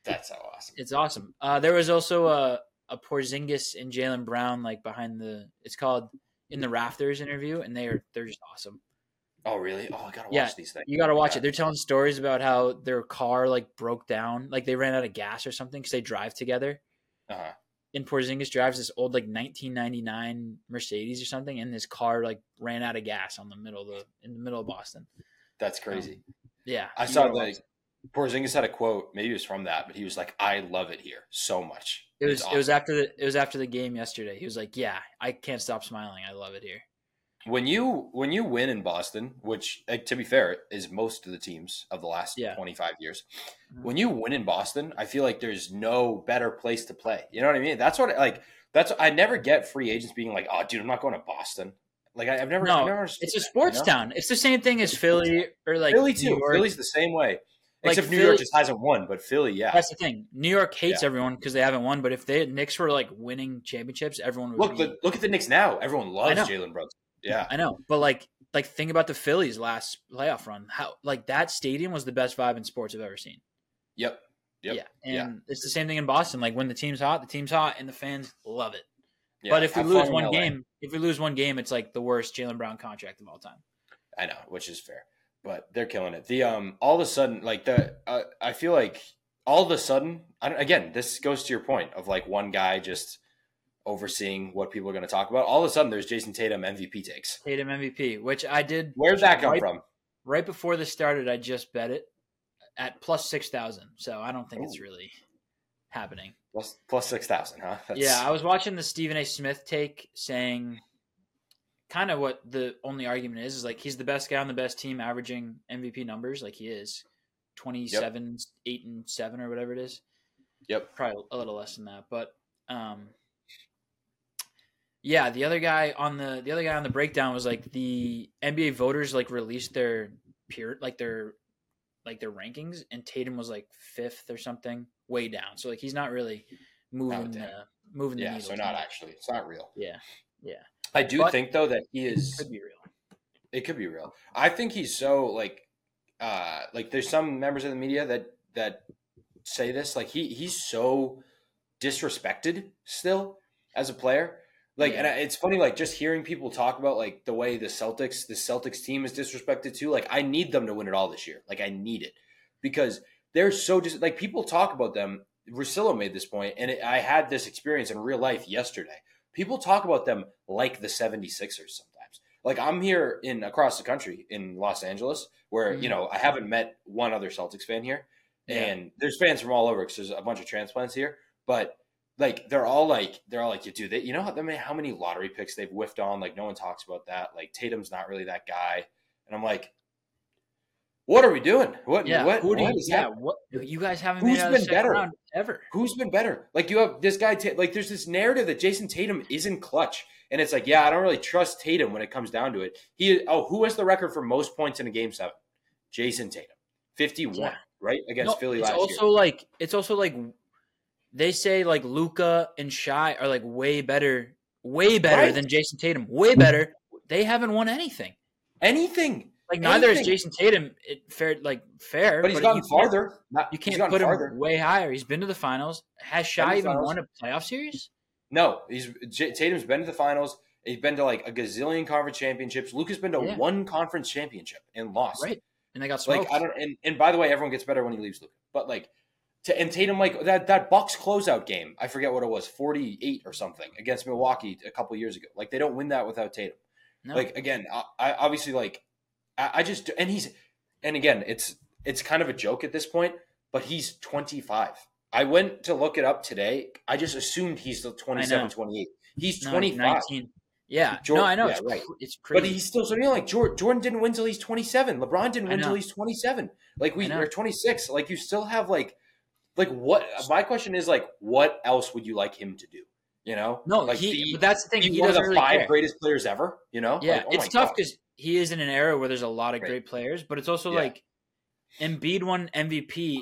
Speaker 1: That's so awesome.
Speaker 4: It's awesome. Uh, there was also a a Porzingis and Jalen Brown like behind the. It's called in the rafters interview, and they are they're just awesome.
Speaker 1: Oh really? Oh, I gotta watch
Speaker 4: Yeah,
Speaker 1: these things.
Speaker 4: You got to watch
Speaker 1: Yeah.
Speaker 4: it. They're telling stories about how their car like broke down, like they ran out of gas or something because they drive together.
Speaker 1: Uh-huh.
Speaker 4: and Porzingis drives this old like 1999 Mercedes or something, and his car like ran out of gas on the middle of the in the middle of Boston.
Speaker 1: That's crazy.
Speaker 4: Yeah,
Speaker 1: I
Speaker 4: you
Speaker 1: saw
Speaker 4: gotta watch
Speaker 1: the
Speaker 4: it.
Speaker 1: Porzingis had a quote. Maybe it was from that, but he was like, "I love it here so much."
Speaker 4: It was
Speaker 1: It's
Speaker 4: it was
Speaker 1: awesome.
Speaker 4: after the it was after the game yesterday. He was like, "Yeah, I can't stop smiling. I love it here."
Speaker 1: when you when you win in Boston, which like, to be fair is most of the teams of the last
Speaker 4: Yeah.
Speaker 1: twenty five years.
Speaker 4: Mhm.
Speaker 1: When you win in Boston, I feel like there's no better place to play. You know what I mean? That's what like that's I never get free agents being like, "Oh, dude, I'm not going to Boston." Like I, have never,
Speaker 4: No,
Speaker 1: I've never understood
Speaker 4: It's a
Speaker 1: that, you
Speaker 4: sports
Speaker 1: know?
Speaker 4: town. It's the same thing as Philly or like
Speaker 1: Philly
Speaker 4: New
Speaker 1: too.
Speaker 4: York.
Speaker 1: Philly's the same way.
Speaker 4: Like,
Speaker 1: Except New York
Speaker 4: Philly-
Speaker 1: just hasn't won, but Philly, yeah.
Speaker 4: That's the thing. New York hates everyone because they haven't won. But if they Knicks were like winning championships, everyone would
Speaker 1: Look,
Speaker 4: be-
Speaker 1: look, look at the Knicks now. Everyone loves
Speaker 4: know.
Speaker 1: Jalen Brunson. Yeah,
Speaker 4: I know, but like like think about the Phillies last playoff run. How like that stadium was the best vibe in sports I've ever seen.
Speaker 1: yep. Yep.
Speaker 4: Yeah.
Speaker 1: Yeah.
Speaker 4: And it's the same thing in Boston. Like when the team's hot, the team's hot and the fans love it.
Speaker 1: Yeah,
Speaker 4: but if we
Speaker 1: have fun
Speaker 4: lose
Speaker 1: in
Speaker 4: one
Speaker 1: LA.
Speaker 4: game, if we lose one game, it's like the worst Jalen Brown contract of all time.
Speaker 1: I know, which is fair, but they're killing it. The um, all of a sudden, like the, uh, I feel like all of a sudden, I don't, again, this goes to your point of like one guy just overseeing what people are going to talk about. All of a sudden, there's Jason Tatum MVP takes.
Speaker 4: Tatum MVP, which I did
Speaker 1: Where'd that come
Speaker 4: right,
Speaker 1: from?
Speaker 4: Right before this started, I just bet it at plus six thousand. So I don't think it's
Speaker 1: Ooh.
Speaker 4: really happening.
Speaker 1: Plus plus six thousand, huh? That's,
Speaker 4: Yeah, I was watching the Stephen A. Smith take saying kind of what the only argument is is like he's the best guy on the best team averaging MVP numbers like he is 27 8 and 7 or whatever it is.
Speaker 1: Yep.
Speaker 4: Probably a little less than that, but um yeah, the other guy on the the other guy on the breakdown was like the NBA voters like released their peer like their like their rankings and Tatum was like 5th or something, way down. So like he's not really moving
Speaker 1: would think.
Speaker 4: the moving the
Speaker 1: Yeah,
Speaker 4: needle.
Speaker 1: so
Speaker 4: to
Speaker 1: not
Speaker 4: me.
Speaker 1: actually. It's not real.
Speaker 4: Yeah,
Speaker 1: I do
Speaker 4: But-
Speaker 1: think though that he is
Speaker 4: could be real.
Speaker 1: it could be real. I think he's so like uh like there's some members of the media that that say this like he he's so disrespected still as a player. Like and I, it's funny like just hearing people talk about like the way the Celtics the Celtics team is disrespected too. Like I need them to win it all this year. Like I need it because they're so just like people talk about them. Russillo made this point and it, I had this experience in real life yesterday. People talk about them like the 76ers sometimes like I'm here in across the country in Los Angeles, where you
Speaker 4: Mhm.
Speaker 1: know I haven't met one other Celtics fan here,
Speaker 4: Yeah.
Speaker 1: and there's fans from all over because there's a bunch of transplants here, but like they're all like they're all like you do that you know how, I mean, how many lottery picks they've whiffed on like no one talks about that like Tatum's not really that guy and I'm like what are we doing what
Speaker 4: Yeah,
Speaker 1: what,
Speaker 4: who do
Speaker 1: what
Speaker 4: you,
Speaker 1: is
Speaker 4: yeah,
Speaker 1: happening?
Speaker 4: what you guys haven't
Speaker 1: Who's
Speaker 4: made out of
Speaker 1: been
Speaker 4: the second
Speaker 1: better?
Speaker 4: round ever?
Speaker 1: Who's been better? Like you have this guy, Ta- like there's this narrative that Jason Tatum isn't clutch, and it's like, yeah, I don't really trust Tatum when it comes down to it. He, oh, who has the record for most points in a game seven? Jason Tatum, fifty-one,
Speaker 4: Yeah.
Speaker 1: right against
Speaker 4: No,
Speaker 1: Philly
Speaker 4: it's
Speaker 1: last
Speaker 4: also
Speaker 1: year.
Speaker 4: like it's also like they say like Luca and Shy are like way better, way better
Speaker 1: Right.
Speaker 4: than Jason Tatum, way better. They haven't won anything.
Speaker 1: Anything,
Speaker 4: Like neither is
Speaker 1: Anything.
Speaker 4: Jason Tatum it fared like fair,
Speaker 1: but he's
Speaker 4: you
Speaker 1: gotten
Speaker 4: can't-
Speaker 1: farther. Not-
Speaker 4: You
Speaker 1: he's
Speaker 4: can't
Speaker 1: gotten
Speaker 4: put him
Speaker 1: farther.
Speaker 4: way higher. He's been to the finals. Has
Speaker 1: Been
Speaker 4: Shy
Speaker 1: to
Speaker 4: even
Speaker 1: finals.
Speaker 4: won a playoff series?
Speaker 1: No, he's J- Tatum's been to the finals. He's been to like a gazillion conference championships. Luca's been to
Speaker 4: Yeah.
Speaker 1: one conference championship and lost.
Speaker 4: Right. And they got smoked.
Speaker 1: Like I don't. And, and by the way, everyone gets better when he leaves Luca. But like, to, and Tatum like that that Bucks closeout game. I forget what it was, forty eight or something against Milwaukee a couple years ago. Like they don't win that without Tatum.
Speaker 4: No.
Speaker 1: Like again, I, I obviously like I, I just and he's and again it's it's kind of a joke at this point, but he's twenty five. I went to look it up today. I just assumed he's the 27, 28. He's
Speaker 4: No,
Speaker 1: 25.
Speaker 4: 19. Yeah.
Speaker 1: Jordan-
Speaker 4: no, I know.
Speaker 1: yeah,
Speaker 4: it's,
Speaker 1: right.
Speaker 4: cr- it's crazy.
Speaker 1: But he's still so young. Like Jordan, Jordan didn't win till he's 27. LeBron didn't
Speaker 4: I
Speaker 1: win till
Speaker 4: know.
Speaker 1: he's 27. Like we
Speaker 4: I know.
Speaker 1: are 26. Like you still have like, like what? My question is like, what else would you like him to do? You know?
Speaker 4: no,
Speaker 1: like
Speaker 4: he,
Speaker 1: be-
Speaker 4: but that's the thing.
Speaker 1: be
Speaker 4: He
Speaker 1: one of
Speaker 4: doesn't
Speaker 1: the
Speaker 4: really
Speaker 1: five
Speaker 4: care.
Speaker 1: greatest players ever. You know?
Speaker 4: Yeah,
Speaker 1: Like, oh
Speaker 4: it's
Speaker 1: my
Speaker 4: tough
Speaker 1: God.
Speaker 4: because he is in an era where there's a lot of
Speaker 1: Right.
Speaker 4: great players, but it's also
Speaker 1: Yeah.
Speaker 4: like Embiid won MVP,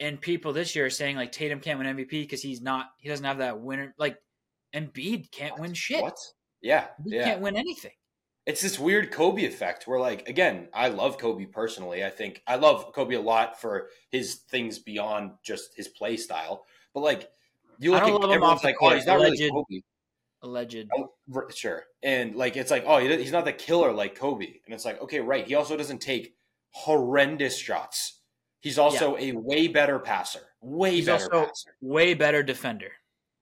Speaker 4: and people this year are saying like Tatum can't win MVP because he's not he doesn't have that winner. Like Embiid can't win shit.
Speaker 1: what? Yeah,
Speaker 4: He
Speaker 1: yeah.
Speaker 4: can't win anything.
Speaker 1: it's this weird Kobe effect where like again, I love Kobe personally. I think I love Kobe a lot for his things beyond just his play style. But like you
Speaker 4: I
Speaker 1: look
Speaker 4: don't
Speaker 1: at
Speaker 4: love him
Speaker 1: everyone's
Speaker 4: off the
Speaker 1: like, oh,
Speaker 4: court,
Speaker 1: he's not really
Speaker 4: alleged.
Speaker 1: Kobe.
Speaker 4: Alleged.
Speaker 1: Oh, r- Sure. And like it's like, oh, he- he's not the killer like Kobe. And it's like, okay, right. He also doesn't take horrendous shots. He's also a way better passer. Way
Speaker 4: He's
Speaker 1: better
Speaker 4: also-
Speaker 1: passer.
Speaker 4: Way better defender.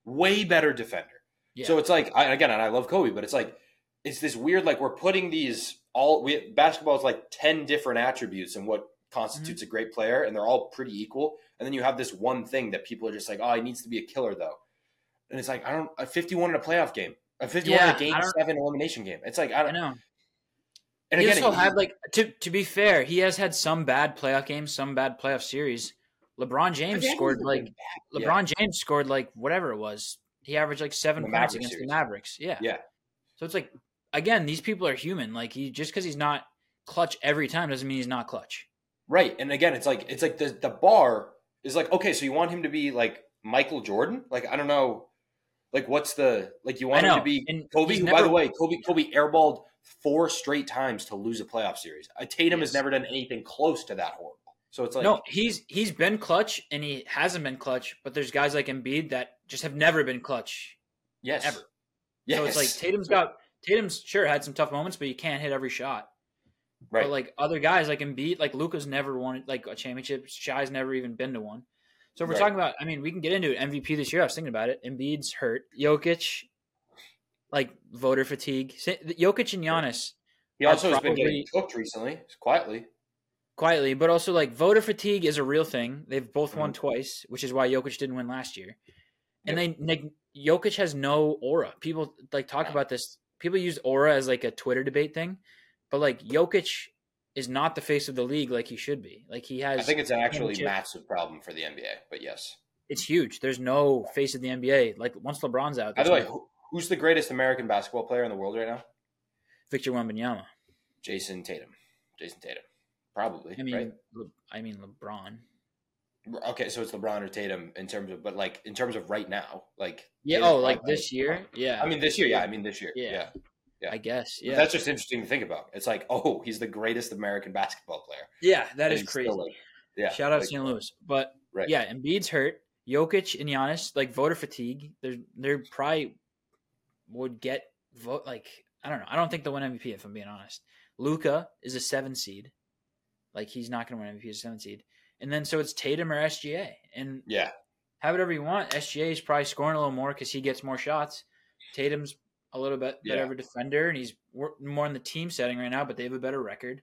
Speaker 1: Way better defender.
Speaker 4: Yeah.
Speaker 1: So it's like I, again, and I love Kobe, but it's like it's this weird like we're putting these all we basketball is like 10 different attributes and what constitutes
Speaker 4: Mm-hmm.
Speaker 1: a great player and they're all pretty equal. And then you have this one thing that people are just like, "Oh, he needs to be a killer though." And it's like, I don't a 51 in a playoff game. A 51 in
Speaker 4: Yeah,
Speaker 1: a game
Speaker 4: I don't-
Speaker 1: 7 elimination game. It's like I don't
Speaker 4: I know.
Speaker 1: and
Speaker 4: he
Speaker 1: again,
Speaker 4: also
Speaker 1: he-
Speaker 4: had like to to be fair, he has had some bad playoff games, some bad playoff series. LeBron James
Speaker 1: Again,
Speaker 4: scored
Speaker 1: he's
Speaker 4: like
Speaker 1: been bad, yeah.
Speaker 4: LeBron James scored like whatever it was. He averaged like seven
Speaker 1: The
Speaker 4: points
Speaker 1: Mavericks
Speaker 4: against
Speaker 1: series.
Speaker 4: the Mavericks. Yeah.
Speaker 1: Yeah.
Speaker 4: So it's like again, these people are human. Like he just because he's not clutch every time doesn't mean he's not clutch.
Speaker 1: right. And again, it's like it's like the the bar is like okay, so you want him to be like Michael Jordan? Like I don't know, like what's the like you want
Speaker 4: I
Speaker 1: him
Speaker 4: know.
Speaker 1: to be
Speaker 4: and
Speaker 1: Kobe?
Speaker 4: he's
Speaker 1: Who, by
Speaker 4: never-
Speaker 1: the way, Kobe Kobe airballed four straight times to lose a playoff series. Uh, Tatum has
Speaker 4: Yes.
Speaker 1: never done anything close to that horrible. So it's like
Speaker 4: no, he's he's been clutch and he hasn't been clutch. But there's guys like Embiid that just have never been clutch.
Speaker 1: yes,
Speaker 4: ever.
Speaker 1: Yes.
Speaker 4: So it's like Tatum's got Tatum's sure had some tough moments, but you can't hit every shot.
Speaker 1: right.
Speaker 4: But like other guys, like Embiid, like Luca's never won like a championship. Shy's never even been to one. So if we're
Speaker 1: Right.
Speaker 4: talking about, I mean, we can get into it. MVP this year, I was thinking about it. Embiid's hurt. Jokic, like voter fatigue. Sa- Jokic and Giannis
Speaker 1: he also has been
Speaker 4: probably-
Speaker 1: getting cooked recently, quietly.
Speaker 4: quietly, but also like voter fatigue is a real thing. They've both
Speaker 1: Mm-hmm.
Speaker 4: won twice, which is why Jokic didn't win last year. And they like Jokic has no aura. People like talk about this. People use aura as like a Twitter debate thing, but like Jokic is not the face of the league like he should be. Like he has
Speaker 1: I think it's an actually
Speaker 4: championship.
Speaker 1: massive problem for the NBA. But yes,
Speaker 4: it's huge. There's no face of the NBA. Like once LeBron's out,
Speaker 1: by the way,
Speaker 4: there's no
Speaker 1: who, who's the greatest American basketball player in the world right now?
Speaker 4: Victor Wembanyama.
Speaker 1: Jason Tatum. Jason Tatum. Probably.
Speaker 4: I mean,
Speaker 1: right?
Speaker 4: Le- I mean LeBron.
Speaker 1: Okay, so it's LeBron or Tatum in terms of, but like in terms of right now, like
Speaker 4: Yeah.
Speaker 1: Tatum's
Speaker 4: Oh, like
Speaker 1: probably-
Speaker 4: this year. Yeah.
Speaker 1: I mean, this year, yeah. I mean, this year,
Speaker 4: Yeah.
Speaker 1: yeah. yeah.
Speaker 4: I guess.
Speaker 1: But
Speaker 4: Yeah.
Speaker 1: That's just interesting to think about. It's like, oh, he's the greatest American basketball player.
Speaker 4: yeah. That
Speaker 1: And
Speaker 4: is
Speaker 1: he's
Speaker 4: crazy.
Speaker 1: still, like, yeah.
Speaker 4: Shout out
Speaker 1: like, uh,
Speaker 4: St. Louis. But
Speaker 1: Right.
Speaker 4: yeah, Embiid's hurt. Jokic and Giannis, like voter fatigue. They're they're probably would get vote like I don't know. I don't think they'll win MVP if I'm being honest. Luca is a seven seed. Like he's not gonna win MVP as a seven seed. And then so it's Tatum or SGA. And
Speaker 1: Yeah.
Speaker 4: have it ever you want. SGA is probably scoring a little more because he gets more shots. Tatum's a little bit better
Speaker 1: Yeah.
Speaker 4: of a defender, and he's wor- more in the team setting right now. But they have a better record.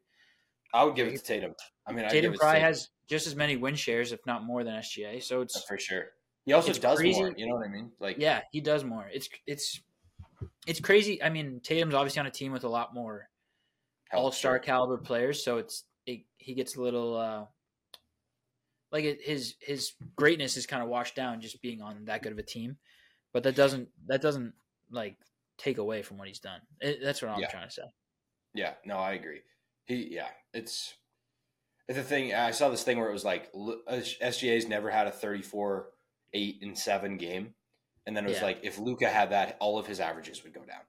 Speaker 1: I would give it to Tatum. I mean, I'd give
Speaker 4: Tatum
Speaker 1: it to
Speaker 4: probably has just as many win shares, if not more, than SGA. So it's
Speaker 1: for sure. He also
Speaker 4: It's
Speaker 1: does
Speaker 4: crazy.
Speaker 1: more. You know what I mean? Like,
Speaker 4: yeah, he does more. It's it's it's crazy. I mean, Tatum's obviously on a team with a lot more
Speaker 1: help.
Speaker 4: All Star caliber players, so it's it, he gets a little uh, like it, his his greatness is kind of washed down just being on that good of a team. But that doesn't that doesn't like take away from what he's done. It, that's what I'm
Speaker 1: Yeah.
Speaker 4: trying to say.
Speaker 1: Yeah, no, I agree. He, yeah, it's it's the thing. I saw this thing where it was like Lu- SGA's never had a 34, 8, and 7 game. And then it was
Speaker 4: Yeah.
Speaker 1: like if Luca had that, all of his averages would go down.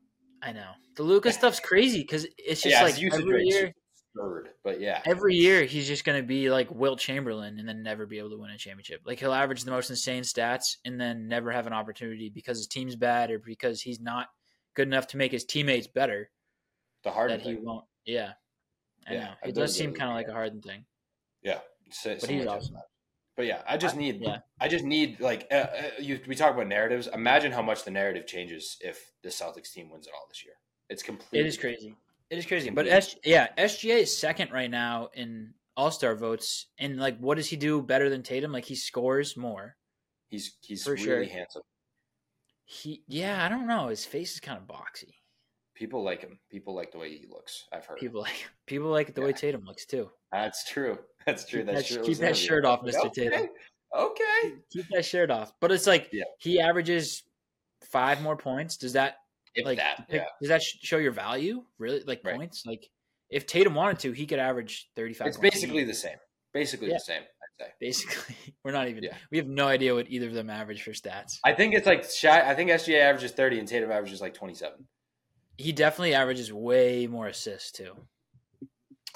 Speaker 4: I know the Luca stuff's crazy because it's just
Speaker 1: yeah,
Speaker 4: like
Speaker 1: his usage
Speaker 4: every
Speaker 1: rate's
Speaker 4: year.
Speaker 1: absurd, but yeah,
Speaker 4: every year he's just going to be like Will Chamberlain and then never be able to win a championship. Like he'll average the most insane stats and then never have an opportunity because his team's bad or because he's not good enough to make his teammates better
Speaker 1: the hard
Speaker 4: that he
Speaker 1: thing.
Speaker 4: won't. Yeah. I
Speaker 1: Yeah,
Speaker 4: know.
Speaker 1: I
Speaker 4: It
Speaker 1: totally
Speaker 4: does seem
Speaker 1: agree.
Speaker 4: kind of like a Harden thing.
Speaker 1: So,
Speaker 4: But he's awesome.
Speaker 1: But yeah, I just need.
Speaker 4: yeah.
Speaker 1: I just need like uh, uh, you, we talk about narratives. Imagine how much the narrative changes if the Celtics team wins it all this year. It's completely
Speaker 4: It is crazy. It is crazy. But
Speaker 1: Completely.
Speaker 4: S- yeah, SGA is second right now in All Star votes. And like, what does he do better than Tatum? Like, he scores more.
Speaker 1: He's he's
Speaker 4: For
Speaker 1: really
Speaker 4: sure.
Speaker 1: handsome.
Speaker 4: He, yeah, I don't know. His face is kind of boxy.
Speaker 1: People like him. People like the way he looks. I've heard.
Speaker 4: People like people like the way
Speaker 1: Yeah.
Speaker 4: Tatum looks too.
Speaker 1: That's true. That's true.
Speaker 4: Keep
Speaker 1: That's
Speaker 4: that-
Speaker 1: true.
Speaker 4: keep that shirt off, Mr. Tatum.
Speaker 1: Okay.
Speaker 4: keep that shirt off. But it's like
Speaker 1: Yeah.
Speaker 4: he averages five more points. Does that
Speaker 1: If
Speaker 4: like
Speaker 1: that,
Speaker 4: pick-
Speaker 1: yeah.
Speaker 4: does that sh- show your value really? Like
Speaker 1: Right.
Speaker 4: points? Like if Tatum wanted to, he could average thirty five.
Speaker 1: It's basically the same. Basically
Speaker 4: Yeah.
Speaker 1: the same. I'd say.
Speaker 4: basically we're not even
Speaker 1: Yeah.
Speaker 4: we have no idea what either of them average for stats.
Speaker 1: I think it's like Shaq. I think SGA averages thirty and Tatum averages like twenty-seven.
Speaker 4: He definitely averages way more assists too.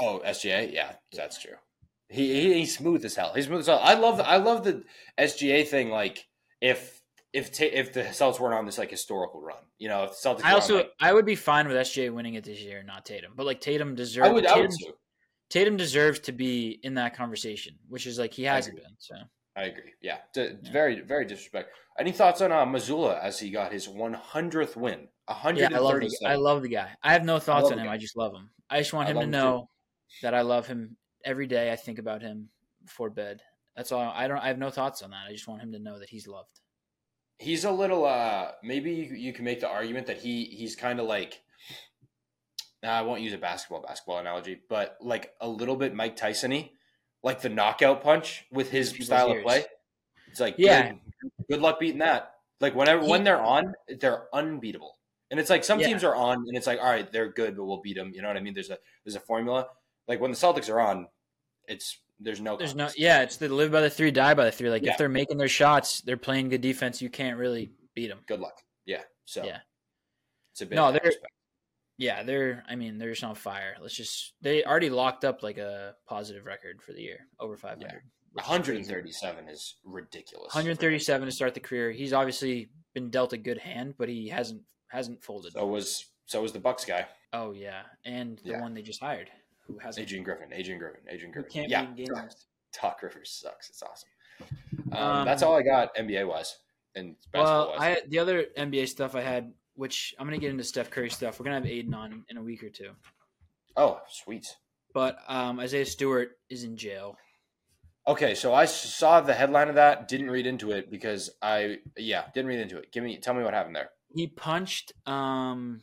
Speaker 1: Oh, SGA. Yeah, that's true. He, he he's smooth as hell. He's smooth as hell. I love I love the SGA thing. Like if if ta- if the Celtics weren't on this like historical run, you know, if the Celtics.
Speaker 4: I
Speaker 1: were
Speaker 4: also
Speaker 1: on, like,
Speaker 4: I would be fine with SJ winning it this year, not Tatum. But like Tatum deserves
Speaker 1: I would I would
Speaker 4: Tatum,
Speaker 1: too.
Speaker 4: Tatum deserves to be in that conversation, which is like he hasn't
Speaker 1: agree.
Speaker 4: been. So
Speaker 1: I agree. Yeah, D-
Speaker 4: Yeah.
Speaker 1: very very disrespect. Any thoughts on uh, Missoula as he got his 100th win?
Speaker 4: Yeah,
Speaker 1: 137.
Speaker 4: I love, the, I love the guy. I have no thoughts
Speaker 1: love
Speaker 4: on
Speaker 1: the
Speaker 4: him.
Speaker 1: guy.
Speaker 4: I just love him. I just want
Speaker 1: I
Speaker 4: him to
Speaker 1: love him too.
Speaker 4: know that I love him every day. I think about him before bed. That's all. I don't. I have no thoughts on that. I just want him to know that he's loved.
Speaker 1: he's a little uh maybe you, you can make the argument that he he's kind of like nah, i won't use a basketball basketball analogy but like a little bit mike tyson like the knockout punch with his
Speaker 4: People's
Speaker 1: style
Speaker 4: ears.
Speaker 1: of play it's like
Speaker 4: Yeah.
Speaker 1: good, good luck beating that like whenever when
Speaker 4: He-
Speaker 1: they're on they're unbeatable and it's like some
Speaker 4: Yeah.
Speaker 1: teams are on and it's like all right they're good but we'll beat them you know what i mean there's a there's a formula like when the celtics are on it's there's no
Speaker 4: There's no.
Speaker 1: contest.
Speaker 4: Yeah, it's the live by the three, die by the three. Like
Speaker 1: Yeah.
Speaker 4: if they're making their shots, they're playing good defense. You can't really beat them.
Speaker 1: good luck yeah so
Speaker 4: Yeah.
Speaker 1: it's a bit
Speaker 4: No,
Speaker 1: of that
Speaker 4: they're-
Speaker 1: respect.
Speaker 4: Yeah, they're. I mean, they're just on fire. Let's just. They already locked up like a positive record for the year, over 500. which is crazy.
Speaker 1: 137 is ridiculous.
Speaker 4: 137 to start the career. He's obviously been dealt a good hand, but he hasn't hasn't folded.
Speaker 1: So was so was the Bucks guy,
Speaker 4: Oh yeah, and the
Speaker 1: Yeah.
Speaker 4: one they just hired, who hasn't,
Speaker 1: Adrian Griffin. Adrian Griffin. Adrian
Speaker 4: who
Speaker 1: Griffin.
Speaker 4: can't
Speaker 1: yeah,
Speaker 4: be in games.
Speaker 1: Doc Rivers sucks. It's awesome. Um,
Speaker 4: Um,
Speaker 1: that's all I got NBA wise and basketball
Speaker 4: Well,
Speaker 1: wise.
Speaker 4: I the other NBA stuff I had, which I'm gonna get into Steph Curry stuff. We're gonna have Aiden on in a week or two,
Speaker 1: oh, sweet.
Speaker 4: but um, Isaiah Stewart is in jail.
Speaker 1: Okay, so I saw the headline of that. Didn't read into it because I yeah didn't read into it. Give me tell me what happened there.
Speaker 4: He punched um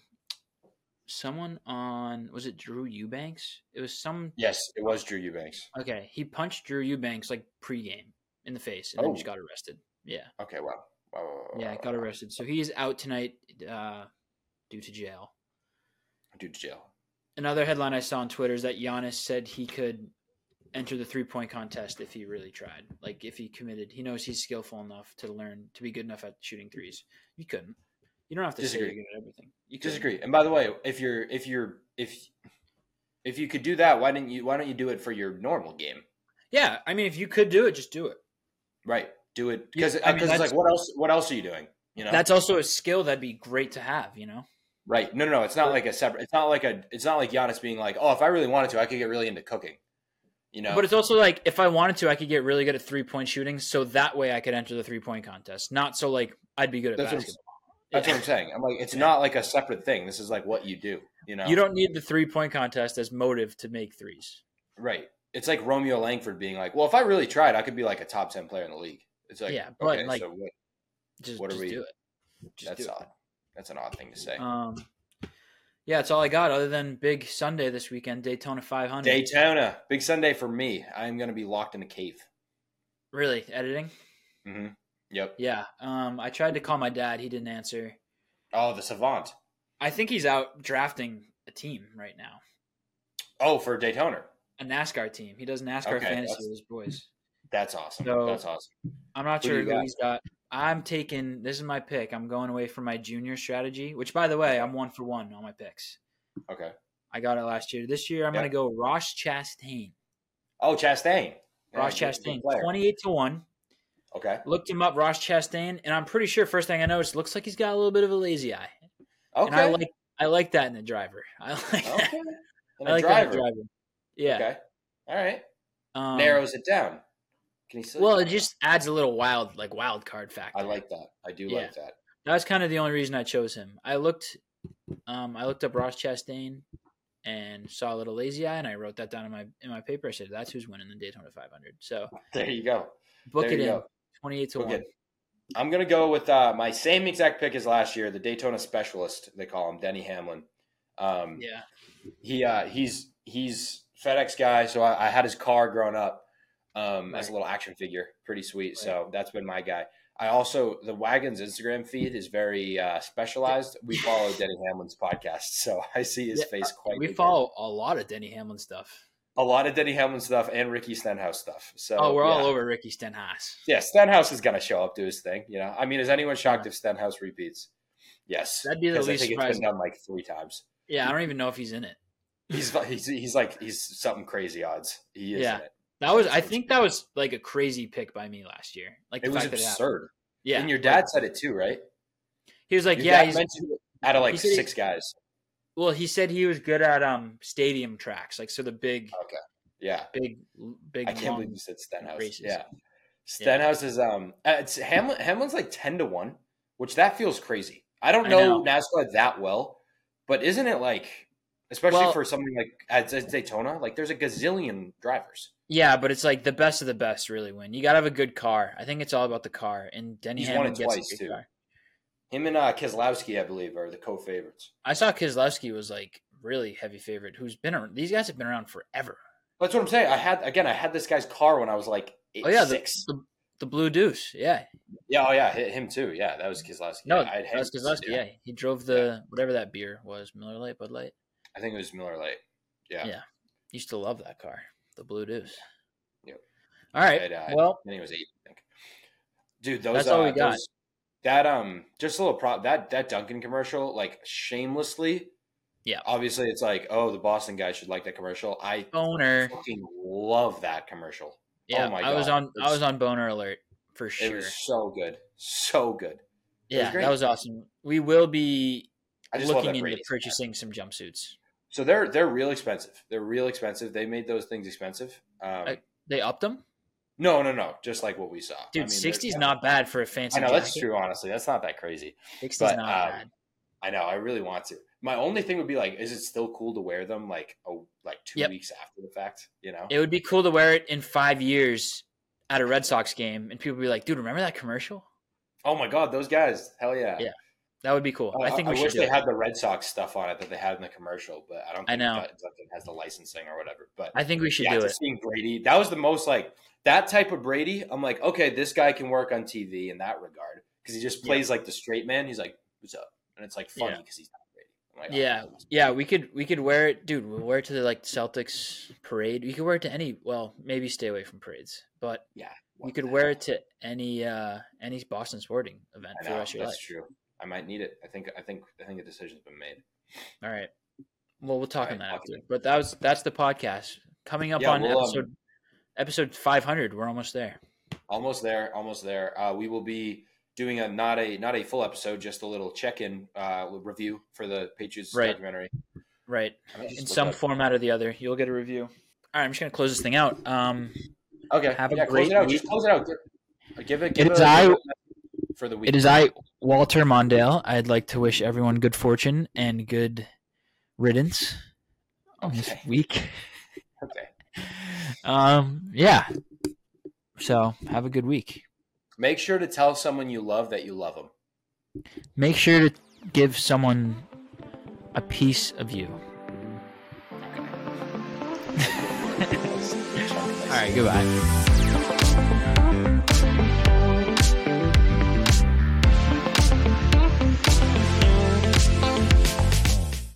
Speaker 4: someone on was it Drew Eubanks? It was some
Speaker 1: Yes, it was Drew Eubanks.
Speaker 4: okay. He punched Drew Eubanks like pregame in the face, and
Speaker 1: Oh.
Speaker 4: then just got arrested. Yeah.
Speaker 1: Okay, wow. Wow, wow, wow,
Speaker 4: Yeah,
Speaker 1: wow,
Speaker 4: got
Speaker 1: wow.
Speaker 4: arrested. So he's out tonight uh, due to jail.
Speaker 1: Dude, to jail.
Speaker 4: Another headline I saw on Twitter is that Giannis said he could enter the three point contest if he really tried. Like if he committed, he knows he's skillful enough to learn to be good enough at shooting threes. You couldn't. You don't have to
Speaker 1: Disagree.
Speaker 4: say you're good at everything. You couldn't.
Speaker 1: Disagree. And by the way, if you're if you're if if you could do that, why didn't you? Why don't you do it for your normal game?
Speaker 4: Yeah, I mean, if you could do it, just do it.
Speaker 1: Right. Do it because
Speaker 4: Yeah, I mean,
Speaker 1: it's
Speaker 4: that's-
Speaker 1: like what else? What else are you doing? You know.
Speaker 4: That's also a skill that'd be great to have. You know.
Speaker 1: right. No, no, no. It's not like a separate. It's not like a. It's not like Giannis being like, oh, if I really wanted to, I could get really into cooking. You know.
Speaker 4: But it's also like if I wanted to, I could get really good at three point shooting, so that way I could enter the three point contest. Not so like I'd be good at
Speaker 1: That's what I'm-
Speaker 4: basketball.
Speaker 1: that's what I'm saying. I'm like, it's not like a separate thing. This is like what you do. You know.
Speaker 4: You don't need the three point contest as motive to make threes.
Speaker 1: Right. It's like Romeo Langford being like, well, if I really tried, I could be like a top ten player in the league. It's like,
Speaker 4: Yeah,
Speaker 1: yeah,
Speaker 4: but,
Speaker 1: okay,
Speaker 4: like,
Speaker 1: so what,
Speaker 4: Just,
Speaker 1: What are
Speaker 4: just
Speaker 1: we-
Speaker 4: do it. Just
Speaker 1: that's
Speaker 4: do it.
Speaker 1: odd. That's an odd thing to say.
Speaker 4: Um, yeah, that's all I got. Other than big Sunday this weekend, Daytona 500.
Speaker 1: Daytona, big Sunday for me. I'm gonna be locked in a cave.
Speaker 4: Really editing?
Speaker 1: hmm Yep.
Speaker 4: Yeah. Um, I tried to call my dad. He didn't answer.
Speaker 1: Oh, the Savant.
Speaker 4: I think he's out drafting a team right now,
Speaker 1: Oh, for Daytona.
Speaker 4: a NASCAR team. He does NASCAR
Speaker 1: Okay,
Speaker 4: fantasy
Speaker 1: that's-
Speaker 4: with his boys.
Speaker 1: That's awesome.
Speaker 4: So-
Speaker 1: that's awesome.
Speaker 4: I'm not
Speaker 1: Who
Speaker 4: sure
Speaker 1: you
Speaker 4: who
Speaker 1: got?
Speaker 4: he's got. I'm taking. This is my pick. I'm going away from my junior strategy, which, by the way, I'm one for one on my picks.
Speaker 1: Okay.
Speaker 4: I got it last year. This year, I'm
Speaker 1: Yeah.
Speaker 4: going to go Ross Chastain.
Speaker 1: Oh, Chastain. Yeah, good-
Speaker 4: Ross
Speaker 1: good
Speaker 4: Chastain,
Speaker 1: player.
Speaker 4: 28 to one.
Speaker 1: Okay.
Speaker 4: looked him up, Ross Chastain, and I'm pretty sure first thing I noticed, looks like he's got a little bit of a lazy eye,
Speaker 1: Okay.
Speaker 4: and I like I like that in a driver. I like that.
Speaker 1: okay. And
Speaker 4: I
Speaker 1: a
Speaker 4: like that
Speaker 1: driver.
Speaker 4: in a driver. Yeah,
Speaker 1: Okay. All right.
Speaker 4: um,
Speaker 1: Narrows it down. Can you see?
Speaker 4: Well, it just adds a little wild, like wild card factor.
Speaker 1: I like that. I do
Speaker 4: Yeah.
Speaker 1: like that.
Speaker 4: That was kind of the only reason I chose him. I looked, um, I looked up Ross Chastain and saw a little lazy eye, and I wrote that down in my in my paper. I said that's who's winning the Daytona 500. So
Speaker 1: There you go.
Speaker 4: book
Speaker 1: There
Speaker 4: it
Speaker 1: you
Speaker 4: in,
Speaker 1: go.
Speaker 4: 28 to
Speaker 1: Book
Speaker 4: one.
Speaker 1: it. I'm gonna go with uh, my same exact pick as last year, the Daytona specialist. They call him Denny Hamlin. Um,
Speaker 4: Yeah,
Speaker 1: He uh, he's he's FedEx guy, so I, I had his car growing up um, as a little action figure, pretty sweet. So that's been my guy. I also the wagon's Instagram feed is very uh, specialized. We follow Denny Hamlin's podcast, so I see his
Speaker 4: Yeah,
Speaker 1: face quite.
Speaker 4: we
Speaker 1: frequently.
Speaker 4: follow a lot of Denny Hamlin stuff.
Speaker 1: a lot of Denny Hamlin stuff and Ricky Stenhouse stuff. So
Speaker 4: Oh, we're
Speaker 1: yeah.
Speaker 4: all over Ricky Stenhouse.
Speaker 1: Yeah, Stenhouse is gonna show up to his thing. You know, I mean, is anyone shocked if Stenhouse repeats? Yes,
Speaker 4: That'd be the
Speaker 1: 'Cause I
Speaker 4: least
Speaker 1: think It's
Speaker 4: surprising.
Speaker 1: been done like three times.
Speaker 4: Yeah, I don't even know if he's in it.
Speaker 1: He's he's, he's like he's something crazy odds. He is.
Speaker 4: Yeah.
Speaker 1: in it.
Speaker 4: That was, I think that was like a crazy pick by me last year. Like
Speaker 1: It
Speaker 4: the
Speaker 1: was
Speaker 4: fact that it happened.
Speaker 1: absurd.
Speaker 4: Yeah,
Speaker 1: and your dad said it too, right?
Speaker 4: he was like,
Speaker 1: Your
Speaker 4: yeah,
Speaker 1: dad
Speaker 4: he's
Speaker 1: mentioned it out of
Speaker 4: he
Speaker 1: like
Speaker 4: said he-
Speaker 1: six guys.
Speaker 4: well, he said he was good at um stadium tracks, like so the big,
Speaker 1: Yeah,
Speaker 4: big, big.
Speaker 1: Uh, I can't
Speaker 4: long-
Speaker 1: believe you said Stenhouse.
Speaker 4: races.
Speaker 1: Yeah, Stenhouse is um, uh, it's Hamlin. Hamlin's like ten to one, which that feels crazy. I don't
Speaker 4: I
Speaker 1: know, NASCAR that well, but isn't it like, especially
Speaker 4: Well-
Speaker 1: for something like at at Daytona, like there's a gazillion drivers.
Speaker 4: yeah, but it's like the best of the best really win. You gotta have a good car. I think it's all about the car. And Denny
Speaker 1: He's won
Speaker 4: Hamlin
Speaker 1: it
Speaker 4: gets a
Speaker 1: twice,
Speaker 4: good
Speaker 1: too.
Speaker 4: car.
Speaker 1: Him and uh, Keselowski, I believe, are the co-favorites.
Speaker 4: I saw Keselowski was like really heavy favorite. Who's been around? These guys have been around forever.
Speaker 1: That's what I'm saying. I had again. I had this guy's car when I was like eight,
Speaker 4: Oh yeah, the,
Speaker 1: six.
Speaker 4: the, the Blue Deuce. Yeah,
Speaker 1: yeah, oh yeah, hi- him too. Yeah, that was Keselowski.
Speaker 4: no,
Speaker 1: yeah, I had
Speaker 4: that was
Speaker 1: him.
Speaker 4: Keselowski. Yeah. he drove the whatever that beer was, Miller Lite, Bud Light.
Speaker 1: I think it was Miller Lite. Yeah.
Speaker 4: Yeah. Used to love that car, the Blue Deuce.
Speaker 1: Yep.
Speaker 4: All right.
Speaker 1: It, uh,
Speaker 4: well,
Speaker 1: I think it was eight. I think. Dude, those.
Speaker 4: That's
Speaker 1: uh,
Speaker 4: all we got.
Speaker 1: those- that um, just a little prop. That that Duncan commercial, like shamelessly.
Speaker 4: Yeah. Oh,
Speaker 1: Obviously, it's like, oh, the Boston guy should like that commercial. I
Speaker 4: boner.
Speaker 1: fucking love that commercial.
Speaker 4: Yeah,
Speaker 1: Oh my
Speaker 4: I was
Speaker 1: God.
Speaker 4: on. I was on boner alert for
Speaker 1: It
Speaker 4: sure.
Speaker 1: was so good, so good.
Speaker 4: yeah,
Speaker 1: great.
Speaker 4: that was awesome. We will be
Speaker 1: I just love
Speaker 4: looking
Speaker 1: that
Speaker 4: into
Speaker 1: Brady's commercial.
Speaker 4: purchasing some jumpsuits.
Speaker 1: So they're they're real expensive. They're real expensive. They made those things expensive. Um,
Speaker 4: I- They upped them,
Speaker 1: no, no, no. Just like what we saw,
Speaker 4: dude.
Speaker 1: I mean, they're-
Speaker 4: Sixty's not bad for a fancy.
Speaker 1: I know that's
Speaker 4: jacket.
Speaker 1: true. Honestly, that's not that crazy.
Speaker 4: Sixty's
Speaker 1: but,
Speaker 4: not
Speaker 1: um,
Speaker 4: bad.
Speaker 1: I know. I really want to. My only thing would be like, is it still cool to wear them like a, like two
Speaker 4: Yep.
Speaker 1: weeks after the fact? You know.
Speaker 4: It would be cool to wear it in five years at a Red Sox game, and people would be like, "Dude, remember that commercial?"
Speaker 1: oh my god, those guys! Hell yeah.
Speaker 4: Yeah. That would be cool.
Speaker 1: Oh,
Speaker 4: I think we should
Speaker 1: wish
Speaker 4: do
Speaker 1: they
Speaker 4: it.
Speaker 1: had the Red Sox stuff on it that they had in the commercial, but I don't.
Speaker 4: I
Speaker 1: Think
Speaker 4: know.
Speaker 1: that- Duncan has the licensing or whatever. But
Speaker 4: I think we should
Speaker 1: yeah,
Speaker 4: do it.
Speaker 1: just seeing Brady, that was the most like that type of Brady. I'm like, okay, this guy can work on TV in that regard because he just plays like the straight man. He's like, what's up? And it's like funny
Speaker 4: Yeah.
Speaker 1: because he's not Brady. I'm like, "Oh,
Speaker 4: Yeah, yeah, we could we could wear it, dude. We'll wear it to the like Celtics parade. You could wear it to any. Well, maybe stay away from parades, but
Speaker 1: Yeah,
Speaker 4: you
Speaker 1: what
Speaker 4: could
Speaker 1: the
Speaker 4: wear
Speaker 1: hell?
Speaker 4: it to any uh any Boston sporting event
Speaker 1: I
Speaker 4: for the
Speaker 1: know,
Speaker 4: rest of your
Speaker 1: that's
Speaker 4: life.
Speaker 1: true. I might need it. I think. I think. I think a decision's been made.
Speaker 4: All right. Well, we'll talk
Speaker 1: All
Speaker 4: on
Speaker 1: right,
Speaker 4: that
Speaker 1: talk to
Speaker 4: after. But that was that's the podcast coming up
Speaker 1: Yeah,
Speaker 4: on
Speaker 1: we'll, um,
Speaker 4: episode episode five hundred. We're almost there.
Speaker 1: Almost there. Almost there. Uh, we will be doing a not a not a full episode, just a little check in uh, review for the Patriots
Speaker 4: Right.
Speaker 1: documentary.
Speaker 4: Right.
Speaker 1: I might just
Speaker 4: In
Speaker 1: look
Speaker 4: some
Speaker 1: up-
Speaker 4: format or the other, you'll get a review. All right, I'm just gonna close this thing out. Um,
Speaker 1: Okay.
Speaker 4: Have a
Speaker 1: yeah,
Speaker 4: great
Speaker 1: close it out.
Speaker 4: week.
Speaker 1: Just close it out. Give- Give it. Give
Speaker 4: It is
Speaker 1: a-
Speaker 4: I-
Speaker 1: for the week.
Speaker 4: it is I, Walter Mondale. I'd like to wish everyone good fortune and good riddance on this
Speaker 1: Okay.
Speaker 4: week.
Speaker 1: Okay.
Speaker 4: Um, yeah. So have a good week.
Speaker 1: Make sure to tell someone you love that you love them.
Speaker 4: Make sure to give someone a piece of you. All right, goodbye.